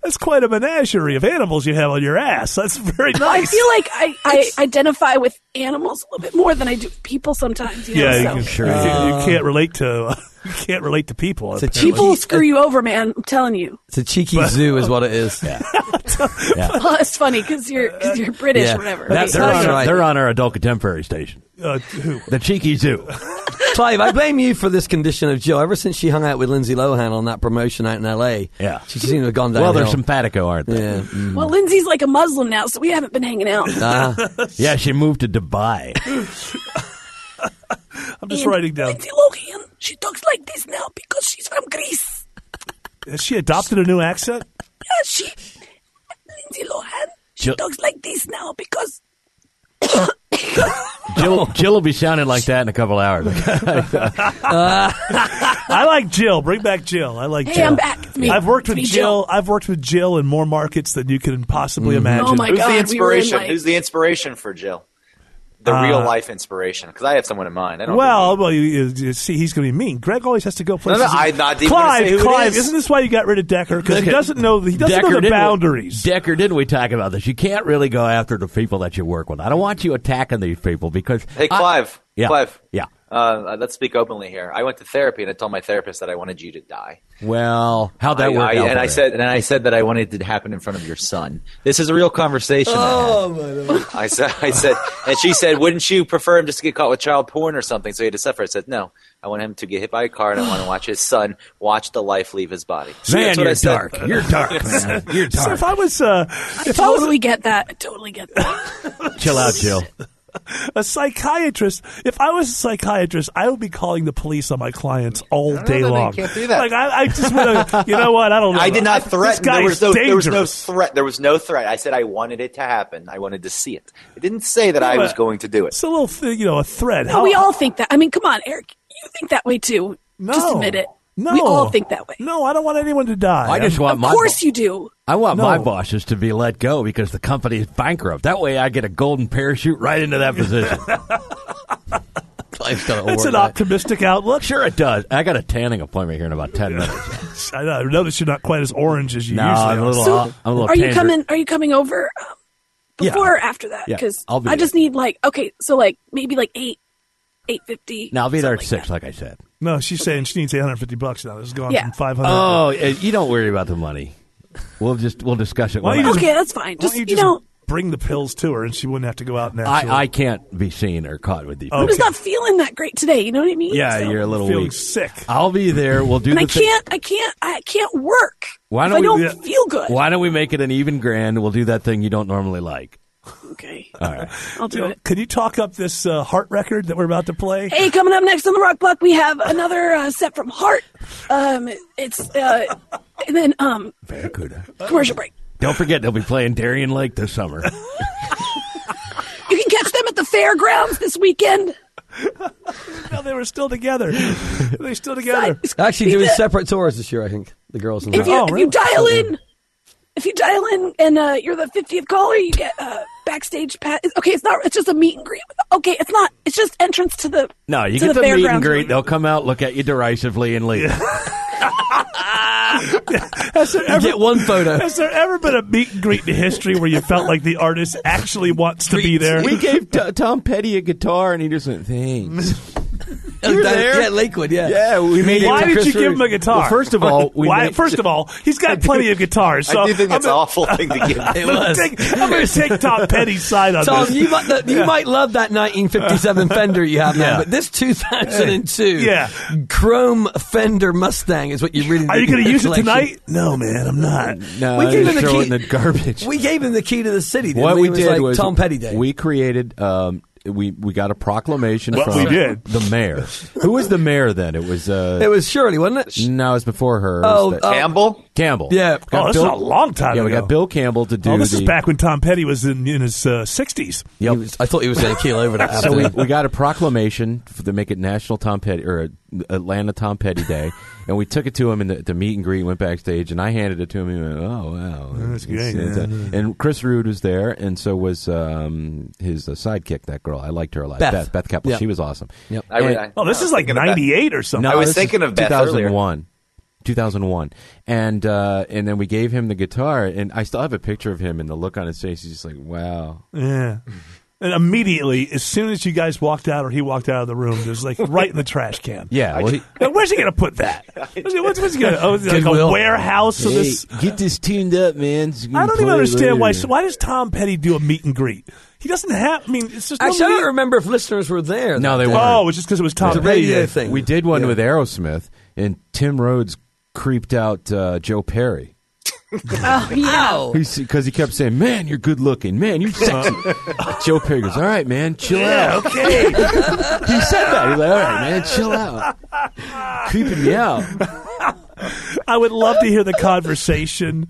[SPEAKER 2] That's quite a menagerie of animals you have on your ass. That's very
[SPEAKER 16] [laughs] I
[SPEAKER 2] nice.
[SPEAKER 16] feel like I, I identify with animals a little bit more than I do with people sometimes. You know,
[SPEAKER 2] yeah, you,
[SPEAKER 16] so.
[SPEAKER 2] can, you, can, you can't relate to uh, you can't relate to people.
[SPEAKER 13] a
[SPEAKER 2] apparently.
[SPEAKER 16] People screw you over, man. I'm telling
[SPEAKER 13] [laughs]
[SPEAKER 16] you.
[SPEAKER 13] it's a cheeky zoo, is what it is. Yeah,
[SPEAKER 16] [laughs] Well, it's funny because you're cause you're British,
[SPEAKER 13] Yeah.
[SPEAKER 16] or whatever.
[SPEAKER 15] That-
[SPEAKER 16] Right?
[SPEAKER 15] they're, on,
[SPEAKER 13] That's
[SPEAKER 15] our-
[SPEAKER 13] right.
[SPEAKER 15] they're on our adult
[SPEAKER 16] [laughs]
[SPEAKER 15] contemporary station,
[SPEAKER 2] Uh, who?
[SPEAKER 15] the Cheeky Zoo.
[SPEAKER 13] [laughs] Clive, I blame you for this condition of Jill. Ever since she hung out with Lindsay Lohan on that promotion out in L.A.,
[SPEAKER 15] Yeah.
[SPEAKER 13] she seemed to have gone down.
[SPEAKER 15] well, they're simpatico, aren't they? Mm-hmm.
[SPEAKER 13] Yeah, mm.
[SPEAKER 16] Well, Lindsay's like a Muslim now, so we haven't been hanging out. [laughs]
[SPEAKER 13] Ah.
[SPEAKER 15] Yeah, she moved to Dubai.
[SPEAKER 2] I'm just writing down.
[SPEAKER 16] Lindsay Lohan, she talks like this now because she's from Greece.
[SPEAKER 2] Has she adopted a new accent?
[SPEAKER 16] Yeah, she. Lindsay Lohan, she
[SPEAKER 15] Jill-
[SPEAKER 16] talks like this now because.
[SPEAKER 15] Jill, Jill will be sounding like that in a couple
[SPEAKER 16] [laughs]
[SPEAKER 15] hours. [laughs]
[SPEAKER 16] Uh,
[SPEAKER 2] I like Jill. Bring back Jill. I like
[SPEAKER 16] Hey,
[SPEAKER 2] Jill.
[SPEAKER 16] I'm back. It's me.
[SPEAKER 2] I've worked with
[SPEAKER 16] It's me,
[SPEAKER 2] Jill. I've worked with Jill in more markets than you can possibly imagine.
[SPEAKER 16] Oh my
[SPEAKER 11] Who's
[SPEAKER 16] God!
[SPEAKER 11] the
[SPEAKER 16] we were in,
[SPEAKER 11] inspiration?
[SPEAKER 16] like-
[SPEAKER 11] Who's the inspiration for Jill? The
[SPEAKER 15] Uh,
[SPEAKER 11] real life inspiration, because I have someone in mind. I don't
[SPEAKER 2] Well, well, you, you, you see, he's going to be mean. Greg always has to go places.
[SPEAKER 11] no, I not even gonna
[SPEAKER 2] Clive,
[SPEAKER 11] say who it
[SPEAKER 2] Clive,
[SPEAKER 11] is.
[SPEAKER 2] isn't this why you got rid of Decker? Because he
[SPEAKER 15] Decker-
[SPEAKER 2] doesn't know the, he doesn't know the
[SPEAKER 15] didn't we-
[SPEAKER 2] boundaries.
[SPEAKER 15] Decker, didn't we talk about this? You can't really go after the people that you work with. I don't want you attacking these people because.
[SPEAKER 11] Hey,
[SPEAKER 15] I-
[SPEAKER 11] Clive.
[SPEAKER 15] yeah.
[SPEAKER 11] Clive.
[SPEAKER 15] Yeah.
[SPEAKER 11] Uh, let's speak openly here. I went to therapy and I told my therapist that I wanted you to die.
[SPEAKER 15] well, how'd that
[SPEAKER 11] I,
[SPEAKER 15] work
[SPEAKER 11] I-
[SPEAKER 15] out?
[SPEAKER 11] and
[SPEAKER 15] for
[SPEAKER 11] I
[SPEAKER 15] you?
[SPEAKER 11] said, and I said that I wanted it to happen in front of your son. This is a real conversation. Oh
[SPEAKER 16] [laughs]
[SPEAKER 11] I, had. I said, I said, and she said, wouldn't you prefer him just to get caught with child porn or something so he had to suffer? I said, no. I want him to get hit by a car, and I want to watch his son watch the life leave his body. See,
[SPEAKER 15] Man,
[SPEAKER 11] that's what I
[SPEAKER 15] you're
[SPEAKER 11] said.
[SPEAKER 15] dark. You're dark,
[SPEAKER 2] [laughs]
[SPEAKER 15] man.
[SPEAKER 11] [laughs]
[SPEAKER 15] You're
[SPEAKER 2] So
[SPEAKER 15] dark.
[SPEAKER 2] if I was, uh,
[SPEAKER 16] I
[SPEAKER 2] if I was
[SPEAKER 16] totally get that. I totally get that.
[SPEAKER 2] [laughs]
[SPEAKER 15] Chill out, Jill.
[SPEAKER 2] a psychiatrist, if I was a psychiatrist, I would be calling the police on my clients all day
[SPEAKER 11] that you
[SPEAKER 2] long.
[SPEAKER 11] can't do that.
[SPEAKER 2] Like I, I just want to, you know what? I don't. know.
[SPEAKER 11] [laughs] I did not
[SPEAKER 2] This
[SPEAKER 11] threaten.
[SPEAKER 2] guy
[SPEAKER 11] There was,
[SPEAKER 2] is
[SPEAKER 11] no, there was no
[SPEAKER 2] dangerous.
[SPEAKER 11] threat. There was no threat. I said I wanted it to happen. I wanted to see it. I didn't say that I
[SPEAKER 2] but-
[SPEAKER 11] was going to do it.
[SPEAKER 2] It's a little, th- you know, a threat.
[SPEAKER 16] we all think that. I mean, come on, Eric. You think that way too.
[SPEAKER 2] No.
[SPEAKER 16] Just admit it.
[SPEAKER 2] No.
[SPEAKER 4] We all think that way.
[SPEAKER 2] No, I don't want anyone to die.
[SPEAKER 15] I just want
[SPEAKER 4] of
[SPEAKER 15] my
[SPEAKER 4] course you do.
[SPEAKER 15] I want
[SPEAKER 4] No.
[SPEAKER 15] my bosses to be let go because the company is bankrupt. That way, I get a golden parachute right into that
[SPEAKER 2] [laughs]
[SPEAKER 15] position. Life's gonna
[SPEAKER 2] It's
[SPEAKER 15] work
[SPEAKER 2] an
[SPEAKER 15] out.
[SPEAKER 2] optimistic outlook.
[SPEAKER 15] Sure, it does. I got a tanning appointment here in about ten minutes.
[SPEAKER 2] I know. I noticed you're not quite as orange as you
[SPEAKER 15] No,
[SPEAKER 2] usually
[SPEAKER 15] I'm a
[SPEAKER 2] are.
[SPEAKER 15] little- So, I'm a
[SPEAKER 4] Are you coming? Are you coming over um,
[SPEAKER 15] Yeah.
[SPEAKER 4] before or after that?
[SPEAKER 15] Yeah,
[SPEAKER 4] Because
[SPEAKER 15] I'll be
[SPEAKER 4] I just need like okay, so like maybe like eight, eight fifty.
[SPEAKER 15] Now I'll be there at six, like I said.
[SPEAKER 2] No, she's saying she needs 850 bucks now. This is gone
[SPEAKER 4] Yeah.
[SPEAKER 2] from 500.
[SPEAKER 15] Oh, eh, you don't worry about the money. We'll just we'll discuss it.
[SPEAKER 2] Why
[SPEAKER 15] when
[SPEAKER 2] don't you
[SPEAKER 15] I-
[SPEAKER 2] just-
[SPEAKER 4] Okay, that's fine.
[SPEAKER 2] why
[SPEAKER 4] Just
[SPEAKER 2] don't
[SPEAKER 4] you,
[SPEAKER 2] you just
[SPEAKER 4] know,
[SPEAKER 2] bring the pills to her, and she wouldn't have to go out and actually.
[SPEAKER 15] I, I can't be seen or caught with these.
[SPEAKER 4] I'm just not feeling that great today. You know what I mean?
[SPEAKER 15] Yeah,
[SPEAKER 4] So-
[SPEAKER 15] you're a little
[SPEAKER 2] feeling
[SPEAKER 15] weak.
[SPEAKER 2] sick.
[SPEAKER 15] I'll be there. We'll do
[SPEAKER 4] and
[SPEAKER 15] the
[SPEAKER 4] I
[SPEAKER 15] thing.
[SPEAKER 4] can't. I can't. I can't work.
[SPEAKER 15] Why
[SPEAKER 4] if
[SPEAKER 15] don't
[SPEAKER 4] I don't
[SPEAKER 15] we-
[SPEAKER 4] feel good?
[SPEAKER 15] Why don't we make it an even grand? We'll do that thing you don't normally like.
[SPEAKER 4] Okay.
[SPEAKER 15] All right.
[SPEAKER 4] I'll do it.
[SPEAKER 2] Can you talk up this uh, heart record that we're about to play?
[SPEAKER 4] Hey, coming up next on the Rock Block, we have another uh, set from Heart. Um, it's uh, and then um,
[SPEAKER 15] Barracuda.
[SPEAKER 4] commercial break.
[SPEAKER 15] Don't forget they'll be playing Darien Lake this
[SPEAKER 4] [laughs]
[SPEAKER 15] summer.
[SPEAKER 4] You can catch them at the fairgrounds this weekend.
[SPEAKER 2] No, they were still together. They're
[SPEAKER 4] [laughs]
[SPEAKER 2] still together.
[SPEAKER 13] Actually, doing separate tours this year, I think. The girls and
[SPEAKER 4] If you,
[SPEAKER 15] Oh,
[SPEAKER 13] the
[SPEAKER 4] if you dial in, if you dial in and uh, you're the 50th caller, you get uh, backstage pass. Okay, it's not. It's just a meet and greet. Okay, it's not. It's just entrance to the.
[SPEAKER 15] No, you
[SPEAKER 4] to
[SPEAKER 15] get the, meet and
[SPEAKER 4] fairgrounds.
[SPEAKER 15] greet. They'll come out, look at you derisively, and leave.
[SPEAKER 2] Has there ever,
[SPEAKER 13] get one photo.
[SPEAKER 2] Has there ever been a meet and greet in history where you felt like the artist actually wants to be there?
[SPEAKER 7] [laughs] We gave T- Tom Petty a guitar, and he just went, "Thanks."
[SPEAKER 13] Oh,
[SPEAKER 7] You were
[SPEAKER 13] that-
[SPEAKER 7] there?
[SPEAKER 13] Yeah, Lakewood. Yeah.
[SPEAKER 7] Yeah, we made it.
[SPEAKER 2] Why
[SPEAKER 7] to
[SPEAKER 2] did
[SPEAKER 7] Chris
[SPEAKER 2] you give
[SPEAKER 7] Rock.
[SPEAKER 2] him a guitar?
[SPEAKER 7] Well, first of all, we
[SPEAKER 2] Why,
[SPEAKER 7] made-
[SPEAKER 2] first of all, he's got plenty of guitars. So
[SPEAKER 11] I do think
[SPEAKER 2] I'm
[SPEAKER 11] it's an
[SPEAKER 2] gonna-
[SPEAKER 11] awful thing
[SPEAKER 2] [laughs]
[SPEAKER 11] to
[SPEAKER 13] [laughs]
[SPEAKER 11] give.
[SPEAKER 2] I'm gonna take- I'm going to take Tom Petty's side on
[SPEAKER 13] Tom,
[SPEAKER 2] this.
[SPEAKER 13] you might, you
[SPEAKER 2] Yeah.
[SPEAKER 13] might love that [laughs] 1957 Fender you have now, but this 2002
[SPEAKER 2] Yeah.
[SPEAKER 13] chrome Fender Mustang is what you really
[SPEAKER 2] Are
[SPEAKER 13] need
[SPEAKER 2] you
[SPEAKER 13] in
[SPEAKER 2] going to
[SPEAKER 13] your
[SPEAKER 2] use it
[SPEAKER 13] collection.
[SPEAKER 2] tonight? No, man, I'm not.
[SPEAKER 7] [laughs] No,
[SPEAKER 13] We
[SPEAKER 7] I
[SPEAKER 13] gave
[SPEAKER 7] just
[SPEAKER 13] him the
[SPEAKER 7] throw it
[SPEAKER 13] key-
[SPEAKER 7] in the garbage.
[SPEAKER 13] We gave him the key to the city. didn't
[SPEAKER 7] what we
[SPEAKER 13] It was
[SPEAKER 7] did
[SPEAKER 13] like
[SPEAKER 7] was
[SPEAKER 13] Tom Petty Day.
[SPEAKER 7] We created. Um, we we got a proclamation
[SPEAKER 2] What
[SPEAKER 7] from
[SPEAKER 2] we did.
[SPEAKER 7] the
[SPEAKER 2] [laughs]
[SPEAKER 7] mayor. Who was the mayor then? It was. Uh,
[SPEAKER 13] it was Shirley, wasn't it?
[SPEAKER 7] no, it was before her. It
[SPEAKER 13] Oh,
[SPEAKER 7] was
[SPEAKER 13] uh,
[SPEAKER 11] Campbell?
[SPEAKER 7] Campbell.
[SPEAKER 13] Yeah.
[SPEAKER 2] Oh, this is a long time
[SPEAKER 7] Yeah, we
[SPEAKER 2] ago.
[SPEAKER 7] got Bill Campbell to do
[SPEAKER 2] Oh, this
[SPEAKER 7] the.
[SPEAKER 2] is back when Tom Petty was in, in his uh, 60s.
[SPEAKER 7] Yep.
[SPEAKER 13] He was- I thought he was going to keel over that.
[SPEAKER 7] [laughs] so we,
[SPEAKER 13] afternoon.
[SPEAKER 7] we got a proclamation for, to make it National Tom Petty or uh, Atlanta Tom Petty Day, and we took it to him in the, the meet and greet. Went backstage, and I handed it to him. And he went, "Oh wow,
[SPEAKER 2] That's great,
[SPEAKER 7] a- and Chris Rude was there, and so was um, his uh, sidekick, that girl. I liked her a lot,
[SPEAKER 13] Beth.
[SPEAKER 7] Beth, Beth, Keppel.
[SPEAKER 13] Yeah.
[SPEAKER 7] She was awesome.
[SPEAKER 13] Yep.
[SPEAKER 11] I,
[SPEAKER 7] And-
[SPEAKER 11] I,
[SPEAKER 2] Oh, this
[SPEAKER 11] I
[SPEAKER 2] is
[SPEAKER 11] was
[SPEAKER 2] like
[SPEAKER 11] thinking of that.
[SPEAKER 2] 98 or something.
[SPEAKER 11] I
[SPEAKER 7] this
[SPEAKER 11] was
[SPEAKER 7] is
[SPEAKER 11] thinking of Beth earlier.
[SPEAKER 7] 2001. 2001. And uh, and then we gave him the guitar and I still have a picture of him and the look on his face he's just like wow.
[SPEAKER 2] Yeah. And immediately, as soon as you guys walked out or he walked out of the room, it was like right in the trash can. [laughs]
[SPEAKER 7] Yeah, well, he-
[SPEAKER 2] Now, where's he going to put that? Where's he, what's, what's he going to? Oh, is it like a
[SPEAKER 13] Goodwill.
[SPEAKER 2] warehouse of this.
[SPEAKER 7] get this tuned up, man.
[SPEAKER 2] I don't even understand why. So why does Tom Petty do a meet and greet? He doesn't have. I mean, it's just
[SPEAKER 13] Actually,
[SPEAKER 2] no
[SPEAKER 13] I don't remember if listeners were there.
[SPEAKER 7] No,
[SPEAKER 13] that
[SPEAKER 7] they
[SPEAKER 13] day.
[SPEAKER 7] weren't.
[SPEAKER 2] Oh, it's just because it was Tom
[SPEAKER 13] It's a
[SPEAKER 2] Petty.
[SPEAKER 13] radio
[SPEAKER 2] Yeah.
[SPEAKER 13] thing.
[SPEAKER 7] We did one
[SPEAKER 13] Yeah.
[SPEAKER 7] with Aerosmith and Tim Rhodes creeped out uh, Joe Perry.
[SPEAKER 4] Oh, yeah.
[SPEAKER 7] Because he kept saying, "Man, you're good looking. Man, you're sexy." Joe Perry goes, "All right, man, chill out." Okay. [laughs] he said that. He's like, "All right, man, chill out." Creeping me out.
[SPEAKER 2] [laughs] I would love to hear the conversation,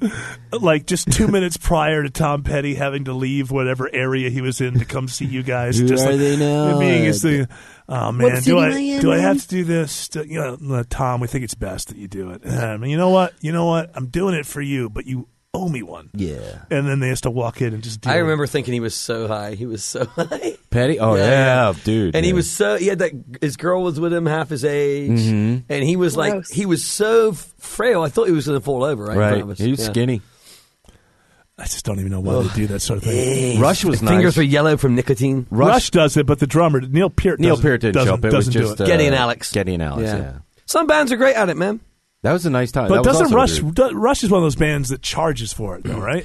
[SPEAKER 2] like just
[SPEAKER 7] [laughs]
[SPEAKER 2] two minutes prior to Tom Petty having to leave whatever area he was in to come see you guys.
[SPEAKER 7] Who
[SPEAKER 2] just
[SPEAKER 7] are
[SPEAKER 2] like,
[SPEAKER 7] they now?
[SPEAKER 2] Being his thing. Oh man,
[SPEAKER 4] city
[SPEAKER 2] do I
[SPEAKER 4] am I in,
[SPEAKER 2] do I
[SPEAKER 4] man?
[SPEAKER 2] have to do this? Do- you know, no, Tom, we think it's best that you do it. I mean, you know what? You know what? I'm doing it for you, but you owe me one.
[SPEAKER 7] Yeah.
[SPEAKER 2] And then they has to walk in and just. Deal
[SPEAKER 13] I
[SPEAKER 2] with it.
[SPEAKER 13] remember thinking he was so high. He was so [laughs] high.
[SPEAKER 7] Petty? Oh yeah,
[SPEAKER 13] Yeah,
[SPEAKER 7] dude.
[SPEAKER 13] And he
[SPEAKER 7] man.
[SPEAKER 13] was so he had that his girl was with him half his age,
[SPEAKER 7] Mm-hmm.
[SPEAKER 13] and he was like
[SPEAKER 4] Gross.
[SPEAKER 13] he was so frail. I thought he was going to fall over. Right, in front
[SPEAKER 7] right.
[SPEAKER 13] of us.
[SPEAKER 7] He was
[SPEAKER 13] Yeah.
[SPEAKER 7] skinny.
[SPEAKER 2] I just don't even know why they do that sort of thing.
[SPEAKER 7] Rush was nice.
[SPEAKER 13] Fingers were yellow from nicotine.
[SPEAKER 2] Rush, does it, but the drummer Neil Peart.
[SPEAKER 7] Neil
[SPEAKER 2] doesn't-
[SPEAKER 7] Peart didn't
[SPEAKER 2] doesn't,
[SPEAKER 7] show up. It was
[SPEAKER 2] doesn't do
[SPEAKER 7] just
[SPEAKER 2] it.
[SPEAKER 7] uh,
[SPEAKER 13] Getty and Alex.
[SPEAKER 7] Getty and Alex. Yeah.
[SPEAKER 13] Some bands are great at it, man.
[SPEAKER 7] That was a nice time.
[SPEAKER 2] But
[SPEAKER 7] That was also
[SPEAKER 2] doesn't Rush?
[SPEAKER 7] weird. Mm.
[SPEAKER 2] Do, Rush is one of those bands that charges for it, though, right?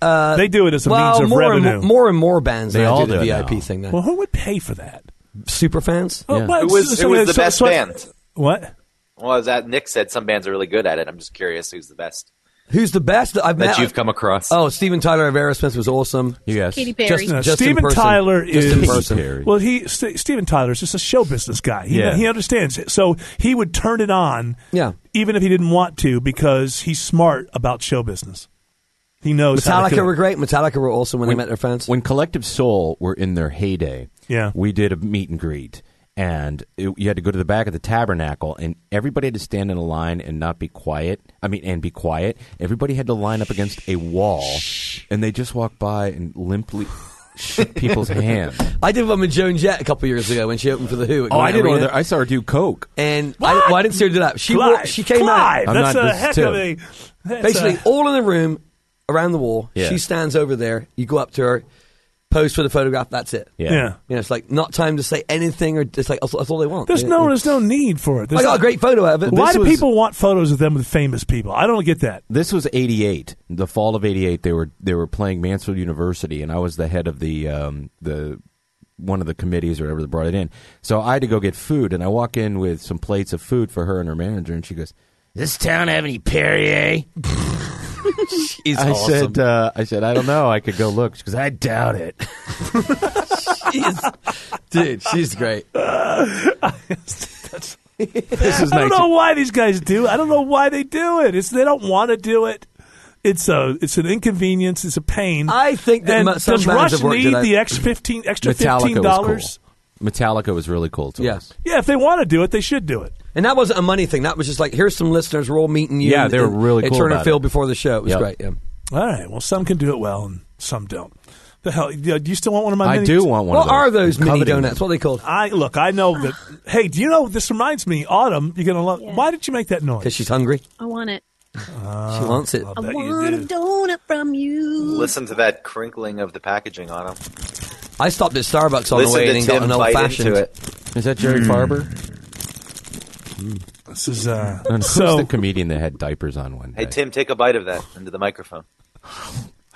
[SPEAKER 13] Uh,
[SPEAKER 2] They do it as a
[SPEAKER 13] well,
[SPEAKER 2] means of
[SPEAKER 13] more
[SPEAKER 2] revenue.
[SPEAKER 13] And, mo- more and more bands
[SPEAKER 7] They
[SPEAKER 13] now
[SPEAKER 7] all
[SPEAKER 13] do
[SPEAKER 7] do
[SPEAKER 13] the
[SPEAKER 7] it
[SPEAKER 13] VIP
[SPEAKER 7] now.
[SPEAKER 13] thing now.
[SPEAKER 2] well, who would pay for that?
[SPEAKER 13] Super fans.
[SPEAKER 2] Oh,
[SPEAKER 7] Yeah.
[SPEAKER 2] but-
[SPEAKER 11] Who was- who was the best band?
[SPEAKER 2] What?
[SPEAKER 11] Well, as that Nick said, some bands are really good at it. I'm just curious who's the best
[SPEAKER 13] Who's the best that I've
[SPEAKER 11] that
[SPEAKER 13] met?
[SPEAKER 11] you've come across.
[SPEAKER 13] Oh, Steven Tyler of Aerosmith was awesome.
[SPEAKER 7] Yes.
[SPEAKER 4] Katy Perry.
[SPEAKER 13] Just-
[SPEAKER 2] No,
[SPEAKER 13] in
[SPEAKER 2] Steven
[SPEAKER 13] person.
[SPEAKER 2] Tyler
[SPEAKER 13] Just in
[SPEAKER 2] is
[SPEAKER 13] person.
[SPEAKER 7] Perry.
[SPEAKER 2] well. He St- Steven Tyler is just a show business guy. He,
[SPEAKER 7] Yeah.
[SPEAKER 2] he understands it, so he would turn it on.
[SPEAKER 13] Yeah.
[SPEAKER 2] even if he didn't want to, because he's smart about show business. He knows how to do
[SPEAKER 13] Metallica
[SPEAKER 2] it.
[SPEAKER 13] were great. Metallica were awesome when, they met their fans.
[SPEAKER 7] When Collective Soul were in their heyday,
[SPEAKER 2] Yeah.
[SPEAKER 7] we did a meet and greet. and it, you had to go to the back of the tabernacle, and everybody had to stand in a line and not be quiet. I mean, and be quiet. Everybody had to line up against a wall, and they just walked by and limply shook [laughs] people's hands.
[SPEAKER 13] I did one with Joan Jett a couple years ago when she opened for the Who. at
[SPEAKER 7] Oh, I
[SPEAKER 13] Gwinnett
[SPEAKER 7] did one.
[SPEAKER 13] Arena.
[SPEAKER 7] There. I saw her do coke.
[SPEAKER 13] And I, well, I didn't see her do that. She
[SPEAKER 2] Clive,
[SPEAKER 13] wa- she came
[SPEAKER 2] Clive,
[SPEAKER 13] out.
[SPEAKER 7] I'm that's not a this heck too. of a-
[SPEAKER 2] that's
[SPEAKER 13] Basically,
[SPEAKER 2] a-
[SPEAKER 13] all in the room around the wall.
[SPEAKER 7] Yeah.
[SPEAKER 13] She stands over there. You go up to her, pose for the photograph. That's it.
[SPEAKER 7] Yeah. Yeah.
[SPEAKER 13] You know, it's like not time to say anything, or it's like that's, that's all they want.
[SPEAKER 2] There's no, there's no need for it. There's
[SPEAKER 13] I got
[SPEAKER 2] not-
[SPEAKER 13] a great photo of it.
[SPEAKER 2] Why
[SPEAKER 13] This
[SPEAKER 2] do
[SPEAKER 13] was-
[SPEAKER 2] people want photos of them with famous people? I don't get that.
[SPEAKER 7] This was '88, the fall of '88. They were they were playing Mansfield University, and I was the head of the um, the one of the committees or whatever that brought it in. So I had to go get food, and I walk in with some plates of food for her and her manager, and she goes,
[SPEAKER 3] This town have any Perrier?
[SPEAKER 7] "I said, uh, I said, I don't know. I could go look." She goes, "I doubt it."
[SPEAKER 2] [laughs]
[SPEAKER 15] [laughs]
[SPEAKER 13] Dude, [laughs]
[SPEAKER 2] [laughs]
[SPEAKER 13] she's great.
[SPEAKER 7] [laughs] This is
[SPEAKER 2] I don't
[SPEAKER 7] nice.
[SPEAKER 2] know why these guys do. I don't know why they do it. It's they don't want to do it. It's a it's an inconvenience. It's a pain.
[SPEAKER 13] I [laughs] think that
[SPEAKER 2] And
[SPEAKER 13] mu- some
[SPEAKER 2] does
[SPEAKER 13] bands
[SPEAKER 2] Rush
[SPEAKER 13] have worked it
[SPEAKER 2] need
[SPEAKER 13] out.
[SPEAKER 2] the ex fifteen extra fifteen
[SPEAKER 7] Metallica was
[SPEAKER 2] dollars?
[SPEAKER 7] cool. Metallica was really cool. To
[SPEAKER 13] Yeah.
[SPEAKER 7] us.
[SPEAKER 2] Yeah, if they want to do it, they should do it.
[SPEAKER 13] And that wasn't a money thing. That was just like, here's some listeners. We're all meeting you.
[SPEAKER 7] Yeah,
[SPEAKER 13] in-
[SPEAKER 7] they were
[SPEAKER 13] in-
[SPEAKER 7] really
[SPEAKER 13] at
[SPEAKER 7] cool
[SPEAKER 13] Turner
[SPEAKER 7] about
[SPEAKER 13] Field
[SPEAKER 7] it.
[SPEAKER 13] before the show. It was
[SPEAKER 7] Yep.
[SPEAKER 13] great. Yeah.
[SPEAKER 2] All right. Well, some can do it well and some don't. The hell, do you still want one of my?
[SPEAKER 7] I
[SPEAKER 2] mini-
[SPEAKER 7] do want one.
[SPEAKER 13] What
[SPEAKER 7] of those.
[SPEAKER 13] are those
[SPEAKER 7] I'm
[SPEAKER 13] mini
[SPEAKER 7] coveting
[SPEAKER 13] donuts? What are they called?
[SPEAKER 2] I look. I know that. hey, do you know? This reminds me. Autumn, you're gonna love. Why did you make that noise?
[SPEAKER 13] Because she's hungry.
[SPEAKER 4] I want it.
[SPEAKER 13] She wants it.
[SPEAKER 4] I want a donut from you.
[SPEAKER 11] Listen to that crinkling of the packaging on him.
[SPEAKER 13] I stopped at Starbucks on the
[SPEAKER 11] Listen
[SPEAKER 13] way
[SPEAKER 11] to
[SPEAKER 13] in and got
[SPEAKER 11] Tim
[SPEAKER 13] an old
[SPEAKER 11] bite
[SPEAKER 13] fashioned.
[SPEAKER 11] into it.
[SPEAKER 7] Is that Jerry
[SPEAKER 2] Hmm.
[SPEAKER 7] Farber?
[SPEAKER 2] Mm. This is uh.
[SPEAKER 7] And [laughs] who's
[SPEAKER 2] So
[SPEAKER 7] the comedian that had diapers on one day?
[SPEAKER 11] Hey Tim, take a bite of that into the microphone.
[SPEAKER 2] hold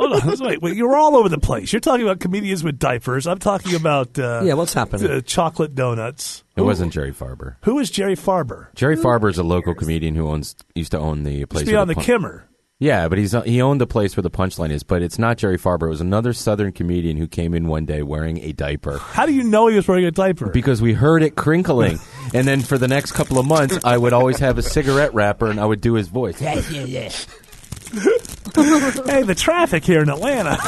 [SPEAKER 2] on. let's Wait, wait. You're all over the place. You're talking about comedians with diapers. I'm talking about uh,
[SPEAKER 13] Yeah, what's happening?
[SPEAKER 2] Uh, chocolate donuts.
[SPEAKER 7] It wasn't Jerry Farber.
[SPEAKER 2] Who is Jerry Farber?
[SPEAKER 7] Jerry Farber is a local comedian who owns used to own the place.
[SPEAKER 2] Used to be
[SPEAKER 7] where
[SPEAKER 2] on the
[SPEAKER 7] pun-
[SPEAKER 2] Kimmer.
[SPEAKER 7] Yeah, but he's he owned the place where the punchline is. But it's not Jerry Farber. It was another Southern comedian who came in one day wearing a diaper
[SPEAKER 2] How do you know he was wearing a diaper?
[SPEAKER 7] because we heard it
[SPEAKER 2] [laughs]
[SPEAKER 7] crinkling. and then for the next couple of months, I would always have a cigarette wrapper and I would do his voice.
[SPEAKER 2] [laughs] hey, the traffic here in Atlanta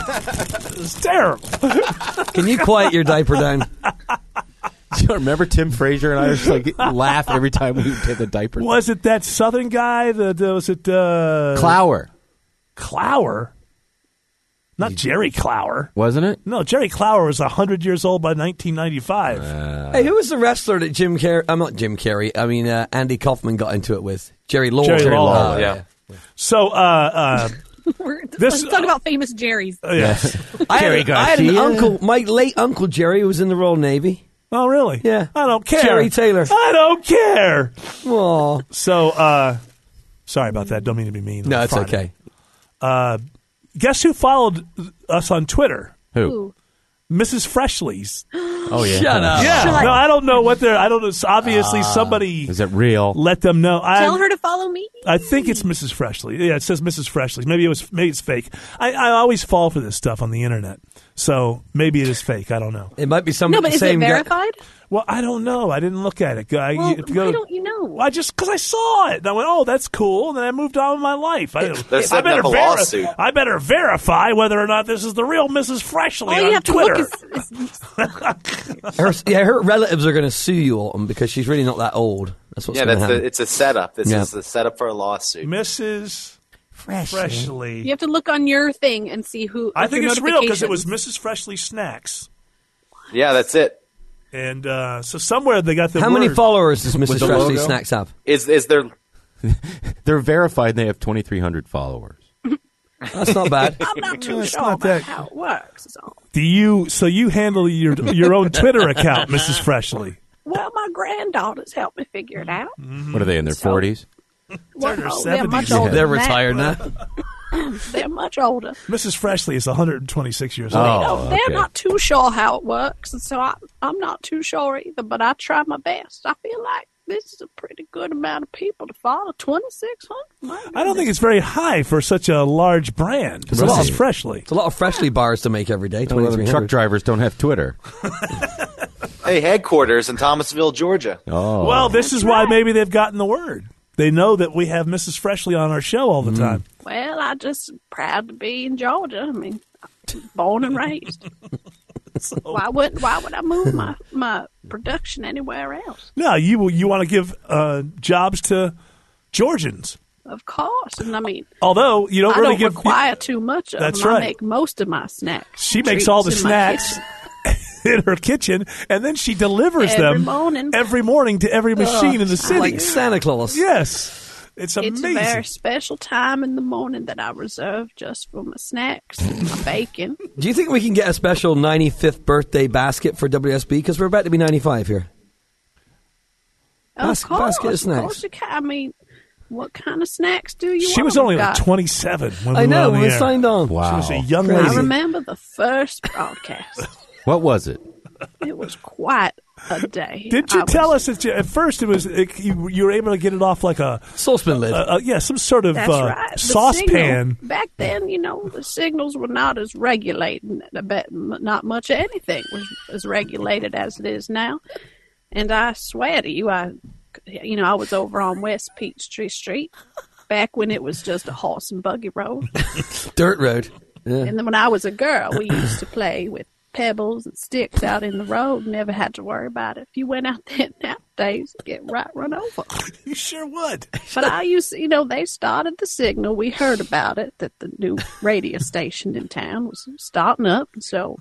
[SPEAKER 2] is terrible.
[SPEAKER 13] Can you quiet your diaper
[SPEAKER 15] [laughs]
[SPEAKER 13] down?
[SPEAKER 7] Do you remember Tim Frazier and I just
[SPEAKER 2] [laughs]
[SPEAKER 7] like laugh every time we did the diaper?
[SPEAKER 2] Was it that Southern guy? The, the was it uh,
[SPEAKER 7] Clower,
[SPEAKER 2] Clower? Not Jerry Clower.
[SPEAKER 7] wasn't it?
[SPEAKER 2] No, Jerry Clower was hundred years old by 1995.
[SPEAKER 7] Uh,
[SPEAKER 11] Uh,
[SPEAKER 13] Hey, who was the wrestler that Jim Carrey? I'm not Jim Carrey. I mean, uh, Andy Kaufman got into it with Jerry Law.
[SPEAKER 2] Jerry Law.
[SPEAKER 13] Oh,
[SPEAKER 11] yeah.
[SPEAKER 2] so, uh,
[SPEAKER 4] We're,
[SPEAKER 2] This-
[SPEAKER 4] let's talk about famous Jerry's.
[SPEAKER 2] uh, [laughs] yes.
[SPEAKER 13] [laughs] I had,
[SPEAKER 7] Jerry
[SPEAKER 13] I had an
[SPEAKER 7] Garcia.
[SPEAKER 13] uncle, my late uncle Jerry, who was in the Royal Navy.
[SPEAKER 2] Oh, really?
[SPEAKER 13] Yeah.
[SPEAKER 2] I don't care.
[SPEAKER 13] Jerry Taylor.
[SPEAKER 2] I don't care.
[SPEAKER 13] Aw.
[SPEAKER 2] So, uh, sorry about that. Don't mean to be mean.
[SPEAKER 13] No,
[SPEAKER 2] on
[SPEAKER 13] it's
[SPEAKER 2] Friday.
[SPEAKER 13] okay.
[SPEAKER 2] Uh, guess who followed us on Twitter?
[SPEAKER 7] Who?
[SPEAKER 4] Ooh.
[SPEAKER 2] Mrs. Freshley's.
[SPEAKER 7] Oh yeah.
[SPEAKER 13] Shut up.
[SPEAKER 2] Yeah.
[SPEAKER 4] Shut
[SPEAKER 2] No, I don't know what they're. I don't. It's obviously, somebody
[SPEAKER 7] Is that real?
[SPEAKER 2] let them know. I,
[SPEAKER 4] Tell her to follow me.
[SPEAKER 2] I think it's Mrs. Freshley. Yeah, it says Mrs. Freshley. Maybe it was. Maybe it's fake. I, I always fall for this stuff on the internet. So maybe it is fake. I don't know.
[SPEAKER 13] It might be some
[SPEAKER 4] No, but is it
[SPEAKER 13] same guy.
[SPEAKER 4] verified?
[SPEAKER 2] Well, I don't know. I didn't look at it. I,
[SPEAKER 4] Well,
[SPEAKER 2] if you go
[SPEAKER 4] why
[SPEAKER 2] to-
[SPEAKER 4] don't you know?
[SPEAKER 2] Well, I just because I saw it, and I went, "Oh, that's cool," and then I moved on with my life. I,
[SPEAKER 11] They're
[SPEAKER 2] I
[SPEAKER 11] setting
[SPEAKER 2] better
[SPEAKER 11] up a lawsuit.
[SPEAKER 2] I better verify whether or not this is the real Mrs. Freshley
[SPEAKER 4] All
[SPEAKER 2] on
[SPEAKER 4] you have
[SPEAKER 2] Twitter.
[SPEAKER 4] to look is, is
[SPEAKER 13] [laughs] Her, yeah, her relatives are going to sue you, Autumn, because she's really not that old. That's what's
[SPEAKER 11] yeah,
[SPEAKER 13] going
[SPEAKER 11] that's
[SPEAKER 13] to happen.
[SPEAKER 11] the, it's a setup. This
[SPEAKER 13] Yeah.
[SPEAKER 11] is the setup for a lawsuit.
[SPEAKER 2] Mrs.
[SPEAKER 3] Fresh.
[SPEAKER 2] Freshley.
[SPEAKER 4] you have to look on your thing and see who.
[SPEAKER 2] I
[SPEAKER 4] like,
[SPEAKER 2] think
[SPEAKER 4] your
[SPEAKER 2] it's real because it was
[SPEAKER 4] notifications.
[SPEAKER 2] Mrs. Freshley snacks,
[SPEAKER 11] Yeah, that's it.
[SPEAKER 2] and uh, so somewhere they got the
[SPEAKER 13] How many
[SPEAKER 2] word.
[SPEAKER 13] followers does Mrs.
[SPEAKER 7] the
[SPEAKER 13] Freshley
[SPEAKER 7] logo?
[SPEAKER 13] Snacks have?
[SPEAKER 11] Is is there
[SPEAKER 7] They're verified. They have twenty three hundred followers.
[SPEAKER 13] That's not bad.
[SPEAKER 4] [laughs] I'm not too
[SPEAKER 2] No, it's
[SPEAKER 4] sure
[SPEAKER 2] not
[SPEAKER 4] about
[SPEAKER 2] that-
[SPEAKER 4] how it works. It's all.
[SPEAKER 2] Do you? So you handle your your own Twitter account, Mrs. Freshley.
[SPEAKER 4] Well, my granddaughters helped me figure it
[SPEAKER 2] Mm-hmm.
[SPEAKER 4] out.
[SPEAKER 7] What are they in their
[SPEAKER 4] So-
[SPEAKER 7] forties?
[SPEAKER 4] Well,
[SPEAKER 2] Turner
[SPEAKER 4] no, they're
[SPEAKER 2] 70s.
[SPEAKER 4] Oh, much
[SPEAKER 2] Yeah.
[SPEAKER 4] older.
[SPEAKER 13] They're
[SPEAKER 4] than that.
[SPEAKER 13] retired now.
[SPEAKER 4] [clears throat] They're much older.
[SPEAKER 2] Mrs. Freshley is 126 years old.
[SPEAKER 7] Oh,
[SPEAKER 4] Oh, they're
[SPEAKER 7] okay.
[SPEAKER 4] not too sure how it works, and so I, I'm not too sure either. But I try my best. I feel like this is a pretty good amount of people to follow. Twenty six hundred.
[SPEAKER 2] I don't think it's very high for such a large brand.
[SPEAKER 13] a lot.
[SPEAKER 2] Mrs. Freshley.
[SPEAKER 13] It's a lot of Freshly bars to make every day.
[SPEAKER 7] Truck
[SPEAKER 13] 2300.
[SPEAKER 7] drivers don't have Twitter.
[SPEAKER 11] hey headquarters in Thomasville, Georgia?
[SPEAKER 7] Oh,
[SPEAKER 2] Well, this is why maybe they've gotten the word. They know that we have Mrs. Freshley on our show all the time.
[SPEAKER 4] Well, I just proud to be in Georgia. I
[SPEAKER 2] [laughs]
[SPEAKER 4] mean, born and raised. why would Why would I move my my production anywhere else.
[SPEAKER 2] No, you will. You want to give uh, jobs to Georgians,
[SPEAKER 4] Of course, and I mean,
[SPEAKER 2] although you don't
[SPEAKER 4] I
[SPEAKER 2] really
[SPEAKER 4] don't
[SPEAKER 2] give.
[SPEAKER 4] require too much of
[SPEAKER 2] That's
[SPEAKER 4] them.
[SPEAKER 2] right.
[SPEAKER 4] I make most of my snacks.
[SPEAKER 2] She makes all the
[SPEAKER 4] treats in my
[SPEAKER 2] snacks [laughs] in her kitchen, and then she delivers
[SPEAKER 4] Every
[SPEAKER 2] them
[SPEAKER 4] morning.
[SPEAKER 2] every morning to every machine in the
[SPEAKER 13] it's
[SPEAKER 2] city,
[SPEAKER 13] like Santa Claus.
[SPEAKER 2] Yes, it's
[SPEAKER 4] kitchen.
[SPEAKER 2] amazing.
[SPEAKER 4] It's a very special time in the morning that I reserve just for my snacks and
[SPEAKER 2] [laughs]
[SPEAKER 4] my bacon.
[SPEAKER 13] Do you think we can get a special 95th birthday basket for WSB? Because we're about to be 95 here. Bas-
[SPEAKER 4] of course,
[SPEAKER 13] basket of
[SPEAKER 4] Of
[SPEAKER 13] snacks.
[SPEAKER 4] course you can. I mean, what kind of snacks do you?
[SPEAKER 2] She was
[SPEAKER 4] want?
[SPEAKER 2] only
[SPEAKER 4] We've
[SPEAKER 2] like
[SPEAKER 4] got-
[SPEAKER 2] 27 when
[SPEAKER 13] I
[SPEAKER 2] we
[SPEAKER 13] know,
[SPEAKER 2] were on
[SPEAKER 13] we
[SPEAKER 2] the air.
[SPEAKER 13] signed on.
[SPEAKER 2] She was a
[SPEAKER 7] Wow.
[SPEAKER 2] young
[SPEAKER 4] I
[SPEAKER 2] lady.
[SPEAKER 4] remember the first broadcast.
[SPEAKER 7] What was it?
[SPEAKER 4] it was quite a day.
[SPEAKER 2] Did you
[SPEAKER 4] I was-
[SPEAKER 2] tell us that you, at first it was it, you, you were able to get it off like a
[SPEAKER 13] saucepan lid?
[SPEAKER 2] Uh, uh, yeah, some sort of
[SPEAKER 4] That's
[SPEAKER 2] uh,
[SPEAKER 4] right. The
[SPEAKER 2] saucepan.
[SPEAKER 4] signal- Back then, you know, the signals were not as regulated. I bet m- not much of anything was as regulated as it is now. And I swear to you, I, you know, I was over on West Peachtree Street back when it was just a horse and buggy road.
[SPEAKER 13] Dirt road. Yeah.
[SPEAKER 4] and then when I was a girl, we used to play with pebbles and sticks out in the road. Never had to worry about it. If you went out [laughs] there nowadays, you'd get right run over.
[SPEAKER 2] You sure would.
[SPEAKER 4] [laughs] But I used, you know, they started the signal. We heard about it that the new radio station in town was starting up, and so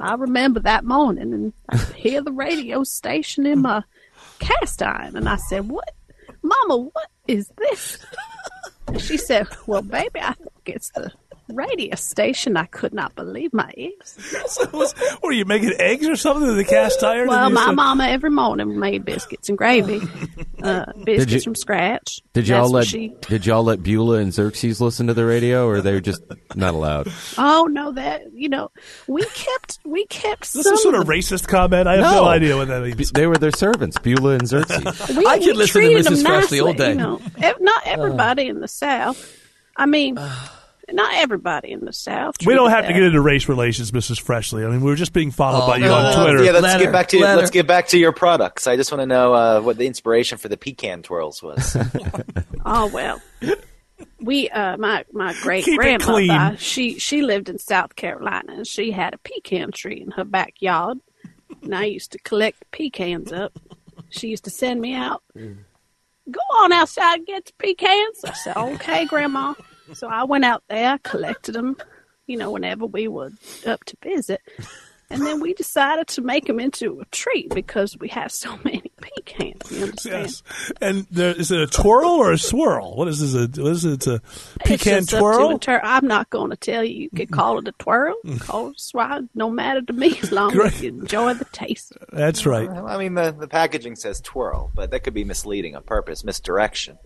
[SPEAKER 4] I remember that morning and I could hear the radio station in my cast iron, and I said, "What, Mama? What is this?" And she said, "Well, baby, I think it's the radio station." I could not believe my ears.
[SPEAKER 2] [laughs] So was- were you making eggs or something in the cast iron?
[SPEAKER 4] Well,
[SPEAKER 2] And you
[SPEAKER 4] my
[SPEAKER 2] said-
[SPEAKER 4] mama every morning made biscuits and gravy, uh, biscuits
[SPEAKER 7] you-
[SPEAKER 4] from scratch.
[SPEAKER 7] Did y'all
[SPEAKER 4] That's what
[SPEAKER 7] let
[SPEAKER 4] she
[SPEAKER 7] Did y'all let Beulah and Xerxes listen to the radio, or they're just not
[SPEAKER 2] [laughs]
[SPEAKER 7] allowed?
[SPEAKER 4] Oh no, that you know, we kept we kept
[SPEAKER 2] This
[SPEAKER 4] some
[SPEAKER 2] is sort
[SPEAKER 4] of
[SPEAKER 2] of racist comment. I have no, idea what that means.
[SPEAKER 7] They were their servants, Beulah and Xerxes.
[SPEAKER 4] the- [laughs] we,
[SPEAKER 13] I could
[SPEAKER 4] we
[SPEAKER 13] listen to
[SPEAKER 4] treated
[SPEAKER 13] Mrs.
[SPEAKER 4] them
[SPEAKER 13] Presley all
[SPEAKER 4] nicely,
[SPEAKER 13] day.
[SPEAKER 4] You know, Ev-
[SPEAKER 2] Uh.
[SPEAKER 4] not everybody in the South. I mean, not everybody in the South.
[SPEAKER 2] We don't
[SPEAKER 4] treated
[SPEAKER 2] have to
[SPEAKER 4] them-
[SPEAKER 2] get into race relations, Mrs. Freshley. I mean, we were just being followed
[SPEAKER 11] Oh,
[SPEAKER 2] by you
[SPEAKER 11] no,
[SPEAKER 2] on
[SPEAKER 11] no, no.
[SPEAKER 2] Twitter.
[SPEAKER 11] Yeah, let's get back to let's get back to your products. I just want to know uh, what the inspiration for the pecan
[SPEAKER 13] [laughs]
[SPEAKER 11] twirls was.
[SPEAKER 4] Oh well. We uh my my great
[SPEAKER 2] Keep it
[SPEAKER 4] grandmother
[SPEAKER 2] clean.
[SPEAKER 4] she she lived in South Carolina and she had a pecan tree in her backyard. And I used to collect the pecans up. She used to send me out. Go on outside and get the pecans. I said, Okay, grandma. So I went out there, collected them, you know, whenever we were up to visit. And then we decided to make them into a tree because we have so [laughs] many pecans. You understand?
[SPEAKER 2] Yes. [laughs] And there, is it a twirl or a swirl? What is this? A, what is it? It's a pecan
[SPEAKER 4] It's just up to
[SPEAKER 2] twirl?
[SPEAKER 4] inter- I'm not going to tell you. You could call it a
[SPEAKER 2] [laughs]
[SPEAKER 4] twirl, call it a swirl. No matter to me, as long as you enjoy the taste.
[SPEAKER 2] That's right.
[SPEAKER 11] I mean, the, the packaging says twirl, but that could be misleading on purpose, misdirection.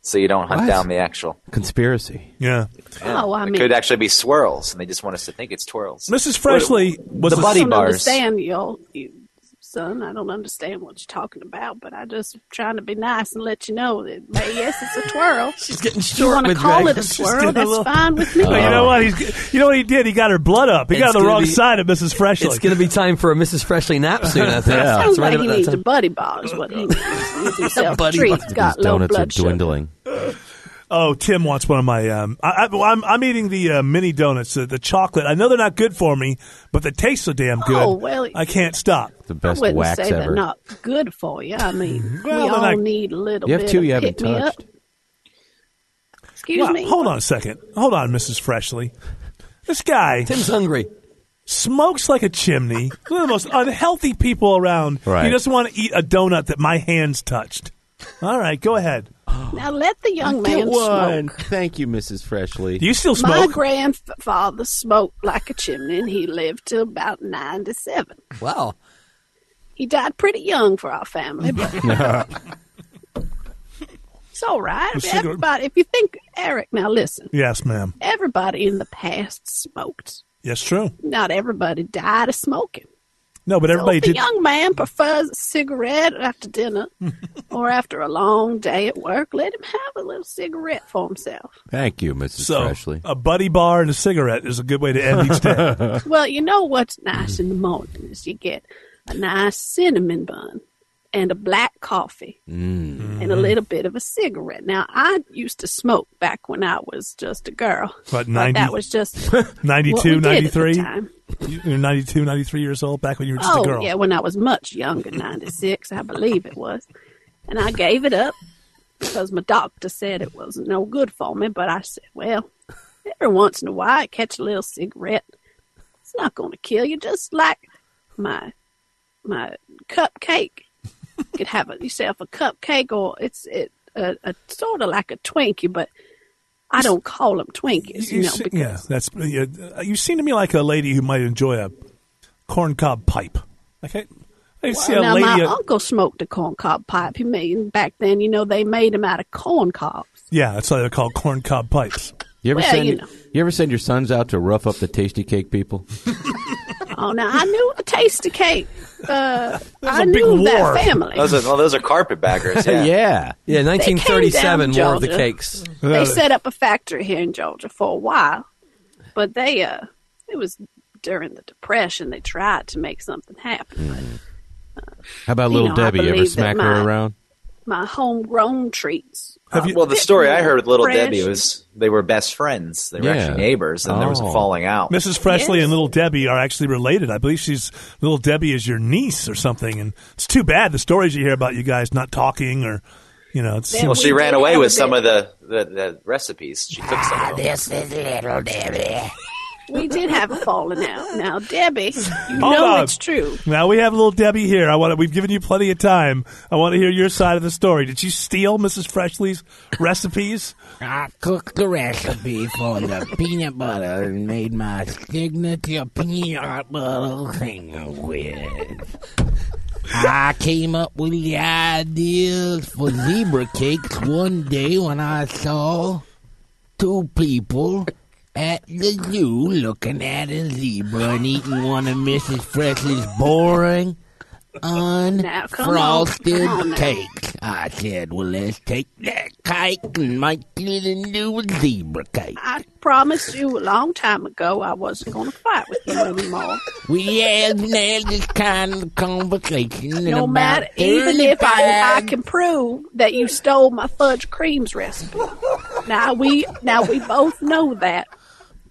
[SPEAKER 11] So you don't hunt
[SPEAKER 7] What?
[SPEAKER 11] down the actual.
[SPEAKER 7] Conspiracy.
[SPEAKER 2] Yeah.
[SPEAKER 4] Oh, I
[SPEAKER 11] it
[SPEAKER 4] mean-
[SPEAKER 11] could actually be swirls, and they just want us to think it's twirls.
[SPEAKER 2] Mrs. Freshley was
[SPEAKER 11] the
[SPEAKER 2] a-
[SPEAKER 11] buddy
[SPEAKER 4] I don't
[SPEAKER 11] bars.
[SPEAKER 4] understand you, all- you, son. I don't understand what you're talking about, but I'm just trying to be nice and let you know that, but yes, it's a twirl. She's
[SPEAKER 13] getting
[SPEAKER 4] You
[SPEAKER 13] short
[SPEAKER 4] want to
[SPEAKER 13] with
[SPEAKER 4] call
[SPEAKER 13] Greg.
[SPEAKER 4] it a
[SPEAKER 13] She's
[SPEAKER 4] twirl?
[SPEAKER 13] getting a
[SPEAKER 4] That's
[SPEAKER 13] little-
[SPEAKER 4] fine with
[SPEAKER 13] [laughs]
[SPEAKER 4] me.
[SPEAKER 2] But you know what? He's, you know what he did? He got her blood up. He
[SPEAKER 13] Oh. It's
[SPEAKER 2] got on the
[SPEAKER 13] gonna
[SPEAKER 2] wrong
[SPEAKER 13] be-
[SPEAKER 2] side of Mrs. Freshley.
[SPEAKER 13] It's going to be time for a Mrs. Freshley nap soon,
[SPEAKER 2] [laughs]
[SPEAKER 13] I think.
[SPEAKER 7] Yeah.
[SPEAKER 4] Sounds
[SPEAKER 13] It's right
[SPEAKER 4] like he
[SPEAKER 13] about that
[SPEAKER 4] needs a
[SPEAKER 13] time.
[SPEAKER 4] buddy bar. Is what he needs. He needs himself a
[SPEAKER 13] Buddy
[SPEAKER 4] treat.
[SPEAKER 13] bar.
[SPEAKER 4] He's got
[SPEAKER 7] These
[SPEAKER 4] low
[SPEAKER 7] donuts are
[SPEAKER 4] blood sugar.
[SPEAKER 7] dwindling.
[SPEAKER 2] Oh, Tim wants one of my. Um, I, I, well, I'm, I'm eating the uh, mini donuts, the, the chocolate. I know they're not good for me, but they taste so damn good.
[SPEAKER 4] Oh, well-
[SPEAKER 2] I can't stop.
[SPEAKER 7] The
[SPEAKER 4] I
[SPEAKER 7] best
[SPEAKER 4] wouldn't
[SPEAKER 7] wax
[SPEAKER 4] say
[SPEAKER 7] ever.
[SPEAKER 4] they're not good for you. I mean,
[SPEAKER 2] Well,
[SPEAKER 4] we
[SPEAKER 2] they're
[SPEAKER 4] all
[SPEAKER 2] not-
[SPEAKER 4] need a little
[SPEAKER 7] You have
[SPEAKER 4] bit
[SPEAKER 7] two
[SPEAKER 4] of
[SPEAKER 7] you haven't
[SPEAKER 4] pick me up.
[SPEAKER 7] touched.
[SPEAKER 4] Excuse
[SPEAKER 2] Wow,
[SPEAKER 4] me.
[SPEAKER 2] hold on a second. Hold on, Mrs. Freshley. This guy
[SPEAKER 13] Tim's hungry.
[SPEAKER 2] smokes like a chimney. One of the most unhealthy people around. He
[SPEAKER 7] Right.
[SPEAKER 2] doesn't want to eat a donut that my hands touched. All right,
[SPEAKER 7] [laughs]
[SPEAKER 2] go ahead.
[SPEAKER 4] Now let the young
[SPEAKER 7] Get
[SPEAKER 4] man smoke.
[SPEAKER 7] one. Thank you, Mrs. Freshley.
[SPEAKER 2] Do you still
[SPEAKER 4] My
[SPEAKER 2] smoke?
[SPEAKER 4] grandfather smoked like a chimney, and he lived till about ninety-seven.
[SPEAKER 13] Wow.
[SPEAKER 4] He died pretty young for our family, but
[SPEAKER 2] [laughs]
[SPEAKER 4] it's all right. I mean,
[SPEAKER 2] cigarette-
[SPEAKER 4] everybody, if you think Eric, now listen.
[SPEAKER 2] yes, ma'am.
[SPEAKER 4] Everybody in the past smoked.
[SPEAKER 2] Yes, true.
[SPEAKER 4] Not everybody died of smoking.
[SPEAKER 2] No, but
[SPEAKER 4] so
[SPEAKER 2] everybody
[SPEAKER 4] if a
[SPEAKER 2] did.
[SPEAKER 4] young man prefers a cigarette after dinner
[SPEAKER 2] [laughs]
[SPEAKER 4] or after a long day at work, let him have a little cigarette for himself.
[SPEAKER 7] Thank you, Mrs.
[SPEAKER 2] so
[SPEAKER 7] Freshley.
[SPEAKER 2] a buddy bar and a cigarette is a good way to end
[SPEAKER 7] [laughs]
[SPEAKER 2] each day.
[SPEAKER 4] Well, you know what's nice in the morning is you get a nice cinnamon bun and a black coffee
[SPEAKER 15] Mm.
[SPEAKER 4] and a
[SPEAKER 16] Mm-hmm.
[SPEAKER 4] little bit of a cigarette. Now, I used to smoke back when I was just a girl.
[SPEAKER 2] What,
[SPEAKER 4] but
[SPEAKER 2] 90
[SPEAKER 4] that was just what we
[SPEAKER 2] 92,
[SPEAKER 4] did at the
[SPEAKER 2] 93?
[SPEAKER 4] time.
[SPEAKER 2] You- You're 92, 93 years old back when you were just
[SPEAKER 4] oh,
[SPEAKER 2] a girl.
[SPEAKER 4] yeah, when I was much younger, 96, I believe it was. And I gave it up because my doctor said it wasn't no good for me. But I said, well, every once in a while, I catch a little cigarette. It's not going to kill you, just like my my cupcake. You could have a, yourself a cupcake, or it's it a, a sort of like a Twinkie, but I don't call them Twinkies, you, know.
[SPEAKER 2] se-
[SPEAKER 4] because-
[SPEAKER 2] yeah, that's yeah, uh, you seem to me like a lady who might enjoy a corncob pipe. Okay, I see a
[SPEAKER 4] now
[SPEAKER 2] lady.
[SPEAKER 4] my
[SPEAKER 2] uh,
[SPEAKER 4] uncle smoked a corn cob pipe. He made back then, you know, they made them out of corn cobs.
[SPEAKER 2] yeah, that's why they're called corncob pipes.
[SPEAKER 7] You ever
[SPEAKER 4] Well,
[SPEAKER 7] send
[SPEAKER 4] you know.
[SPEAKER 7] you ever send your sons out to rough up the tasty cake people?
[SPEAKER 4] Oh, now I knew a tasty cake. Uh, I
[SPEAKER 11] a big
[SPEAKER 4] knew
[SPEAKER 11] war.
[SPEAKER 4] that family.
[SPEAKER 11] Those are, well, those are carpetbaggers. Yeah.
[SPEAKER 7] yeah.
[SPEAKER 13] Yeah,
[SPEAKER 4] They came
[SPEAKER 13] 1937,
[SPEAKER 4] down
[SPEAKER 13] more of the
[SPEAKER 4] Georgia.
[SPEAKER 13] cakes.
[SPEAKER 4] They set up a factory here in Georgia for a while, but they uh, it was during the Depression. They tried to make something happen.
[SPEAKER 7] How about
[SPEAKER 4] You
[SPEAKER 7] little
[SPEAKER 4] know, I
[SPEAKER 7] Debbie? Ever
[SPEAKER 4] believe that
[SPEAKER 7] smack
[SPEAKER 4] my-
[SPEAKER 7] her around?
[SPEAKER 4] My homegrown treats.
[SPEAKER 11] Uh, well, the story I heard with Little
[SPEAKER 4] Oh. Fresh.
[SPEAKER 11] Debbie was they were best friends. They were
[SPEAKER 2] Yeah.
[SPEAKER 11] actually neighbors, and there was a
[SPEAKER 2] Oh.
[SPEAKER 11] falling out.
[SPEAKER 2] Mrs. Presley and Little Debbie are actually related. I believe she's Little Debbie is your niece or something, and it's too bad the stories you hear about you guys not talking or, you know, it's
[SPEAKER 11] Well, she ran away with some of the, the, the recipes. She took some
[SPEAKER 4] Ah,
[SPEAKER 11] of them.
[SPEAKER 3] This is little Debbie.
[SPEAKER 4] We did have a falling out. Now, Debbie, you
[SPEAKER 2] Hold
[SPEAKER 4] know
[SPEAKER 2] on.
[SPEAKER 4] it's true.
[SPEAKER 2] Now we have little Debbie here. I want. to We've given you plenty of time. I want to hear your side of the story. Did you steal Mrs. Freshley's recipes?
[SPEAKER 3] I cooked Ah, the recipe for the peanut butter and made my signature peanut butter sandwich. I came up with the ideas for zebra cakes one day when I saw two people at the zoo looking at a zebra and eating one of Mrs. Presley's boring,
[SPEAKER 4] Oh, come on,
[SPEAKER 3] unfrosted
[SPEAKER 4] come on now.
[SPEAKER 3] cakes. I said, well, let's take that cake and make it into a zebra cake.
[SPEAKER 4] I promised you a long time ago I wasn't going to fight with you anymore.
[SPEAKER 3] We had had this kind of conversation in
[SPEAKER 4] No
[SPEAKER 3] about
[SPEAKER 4] matter, even if I,
[SPEAKER 3] 35
[SPEAKER 4] I can prove that you stole my fudge creams recipe. Now we now we both know that.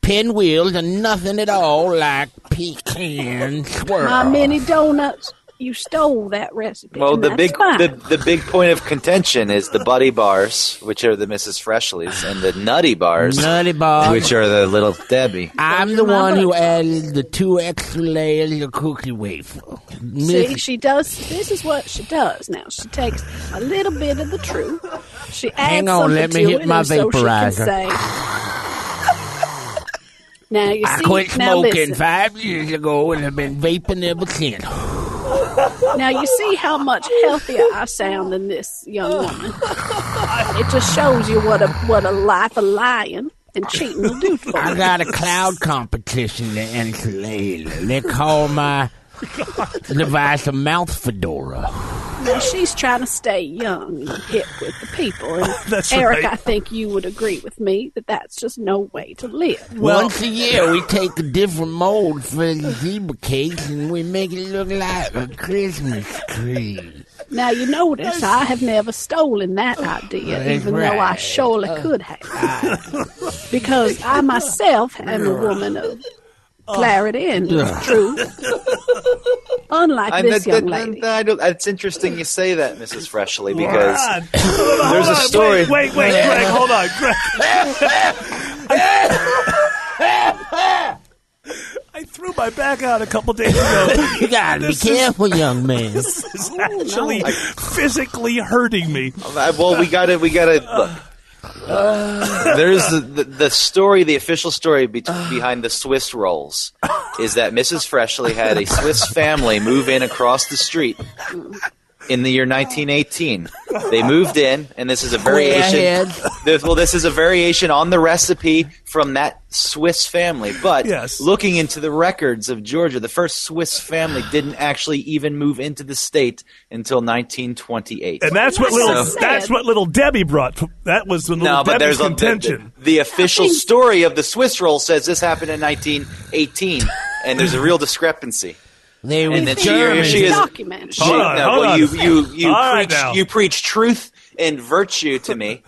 [SPEAKER 3] pinwheels are nothing at all like pecan swirl.
[SPEAKER 4] My mini donuts, you stole that recipe.
[SPEAKER 11] Well,
[SPEAKER 4] and
[SPEAKER 11] the
[SPEAKER 4] that's
[SPEAKER 11] big
[SPEAKER 4] fine.
[SPEAKER 11] the, the big point of contention is the Buddy Bars, which are the Mrs. Freshleys, and the Nutty Bars,
[SPEAKER 3] Nutty Bars.
[SPEAKER 11] which are the Little Debbie.
[SPEAKER 3] I'm the one who added the two extra layers of cookie wafer.
[SPEAKER 4] See,
[SPEAKER 3] Miss-
[SPEAKER 4] she does. This is what she does now. She takes a little bit of the truth. She adds
[SPEAKER 3] Hang on,
[SPEAKER 4] something
[SPEAKER 3] let me
[SPEAKER 4] to
[SPEAKER 3] hit
[SPEAKER 4] it,
[SPEAKER 3] my
[SPEAKER 4] and so she can
[SPEAKER 3] vaporizer. [sighs]
[SPEAKER 4] say- now you
[SPEAKER 3] I
[SPEAKER 4] see.
[SPEAKER 3] quit
[SPEAKER 4] now
[SPEAKER 3] smoking
[SPEAKER 4] listen.
[SPEAKER 3] five years ago and have been vaping ever since.
[SPEAKER 4] Now you see how much healthier I sound than this young woman. It just shows you what a what a life of lying and cheating will do for
[SPEAKER 3] I
[SPEAKER 4] you.
[SPEAKER 3] got a cloud competition to answer later. They call
[SPEAKER 4] [laughs]
[SPEAKER 3] my device a mouth fedora.
[SPEAKER 4] Now she's trying to stay young and hip with the people. And
[SPEAKER 3] [laughs] That's
[SPEAKER 4] Eric,
[SPEAKER 3] right.
[SPEAKER 4] I think you would agree with me that that's just no way to live.
[SPEAKER 3] Once a year, we take a different mold for the zebra cakes and we make it look like a Christmas tree.
[SPEAKER 4] now you notice I have never stolen
[SPEAKER 11] Oh.
[SPEAKER 4] that idea,
[SPEAKER 3] That's
[SPEAKER 4] even though I
[SPEAKER 3] right.
[SPEAKER 4] surely could have,
[SPEAKER 11] [laughs]
[SPEAKER 4] because I myself am a woman of
[SPEAKER 11] Oh.
[SPEAKER 4] clarity and
[SPEAKER 11] Yeah.
[SPEAKER 4] truth. Unlike
[SPEAKER 11] I-
[SPEAKER 4] this
[SPEAKER 11] that-
[SPEAKER 4] young
[SPEAKER 11] that-
[SPEAKER 4] lady.
[SPEAKER 11] that- I don't- it's interesting you say that, Mrs. Freshley,
[SPEAKER 2] [laughs]
[SPEAKER 11] because
[SPEAKER 2] God.
[SPEAKER 11] there's
[SPEAKER 2] Hold
[SPEAKER 11] a
[SPEAKER 2] on,
[SPEAKER 11] story.
[SPEAKER 2] Wait, wait, wait Greg, hold on, Greg. I, I threw my back out a couple days ago.
[SPEAKER 3] [laughs] You gotta
[SPEAKER 2] This
[SPEAKER 3] be
[SPEAKER 2] is-
[SPEAKER 3] careful, young
[SPEAKER 11] [laughs]
[SPEAKER 3] man.
[SPEAKER 2] This is actually physically hurting me.
[SPEAKER 11] Uh, Well, we gotta, we gotta look.
[SPEAKER 2] Uh,
[SPEAKER 11] [laughs] There's the, the, the story, the official story be- behind the Swiss rolls is that Mrs. Freshley had a Swiss family move in across the street in the year 1918. They moved in, and this is a variation.
[SPEAKER 3] Squarehead.
[SPEAKER 11] This, well, this is a variation on the recipe from that Swiss family. But looking into the records of Georgia, the first Swiss family didn't actually even move into the state until 1928.
[SPEAKER 2] And that's what little that's what little Debbie brought. That was the little
[SPEAKER 11] No, but
[SPEAKER 2] Debbie's
[SPEAKER 11] there's a,
[SPEAKER 2] contention.
[SPEAKER 11] the, the, the official story of the Swiss roll says this happened in 1918, and there's a real discrepancy.
[SPEAKER 3] They
[SPEAKER 11] and
[SPEAKER 3] were
[SPEAKER 11] then she, she is.
[SPEAKER 4] Document.
[SPEAKER 11] She,
[SPEAKER 3] Hold on,
[SPEAKER 11] no,
[SPEAKER 3] hold
[SPEAKER 11] well,
[SPEAKER 3] on.
[SPEAKER 11] you you you
[SPEAKER 3] All right
[SPEAKER 11] preach
[SPEAKER 3] now.
[SPEAKER 11] you preach truth and virtue to me,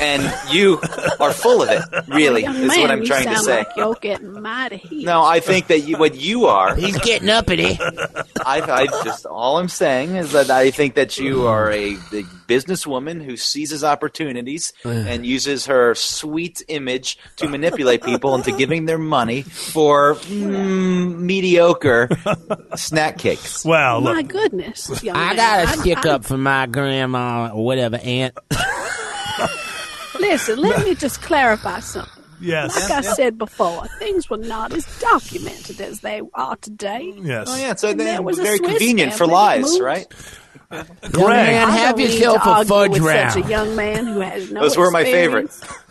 [SPEAKER 11] and you are full of it. Really,
[SPEAKER 4] Oh,
[SPEAKER 11] is what
[SPEAKER 4] man,
[SPEAKER 11] I'm
[SPEAKER 4] you
[SPEAKER 11] trying to
[SPEAKER 4] sound
[SPEAKER 11] say.
[SPEAKER 4] Like you're getting mighty heat.
[SPEAKER 11] No, I think that you, what you are.
[SPEAKER 3] He's getting uppity.
[SPEAKER 11] I, I just all I'm saying is that I think that you are a, a businesswoman who seizes opportunities and uses her sweet image to manipulate people into giving their money for mm, mediocre snack cakes.
[SPEAKER 2] Wow,
[SPEAKER 4] My goodness, young
[SPEAKER 3] Oh, I
[SPEAKER 4] man.
[SPEAKER 3] gotta
[SPEAKER 4] I'm-
[SPEAKER 3] stick
[SPEAKER 4] I'm-
[SPEAKER 3] up for my grandma or whatever aunt.
[SPEAKER 4] Listen, let me just
[SPEAKER 3] [laughs]
[SPEAKER 4] clarify something.
[SPEAKER 2] Yes.
[SPEAKER 4] Like I said before, things were not as documented as they are today.
[SPEAKER 2] Yes.
[SPEAKER 11] Oh yeah, so
[SPEAKER 4] And
[SPEAKER 11] then
[SPEAKER 4] there was a
[SPEAKER 11] very
[SPEAKER 4] Swiss
[SPEAKER 11] convenient for
[SPEAKER 4] family that
[SPEAKER 11] lies,
[SPEAKER 4] moved.
[SPEAKER 11] right?
[SPEAKER 3] Young man,
[SPEAKER 4] I
[SPEAKER 3] have
[SPEAKER 4] don't need
[SPEAKER 3] yourself
[SPEAKER 4] to
[SPEAKER 3] a
[SPEAKER 4] argue
[SPEAKER 3] fudge
[SPEAKER 4] with
[SPEAKER 3] round.
[SPEAKER 4] Such a young man who has no
[SPEAKER 11] Those were my
[SPEAKER 4] experience.
[SPEAKER 11] favorites.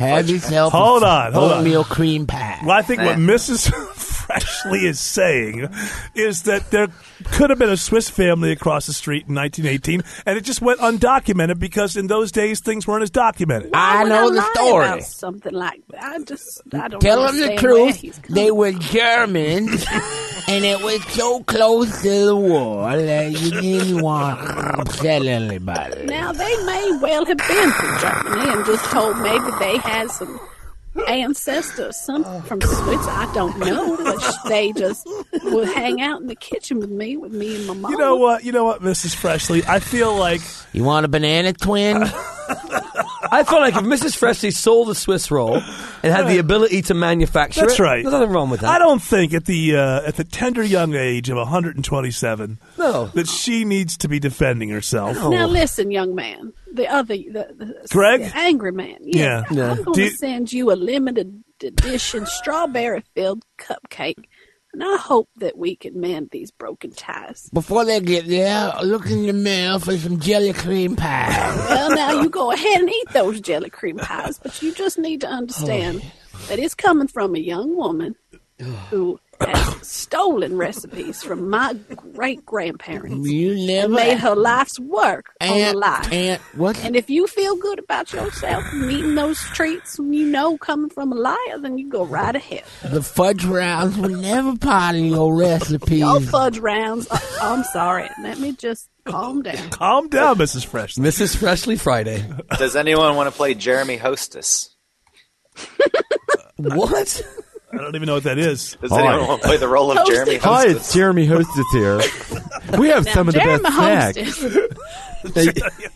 [SPEAKER 3] Have yourself
[SPEAKER 2] Hold
[SPEAKER 3] a
[SPEAKER 2] on, hold on.
[SPEAKER 3] oatmeal cream pie.
[SPEAKER 2] Well, I think what Mrs. [laughs] Freshly is saying is that there could have been a Swiss family across the street in 1918, and it just went undocumented because in those days things weren't as documented.
[SPEAKER 3] I
[SPEAKER 4] When
[SPEAKER 3] know
[SPEAKER 4] I
[SPEAKER 3] the
[SPEAKER 4] lie
[SPEAKER 3] story.
[SPEAKER 4] About something like that. I just I don't
[SPEAKER 3] Tell them the
[SPEAKER 4] understand where he's
[SPEAKER 3] truth. They were Germans, and it was so close to the war that you didn't want to upset anybody.
[SPEAKER 4] Now they may well have been from Germany and just told maybe they had some ancestors, some from Swiss. I don't know, but sh- they just would hang out in the kitchen with me, with me and my mom.
[SPEAKER 2] You know what? You know what, Mrs. Freshly? I feel like
[SPEAKER 3] You want a banana
[SPEAKER 2] [laughs]
[SPEAKER 3] twin?
[SPEAKER 13] I feel like if Mrs. Freshley sold a Swiss roll and had the ability to manufacture
[SPEAKER 2] that's
[SPEAKER 13] it,
[SPEAKER 2] right.
[SPEAKER 13] there's nothing wrong with that.
[SPEAKER 2] I don't think at the uh, at the tender young age of 127
[SPEAKER 13] No.
[SPEAKER 2] that she needs to be defending herself.
[SPEAKER 3] Oh.
[SPEAKER 4] Now listen, young man. The other, the, the
[SPEAKER 2] Greg?
[SPEAKER 4] the angry man. Yes,
[SPEAKER 2] Yeah.
[SPEAKER 4] I'm
[SPEAKER 2] Yeah.
[SPEAKER 4] going
[SPEAKER 2] Do
[SPEAKER 4] to
[SPEAKER 2] you-
[SPEAKER 4] send you a limited edition strawberry filled cupcake, and I hope that we can mend these broken ties.
[SPEAKER 3] Before they get there, look in the mail for some jelly cream pie.
[SPEAKER 4] Well, now you go ahead and eat those jelly cream pies, but you just need to understand that it's coming from a young woman who has stolen recipes from my great grandparents.
[SPEAKER 3] You never
[SPEAKER 4] made her life's work on
[SPEAKER 3] Aunt-
[SPEAKER 4] a lie.
[SPEAKER 3] aunt, what?
[SPEAKER 4] And if you feel good about yourself and eating those treats when you know coming from a liar, then you go right ahead.
[SPEAKER 3] The fudge rounds were never part of your
[SPEAKER 4] All
[SPEAKER 3] recipes.
[SPEAKER 4] fudge rounds. uh, I'm sorry. Let me just calm down.
[SPEAKER 2] Calm down, Mrs. Freshly.
[SPEAKER 13] Mrs. Freshly Friday.
[SPEAKER 11] Does anyone want to play Jeremy Hostess?
[SPEAKER 13] What?
[SPEAKER 2] I don't even know what that is.
[SPEAKER 11] Does anyone want to play the role of Jeremy
[SPEAKER 12] Hi,
[SPEAKER 11] Hostess?
[SPEAKER 12] it's Jeremy Hostess
[SPEAKER 11] [laughs]
[SPEAKER 12] here. We have some of the
[SPEAKER 4] Jeremy
[SPEAKER 12] best snacks.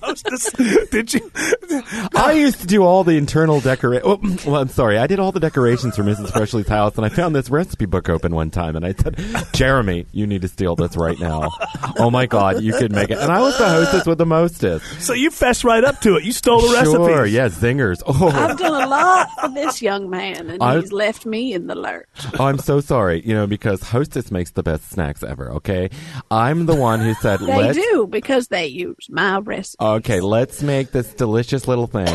[SPEAKER 2] Hostess, did you?
[SPEAKER 12] [laughs] I used to do all the internal decorate. Oh, [clears throat] well, I'm sorry. I did all the decorations for Mrs. Freshley's house, and I found this recipe book open one time, and I said, "Jeremy, you need to steal this right now. Oh my God, you could make it." And I was the hostess with the mostest.
[SPEAKER 2] So you fessed right up to it. You stole the recipe.
[SPEAKER 12] Sure, yes, zingers. [laughs] Oh,
[SPEAKER 4] I've done a lot for this young man, and
[SPEAKER 12] I-
[SPEAKER 4] he's left me in the lurch.
[SPEAKER 12] oh, I'm so sorry. You know, because hostess makes the best snacks ever. Okay, I'm the one who said,
[SPEAKER 4] They
[SPEAKER 12] "Let's
[SPEAKER 4] do because they use my recipe.
[SPEAKER 12] Okay, let's make this delicious little thing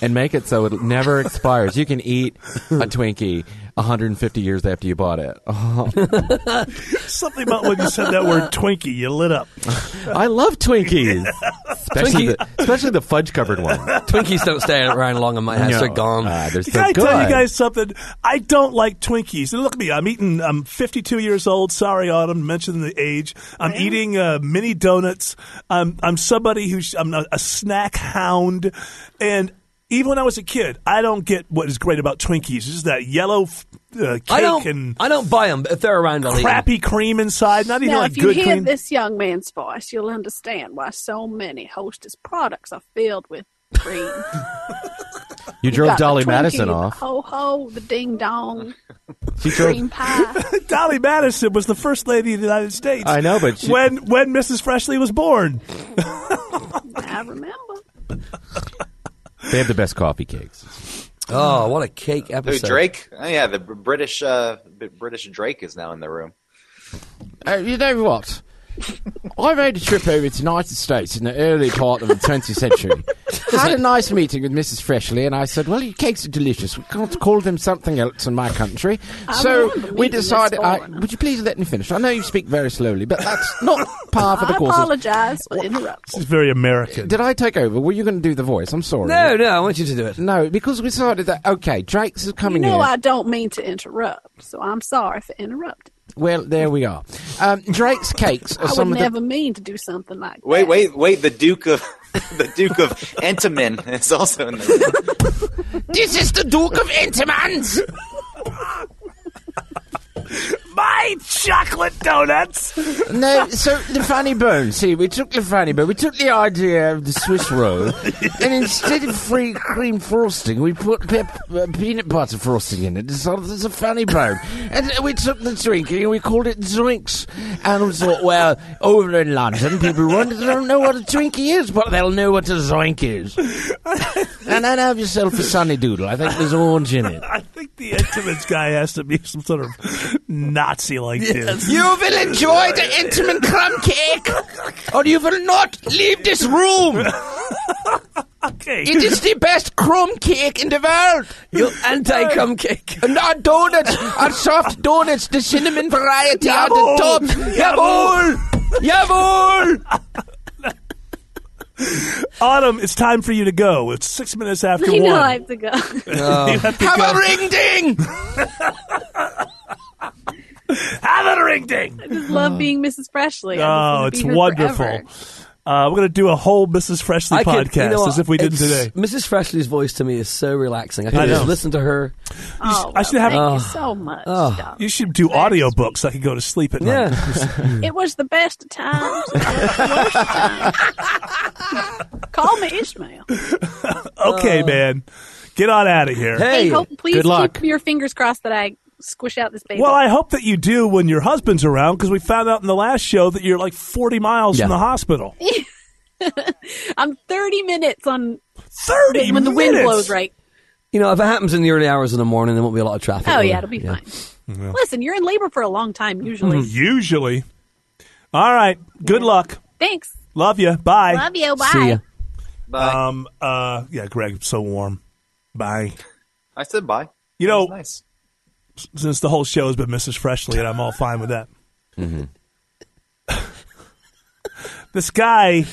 [SPEAKER 12] and make it so it never expires. You can eat a Twinkie 150 years after you bought
[SPEAKER 2] [laughs]
[SPEAKER 12] it. Oh,
[SPEAKER 2] Something about when you said that word Twinkie, you lit up.
[SPEAKER 12] I love
[SPEAKER 2] [laughs]
[SPEAKER 12] Twinkies, especially,
[SPEAKER 13] Twinkie-
[SPEAKER 12] The, especially the fudge covered one.
[SPEAKER 13] Twinkies don't stay around long in my house.
[SPEAKER 12] No.
[SPEAKER 13] They're gone.
[SPEAKER 12] Ah, they're so
[SPEAKER 2] Can I
[SPEAKER 12] good.
[SPEAKER 2] tell you guys something? I don't like Twinkies. And look at me. I'm eating. I'm 52 years old. Sorry, Autumn. Mentioning the age. I'm eating uh, mini donuts. I'm I'm somebody who's I'm a, a snack hound, and even when I was a kid, I don't get what is great about Twinkies. It's just that yellow f- uh, cake
[SPEAKER 13] I don't.
[SPEAKER 2] and
[SPEAKER 13] I don't buy them. But if they're around, I'll eat 'em.
[SPEAKER 2] crappy cream inside. Not even
[SPEAKER 4] Now,
[SPEAKER 2] like
[SPEAKER 4] if you
[SPEAKER 2] good
[SPEAKER 4] hear
[SPEAKER 2] cream.
[SPEAKER 4] this young man's voice, you'll understand why so many Hostess products are filled with cream.
[SPEAKER 12] You
[SPEAKER 4] Got
[SPEAKER 12] drove
[SPEAKER 4] the
[SPEAKER 12] Dolly
[SPEAKER 4] Twinkie,
[SPEAKER 12] Madison
[SPEAKER 4] the
[SPEAKER 12] off.
[SPEAKER 4] Ho ho, the ding dong,
[SPEAKER 12] She drove.
[SPEAKER 4] cream pie.
[SPEAKER 2] [laughs] Dolly Madison was the first lady of the United States.
[SPEAKER 12] I know, but she-
[SPEAKER 2] when when Mrs. Freshley was born.
[SPEAKER 4] I remember.
[SPEAKER 12] They have the best coffee cakes.
[SPEAKER 13] Oh, what a cake
[SPEAKER 11] Who,
[SPEAKER 13] episode!
[SPEAKER 11] Drake? Oh yeah, the British uh, B- British Drake is now in the room.
[SPEAKER 3] Uh, you know what? I made a trip over to the United States in the early part of the 20th century. I had a nice meeting with Mrs. Freshley, and I said, Well, your cakes are delicious. We can't call them something else in my country.
[SPEAKER 4] I
[SPEAKER 3] so
[SPEAKER 4] remember
[SPEAKER 3] we
[SPEAKER 4] meeting this
[SPEAKER 3] decided. I,
[SPEAKER 4] foreigner.
[SPEAKER 3] would you please let me finish? I know you speak very slowly, but that's not par for the
[SPEAKER 4] I
[SPEAKER 3] course.
[SPEAKER 4] apologize for interrupting.
[SPEAKER 2] This is very American.
[SPEAKER 3] Did I take over? Were you going to do the voice? I'm sorry.
[SPEAKER 13] No, no, I want you to do it.
[SPEAKER 3] No, because we decided that, okay, Drake's is
[SPEAKER 4] You
[SPEAKER 3] coming
[SPEAKER 4] know
[SPEAKER 3] here.
[SPEAKER 4] I don't mean to interrupt, so I'm sorry for interrupting.
[SPEAKER 3] Well, there we are. Um, Drake's [laughs] cakes are
[SPEAKER 8] I would
[SPEAKER 3] some of the
[SPEAKER 8] never mean to do something like that.
[SPEAKER 11] Wait, wait, wait! The Duke of [laughs] the Duke of Entenmann is also in there.
[SPEAKER 3] This is the Duke of Entenmann's.
[SPEAKER 2] My chocolate donuts.
[SPEAKER 3] No, so the funny bone. See, we took the funny bone. We took the idea of the Swiss roll, and instead of free cream frosting, we put pep- uh, peanut butter frosting in it. So there's a funny bone. And we took the drinking and we called it Zoinks. And we thought, well, over in London, people wonder, they don't know what a Twinkie is, but they'll know what a Zoink is. and then have yourself a Sunny Doodle. I think there's orange in it.
[SPEAKER 2] I think [laughs] the Intimate guy has to be some sort of Nazi like this.
[SPEAKER 3] You will enjoy the intimate crumb cake, or you will not leave this room.
[SPEAKER 2] okay.
[SPEAKER 3] It
[SPEAKER 2] [laughs]
[SPEAKER 3] is the best crumb cake in the world.
[SPEAKER 13] You anti-crumb cake.
[SPEAKER 3] And our donuts, our soft donuts, the cinnamon variety are the
[SPEAKER 13] Jawohl.
[SPEAKER 3] top.
[SPEAKER 13] Jawohl.
[SPEAKER 3] Jawohl! Jawohl!
[SPEAKER 2] Autumn, it's time for you to go. It's six minutes
[SPEAKER 8] [laughs]
[SPEAKER 2] after
[SPEAKER 8] you
[SPEAKER 2] one.
[SPEAKER 8] know I have to go.
[SPEAKER 2] [laughs] You have to
[SPEAKER 3] Have a
[SPEAKER 2] go.
[SPEAKER 3] ring ding!
[SPEAKER 2] [laughs] Have a ring ding!
[SPEAKER 8] I just love being Mrs. Freshly. I
[SPEAKER 2] Oh,
[SPEAKER 8] just
[SPEAKER 2] it's
[SPEAKER 8] wanna be here
[SPEAKER 2] wonderful.
[SPEAKER 8] forever.
[SPEAKER 2] Uh, we're going to do a whole Mrs. Freshly
[SPEAKER 13] I could-
[SPEAKER 2] podcast
[SPEAKER 13] you know what?
[SPEAKER 2] as if we didn't
[SPEAKER 13] It's-
[SPEAKER 2] today.
[SPEAKER 13] Mrs. Freshley's voice to me is so relaxing. I
[SPEAKER 2] I
[SPEAKER 13] can
[SPEAKER 2] know.
[SPEAKER 13] just listen to her.
[SPEAKER 8] Oh,
[SPEAKER 2] I should
[SPEAKER 8] well,
[SPEAKER 2] have-
[SPEAKER 8] thank
[SPEAKER 2] Oh.
[SPEAKER 8] you so much. Doc.
[SPEAKER 2] You should do audiobooks. I could go to sleep at night.
[SPEAKER 4] [laughs]
[SPEAKER 2] [laughs]
[SPEAKER 3] Hmm.
[SPEAKER 8] It was the best of times. It was the worst of
[SPEAKER 3] [laughs]
[SPEAKER 8] times. Call me Ishmael.
[SPEAKER 2] okay, man. Get on out of here.
[SPEAKER 8] Uh, Hey, hope, please keep your fingers crossed that I squish out this baby.
[SPEAKER 2] Well, I hope that you do when your husband's around because we found out in the last show that you're like 40 miles from the hospital.
[SPEAKER 8] I'm 30 minutes on
[SPEAKER 2] 30
[SPEAKER 8] when the wind
[SPEAKER 13] minutes?
[SPEAKER 8] blows right.
[SPEAKER 13] You know, if it happens in the early hours in the morning, there won't be a lot of traffic.
[SPEAKER 8] Oh
[SPEAKER 13] will
[SPEAKER 8] yeah, it'll
[SPEAKER 13] there?
[SPEAKER 8] be fine. Listen, you're in labor for a long time usually.
[SPEAKER 2] [laughs] Mm-hmm. Usually. All right. Good luck.
[SPEAKER 8] Thanks.
[SPEAKER 2] Love you. Bye.
[SPEAKER 8] Love you. Bye. See ya.
[SPEAKER 2] Bye. Um, uh, yeah, Greg, I'm so warm. Bye.
[SPEAKER 11] I said bye.
[SPEAKER 2] You
[SPEAKER 11] That
[SPEAKER 2] know-
[SPEAKER 11] was nice.
[SPEAKER 2] S- Since the whole show has been Mrs. Freshly, and I'm all fine with that.
[SPEAKER 12] Mm-hmm.
[SPEAKER 2] this guy, th-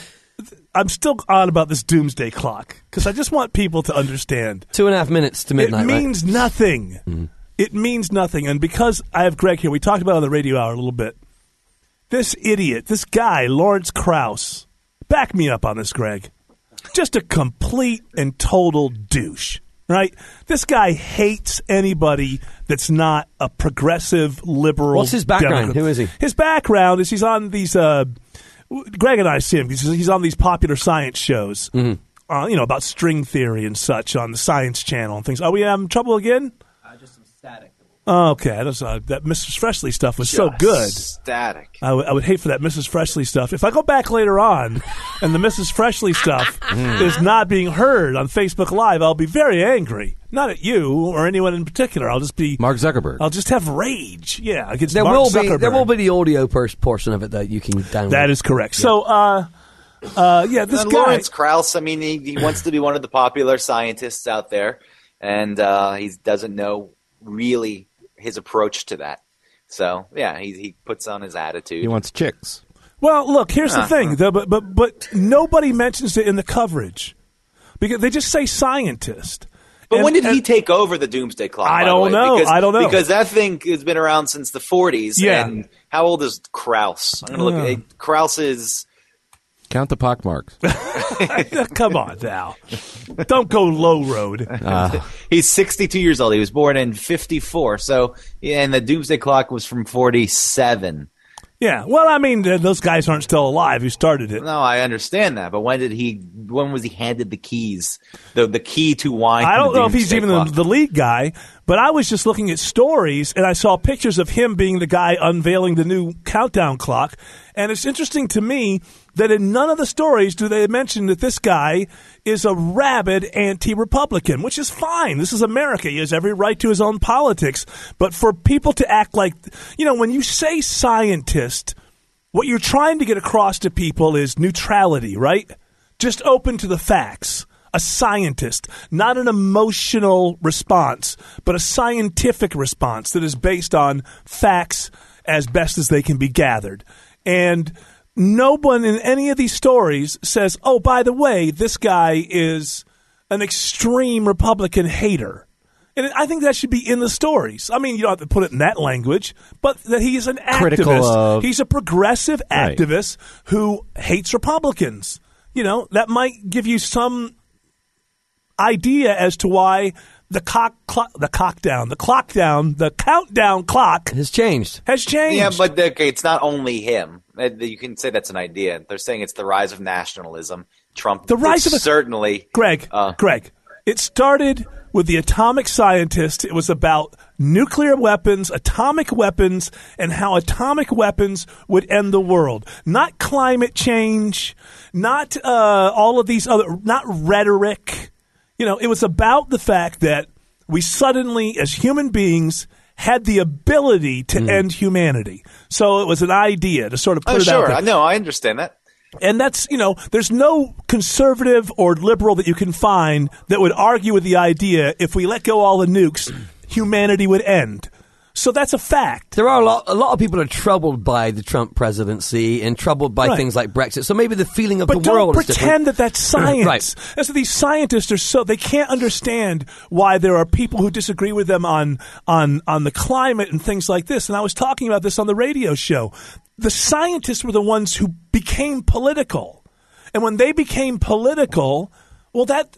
[SPEAKER 2] I'm still on about this doomsday clock because I just want people to understand.
[SPEAKER 13] Two and a half minutes to midnight.
[SPEAKER 2] it
[SPEAKER 13] right? Mm-hmm.
[SPEAKER 2] means nothing. It means nothing. And because I have Greg here, we talked about it on the radio hour a little bit. This idiot, this guy, Lawrence Krauss, back me up on this, Greg. Just a complete and total douche, right? This guy hates anybody that's not a progressive liberal.
[SPEAKER 13] What's his background?
[SPEAKER 2] Democrat.
[SPEAKER 13] Who is he?
[SPEAKER 2] His background is he's on these. Uh, Greg and I see him because he's on these popular science shows,
[SPEAKER 13] Mm-hmm.
[SPEAKER 2] uh, you know, about string theory and such on the Science Channel and things. Are we having trouble again? Uh, just some static. Okay, that's, uh, that Mrs. Freshly stuff was so
[SPEAKER 11] Just
[SPEAKER 2] good.
[SPEAKER 11] Static.
[SPEAKER 2] I, w- I would hate for that Mrs. Freshly stuff. If I go back later on and the Mrs. Freshly
[SPEAKER 11] [laughs]
[SPEAKER 2] stuff
[SPEAKER 11] Hmm.
[SPEAKER 2] is not being heard on Facebook Live, I'll be very angry. Not at you or anyone in particular. I'll just be
[SPEAKER 7] Mark Zuckerberg.
[SPEAKER 2] I'll just have rage. Yeah, against
[SPEAKER 13] There
[SPEAKER 2] Mark
[SPEAKER 13] will
[SPEAKER 2] Zuckerberg.
[SPEAKER 13] be there will be the audio pers- portion of it that you can download.
[SPEAKER 2] That is correct. So, uh, uh, yeah, this
[SPEAKER 11] And
[SPEAKER 2] guy.
[SPEAKER 11] Lawrence Krauss. I mean, he, he wants to be one of the popular scientists out there, and uh, he doesn't know really his approach to that. So yeah, he he puts on his attitude.
[SPEAKER 7] He wants chicks.
[SPEAKER 2] Well, look, here's the
[SPEAKER 11] Uh-huh.
[SPEAKER 2] thing, though, but but but nobody mentions it in the coverage because they just say scientist.
[SPEAKER 11] But
[SPEAKER 2] And-
[SPEAKER 11] when did
[SPEAKER 2] and-
[SPEAKER 11] he take over the Doomsday Clock?
[SPEAKER 2] I
[SPEAKER 11] by the
[SPEAKER 2] don't
[SPEAKER 11] way?
[SPEAKER 2] know.
[SPEAKER 11] Because,
[SPEAKER 2] I don't know.
[SPEAKER 11] because that thing has been around since the 40s.
[SPEAKER 2] Yeah. Uh.
[SPEAKER 11] And how old is Kraus? I'm gonna look.
[SPEAKER 2] Yeah.
[SPEAKER 11] at
[SPEAKER 2] [laughs]
[SPEAKER 11] Kraus is
[SPEAKER 7] Count the pockmarks.
[SPEAKER 2] Come on,
[SPEAKER 11] [laughs]
[SPEAKER 2] now, don't go low road.
[SPEAKER 13] Uh,
[SPEAKER 11] he's 62 years old. He was born in 54. So yeah, and the Doomsday Clock was from 47.
[SPEAKER 2] yeah, well, I mean, th- those guys aren't still alive who started it.
[SPEAKER 11] No, I understand that, but when did he? When was he handed the keys? The the key to wine.
[SPEAKER 2] I
[SPEAKER 11] from
[SPEAKER 2] don't
[SPEAKER 11] the
[SPEAKER 2] know if he's
[SPEAKER 11] Doomsday
[SPEAKER 2] even the,
[SPEAKER 11] Clock.
[SPEAKER 2] the lead guy, but I was just looking at stories and I saw pictures of him being the guy unveiling the new countdown clock. And it's interesting to me that in none of the stories do they mention that this guy is a rabid anti Republican, which is fine. This is America. He has every right to his own politics. But for people to act like, you know, when you say scientist, what you're trying to get across to people is neutrality, right? Just open to the facts. A scientist, not an emotional response, but a scientific response that is based on facts as best as they can be gathered. And no one in any of these stories says, oh, by the way, this guy is an extreme Republican hater. And I think that should be in the stories. I mean, you don't have to put it in that language, but that he is an
[SPEAKER 15] Critical
[SPEAKER 2] activist.
[SPEAKER 15] of-
[SPEAKER 2] He's a progressive
[SPEAKER 15] Right.
[SPEAKER 2] activist who hates Republicans. You know, that might give you some idea as to why the cock clock, the cock down, the clock down, the countdown clock
[SPEAKER 13] has changed.
[SPEAKER 2] Has changed.
[SPEAKER 11] Yeah, but okay, it's not only him. Uh, You can say that's an idea. They're saying it's the rise of nationalism. Trump.
[SPEAKER 2] The rise
[SPEAKER 11] which
[SPEAKER 2] of a-
[SPEAKER 11] certainly.
[SPEAKER 2] Greg,
[SPEAKER 11] Uh.
[SPEAKER 2] Greg, it started with the atomic scientist. It was about nuclear weapons, atomic weapons, and how atomic weapons would end the world. Not climate change, not uh, all of these other, not rhetoric. You know, it was about the fact that we suddenly, as human beings, had the ability to end humanity. So it was an idea to sort of put
[SPEAKER 11] Hmm. Oh,
[SPEAKER 2] it out
[SPEAKER 11] sure.
[SPEAKER 2] there.
[SPEAKER 11] I know. I understand that.
[SPEAKER 2] And that's, you know, there's no conservative or liberal that you can find that would argue with the idea if we let go all the nukes, [clears throat] humanity would end. So that's a fact.
[SPEAKER 13] There are a lot, a lot of people are troubled by the Trump presidency and troubled by
[SPEAKER 2] Right.
[SPEAKER 13] things like Brexit. So maybe the feeling of
[SPEAKER 2] But
[SPEAKER 13] the
[SPEAKER 2] don't
[SPEAKER 13] world is
[SPEAKER 2] pretend
[SPEAKER 13] different.
[SPEAKER 2] that that's science.
[SPEAKER 13] [clears throat] Right.
[SPEAKER 2] And so these scientists are so they can't understand why there are people who disagree with them on on on the climate and things like this. And I was talking about this on the radio show. The scientists were the ones who became political, and when they became political, well, that.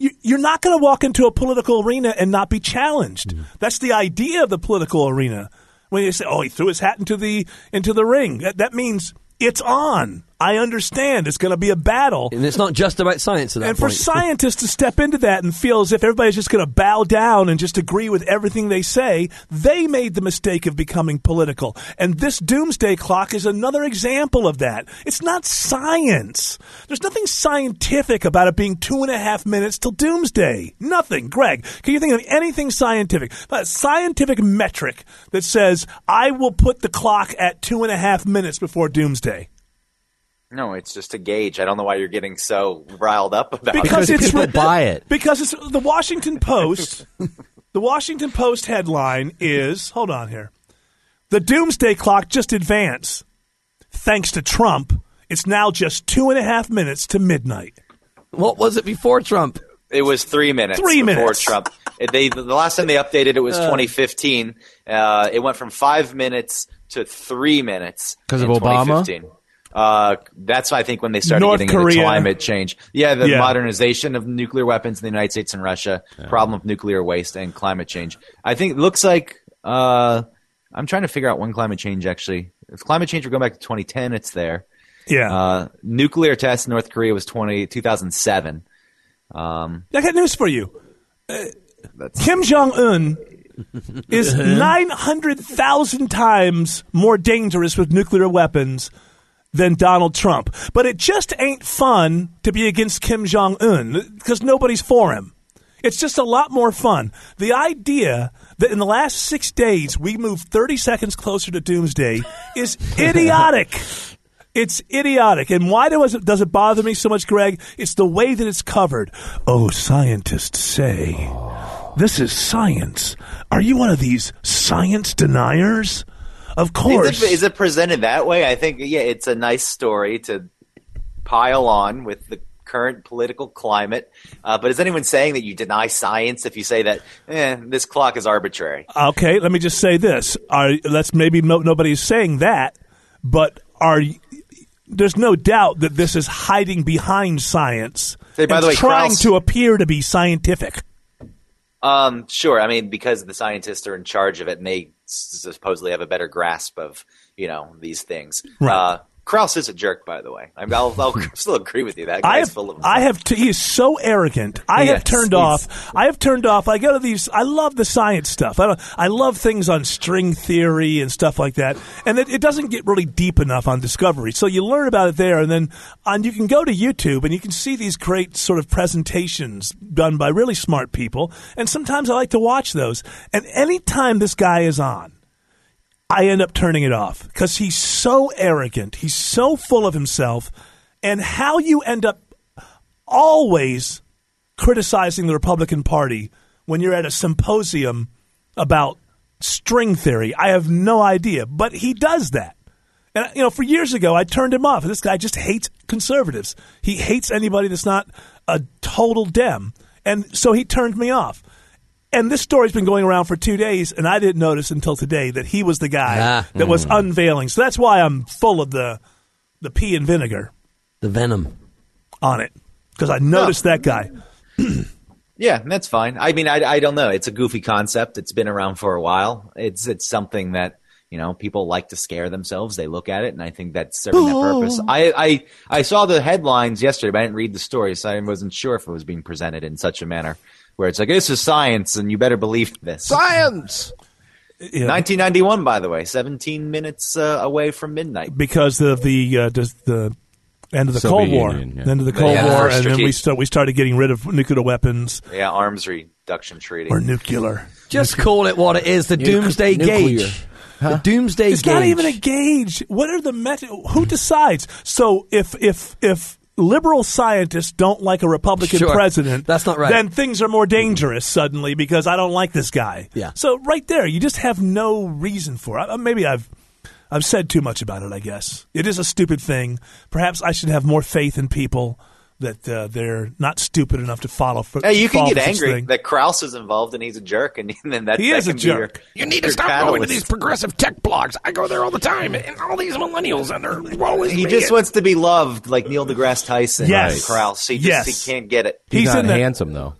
[SPEAKER 2] you- You're not going to walk into a political arena and not be challenged.
[SPEAKER 13] Mm-hmm.
[SPEAKER 2] That's the idea of the political arena. When you say, "Oh, he threw his hat into the into the ring," that, that means it's on. I understand it's going to be a battle.
[SPEAKER 13] And it's not just about science at that
[SPEAKER 2] And for
[SPEAKER 13] point.
[SPEAKER 2] scientists to step into that and feel as if everybody's just going to bow down and just agree with everything they say, they made the mistake of becoming political. And this doomsday clock is another example of that. It's not science. There's nothing scientific about it being two and a half minutes till doomsday. Nothing. Greg, can you think of anything scientific? A scientific metric that says, I will put the clock at two and a half minutes before doomsday.
[SPEAKER 11] No, it's just a gauge. I don't know why you're getting so riled up about it.
[SPEAKER 2] because
[SPEAKER 11] [laughs]
[SPEAKER 2] it's buy it. Because it's the Washington Post. the Washington Post headline is hold on here. The doomsday clock just advanced. Thanks to Trump, it's now just two and a half minutes to midnight.
[SPEAKER 13] What was it before Trump?
[SPEAKER 11] It was three minutes.
[SPEAKER 2] Three
[SPEAKER 11] before
[SPEAKER 2] minutes.
[SPEAKER 11] Trump. It- They the last time they updated it was
[SPEAKER 2] Uh.
[SPEAKER 11] 2015. Uh, it went from five minutes to three minutes
[SPEAKER 15] 'Cause of
[SPEAKER 11] in
[SPEAKER 15] Obama?
[SPEAKER 11] 2015. Uh, that's I think when they started
[SPEAKER 15] North
[SPEAKER 11] getting into
[SPEAKER 15] Korea.
[SPEAKER 11] climate change. Yeah, the
[SPEAKER 15] Yeah.
[SPEAKER 11] modernization of nuclear weapons in the United States and Russia, problem of nuclear waste and climate change. I think it looks like uh, I'm trying to figure out when climate change actually. If climate change were going back to 2010, it's there.
[SPEAKER 2] Yeah.
[SPEAKER 11] Uh, nuclear test in North Korea was 20, 2007. Um,
[SPEAKER 2] I got news for you. Uh, Kim Jong Un is 900,000 times more dangerous with nuclear weapons than Donald Trump. But it just ain't fun to be against Kim Jong Un because nobody's for him. It's just a lot more fun. The idea that in the last six days we moved 30 seconds closer to doomsday is idiotic. It's idiotic. And why does it, does it bother me so much, Greg? It's the way that it's covered. Oh, scientists say. This is science. Are you one of these science deniers? Of course.
[SPEAKER 11] Is it, is it presented that way? I think yeah, it's a nice story to pile on with the current political climate. Uh, but is anyone saying that you deny science if you say that eh, this clock is arbitrary?
[SPEAKER 2] Okay, let me just say this. Are, let's maybe no, nobody's saying that, but are y- there's no doubt that this is hiding behind science.
[SPEAKER 11] Say, by
[SPEAKER 2] and
[SPEAKER 11] the way,
[SPEAKER 2] trying
[SPEAKER 11] Krauss-
[SPEAKER 2] to appear to be scientific.
[SPEAKER 11] Um, sure. I mean, because the scientists are in charge of it, and they s- supposedly have a better grasp of you know these things.
[SPEAKER 2] Right.
[SPEAKER 11] Uh, Krauss is a jerk, by the way. I mean, I'll, I'll [laughs] still agree with you. That
[SPEAKER 2] I
[SPEAKER 11] guy's
[SPEAKER 2] have,
[SPEAKER 11] full of.
[SPEAKER 2] I have. T- he is so arrogant. I
[SPEAKER 11] Yes,
[SPEAKER 2] have turned
[SPEAKER 11] he's-
[SPEAKER 2] off. I have turned off. I go to these. I love the science stuff. I, don't- I love things on string theory and stuff like that. And it, it doesn't get really deep enough on Discovery. So you learn about it there, and then and you can go to YouTube and you can see these great sort of presentations done by really smart people. And sometimes I like to watch those. And anytime this guy is on. I end up turning it off because he's so arrogant. He's so full of himself. And how you end up always criticizing the Republican Party when you're at a symposium about string theory, I have no idea. But he does that. And, you know, for years ago, I turned him off. This guy just hates conservatives. He hates anybody that's not a total Dem. And so he turned me off And this story's been going around for two days, and I didn't notice until today that he was the guy that was unveiling. So that's why I'm full of the the pee and vinegar
[SPEAKER 13] The venom.
[SPEAKER 2] on it because I noticed that guy.
[SPEAKER 11] Yeah, that's fine. I mean, I, I don't know. It's a goofy concept. It's been around for a while. It's it's something that you know people like to scare themselves. They look at it, and I think that's serving that purpose.
[SPEAKER 17] Oh.
[SPEAKER 11] I, I I saw the headlines yesterday, but I didn't read the story, so I wasn't sure if it was being presented in such a manner where it's like this is science, and you better believe this.
[SPEAKER 8] Science.
[SPEAKER 11] 1991, by the way, 17 minutes uh, away from midnight.
[SPEAKER 2] because of the uh, just the end of the
[SPEAKER 11] Soviet
[SPEAKER 2] Cold War,
[SPEAKER 11] Union, yeah.
[SPEAKER 2] the end of the
[SPEAKER 11] Yeah,
[SPEAKER 2] Cold
[SPEAKER 11] the
[SPEAKER 2] War,
[SPEAKER 11] first
[SPEAKER 2] and then we
[SPEAKER 11] strategic-
[SPEAKER 2] start, we started getting rid of nuclear weapons
[SPEAKER 11] Yeah, arms reduction treaty
[SPEAKER 2] or nuclear.
[SPEAKER 13] Just call it what it is. The
[SPEAKER 2] Nuclear.
[SPEAKER 13] doomsday
[SPEAKER 2] Nuclear.
[SPEAKER 13] gauge. The doomsday
[SPEAKER 2] It's
[SPEAKER 13] gauge.
[SPEAKER 2] not even a gauge. What are the met- Who decides? So if if if liberal scientists don't like a Republican
[SPEAKER 13] Sure.
[SPEAKER 2] president,
[SPEAKER 13] That's not right.
[SPEAKER 2] Then things are more dangerous suddenly because I don't like this guy.
[SPEAKER 13] Yeah.
[SPEAKER 2] So right there, you just have no reason for it. Uh, Maybe I've. I've said too much about it, I guess. It is a stupid thing. Perhaps I should have more faith in people that uh, they're not stupid enough to follow. For,
[SPEAKER 11] Hey, you can
[SPEAKER 2] fall
[SPEAKER 11] get
[SPEAKER 2] for such
[SPEAKER 11] angry
[SPEAKER 2] thing.
[SPEAKER 11] that Kraus is involved and he's a jerk, and, [laughs] and then that
[SPEAKER 2] He
[SPEAKER 11] that
[SPEAKER 2] is a
[SPEAKER 11] can be your-
[SPEAKER 2] jerk.
[SPEAKER 8] You need to
[SPEAKER 11] your
[SPEAKER 8] stop going to
[SPEAKER 11] catalyst.
[SPEAKER 8] these progressive tech blogs. I go there all the time, and all these millennials and their woe is
[SPEAKER 11] He
[SPEAKER 8] me.
[SPEAKER 11] just wants to be loved like Neil deGrasse Tyson
[SPEAKER 2] Yes.
[SPEAKER 11] and Krause. He
[SPEAKER 2] Yes.
[SPEAKER 11] just he can't get it.
[SPEAKER 2] He's He's not in that-
[SPEAKER 11] handsome though.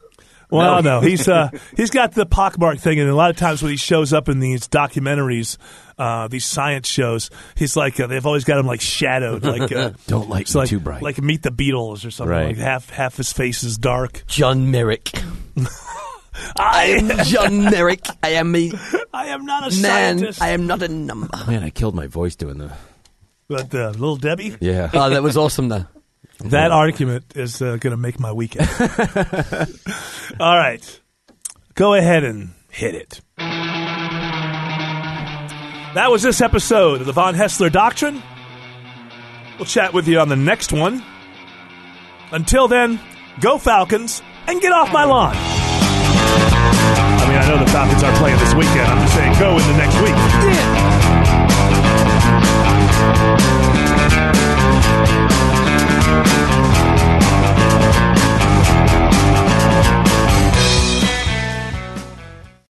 [SPEAKER 2] Well,
[SPEAKER 13] [laughs]
[SPEAKER 11] No.
[SPEAKER 2] no, he's
[SPEAKER 11] [laughs]
[SPEAKER 2] uh, he's got the pockmark thing, and a lot of times when he shows up in these documentaries, uh, these science shows, he's like uh, they've always got him like shadowed, like
[SPEAKER 15] [laughs]
[SPEAKER 13] [laughs]
[SPEAKER 2] uh,
[SPEAKER 13] Don't light
[SPEAKER 2] it's
[SPEAKER 13] me
[SPEAKER 2] like,
[SPEAKER 13] too bright.
[SPEAKER 2] like Meet the Beatles or something.
[SPEAKER 13] Right.
[SPEAKER 2] Like half half his face is dark.
[SPEAKER 13] John Merrick. [laughs]
[SPEAKER 2] I [laughs]
[SPEAKER 13] am John Merrick. I am a.
[SPEAKER 2] I am not
[SPEAKER 13] man.
[SPEAKER 2] a scientist.
[SPEAKER 13] I am not a number.
[SPEAKER 12] Man, I killed my voice doing the.
[SPEAKER 2] But uh, little Debbie,
[SPEAKER 12] Yeah.
[SPEAKER 13] Oh, that was awesome though.
[SPEAKER 2] that argument is uh, going to make my
[SPEAKER 13] [laughs]
[SPEAKER 2] weekend. All right, go ahead and hit it. That was this episode of the Von Hessler Doctrine. We'll chat with you on the next one. Until then, go Falcons and get off my lawn. I mean, I know the Falcons are playing this weekend. I'm just saying, go in the next week.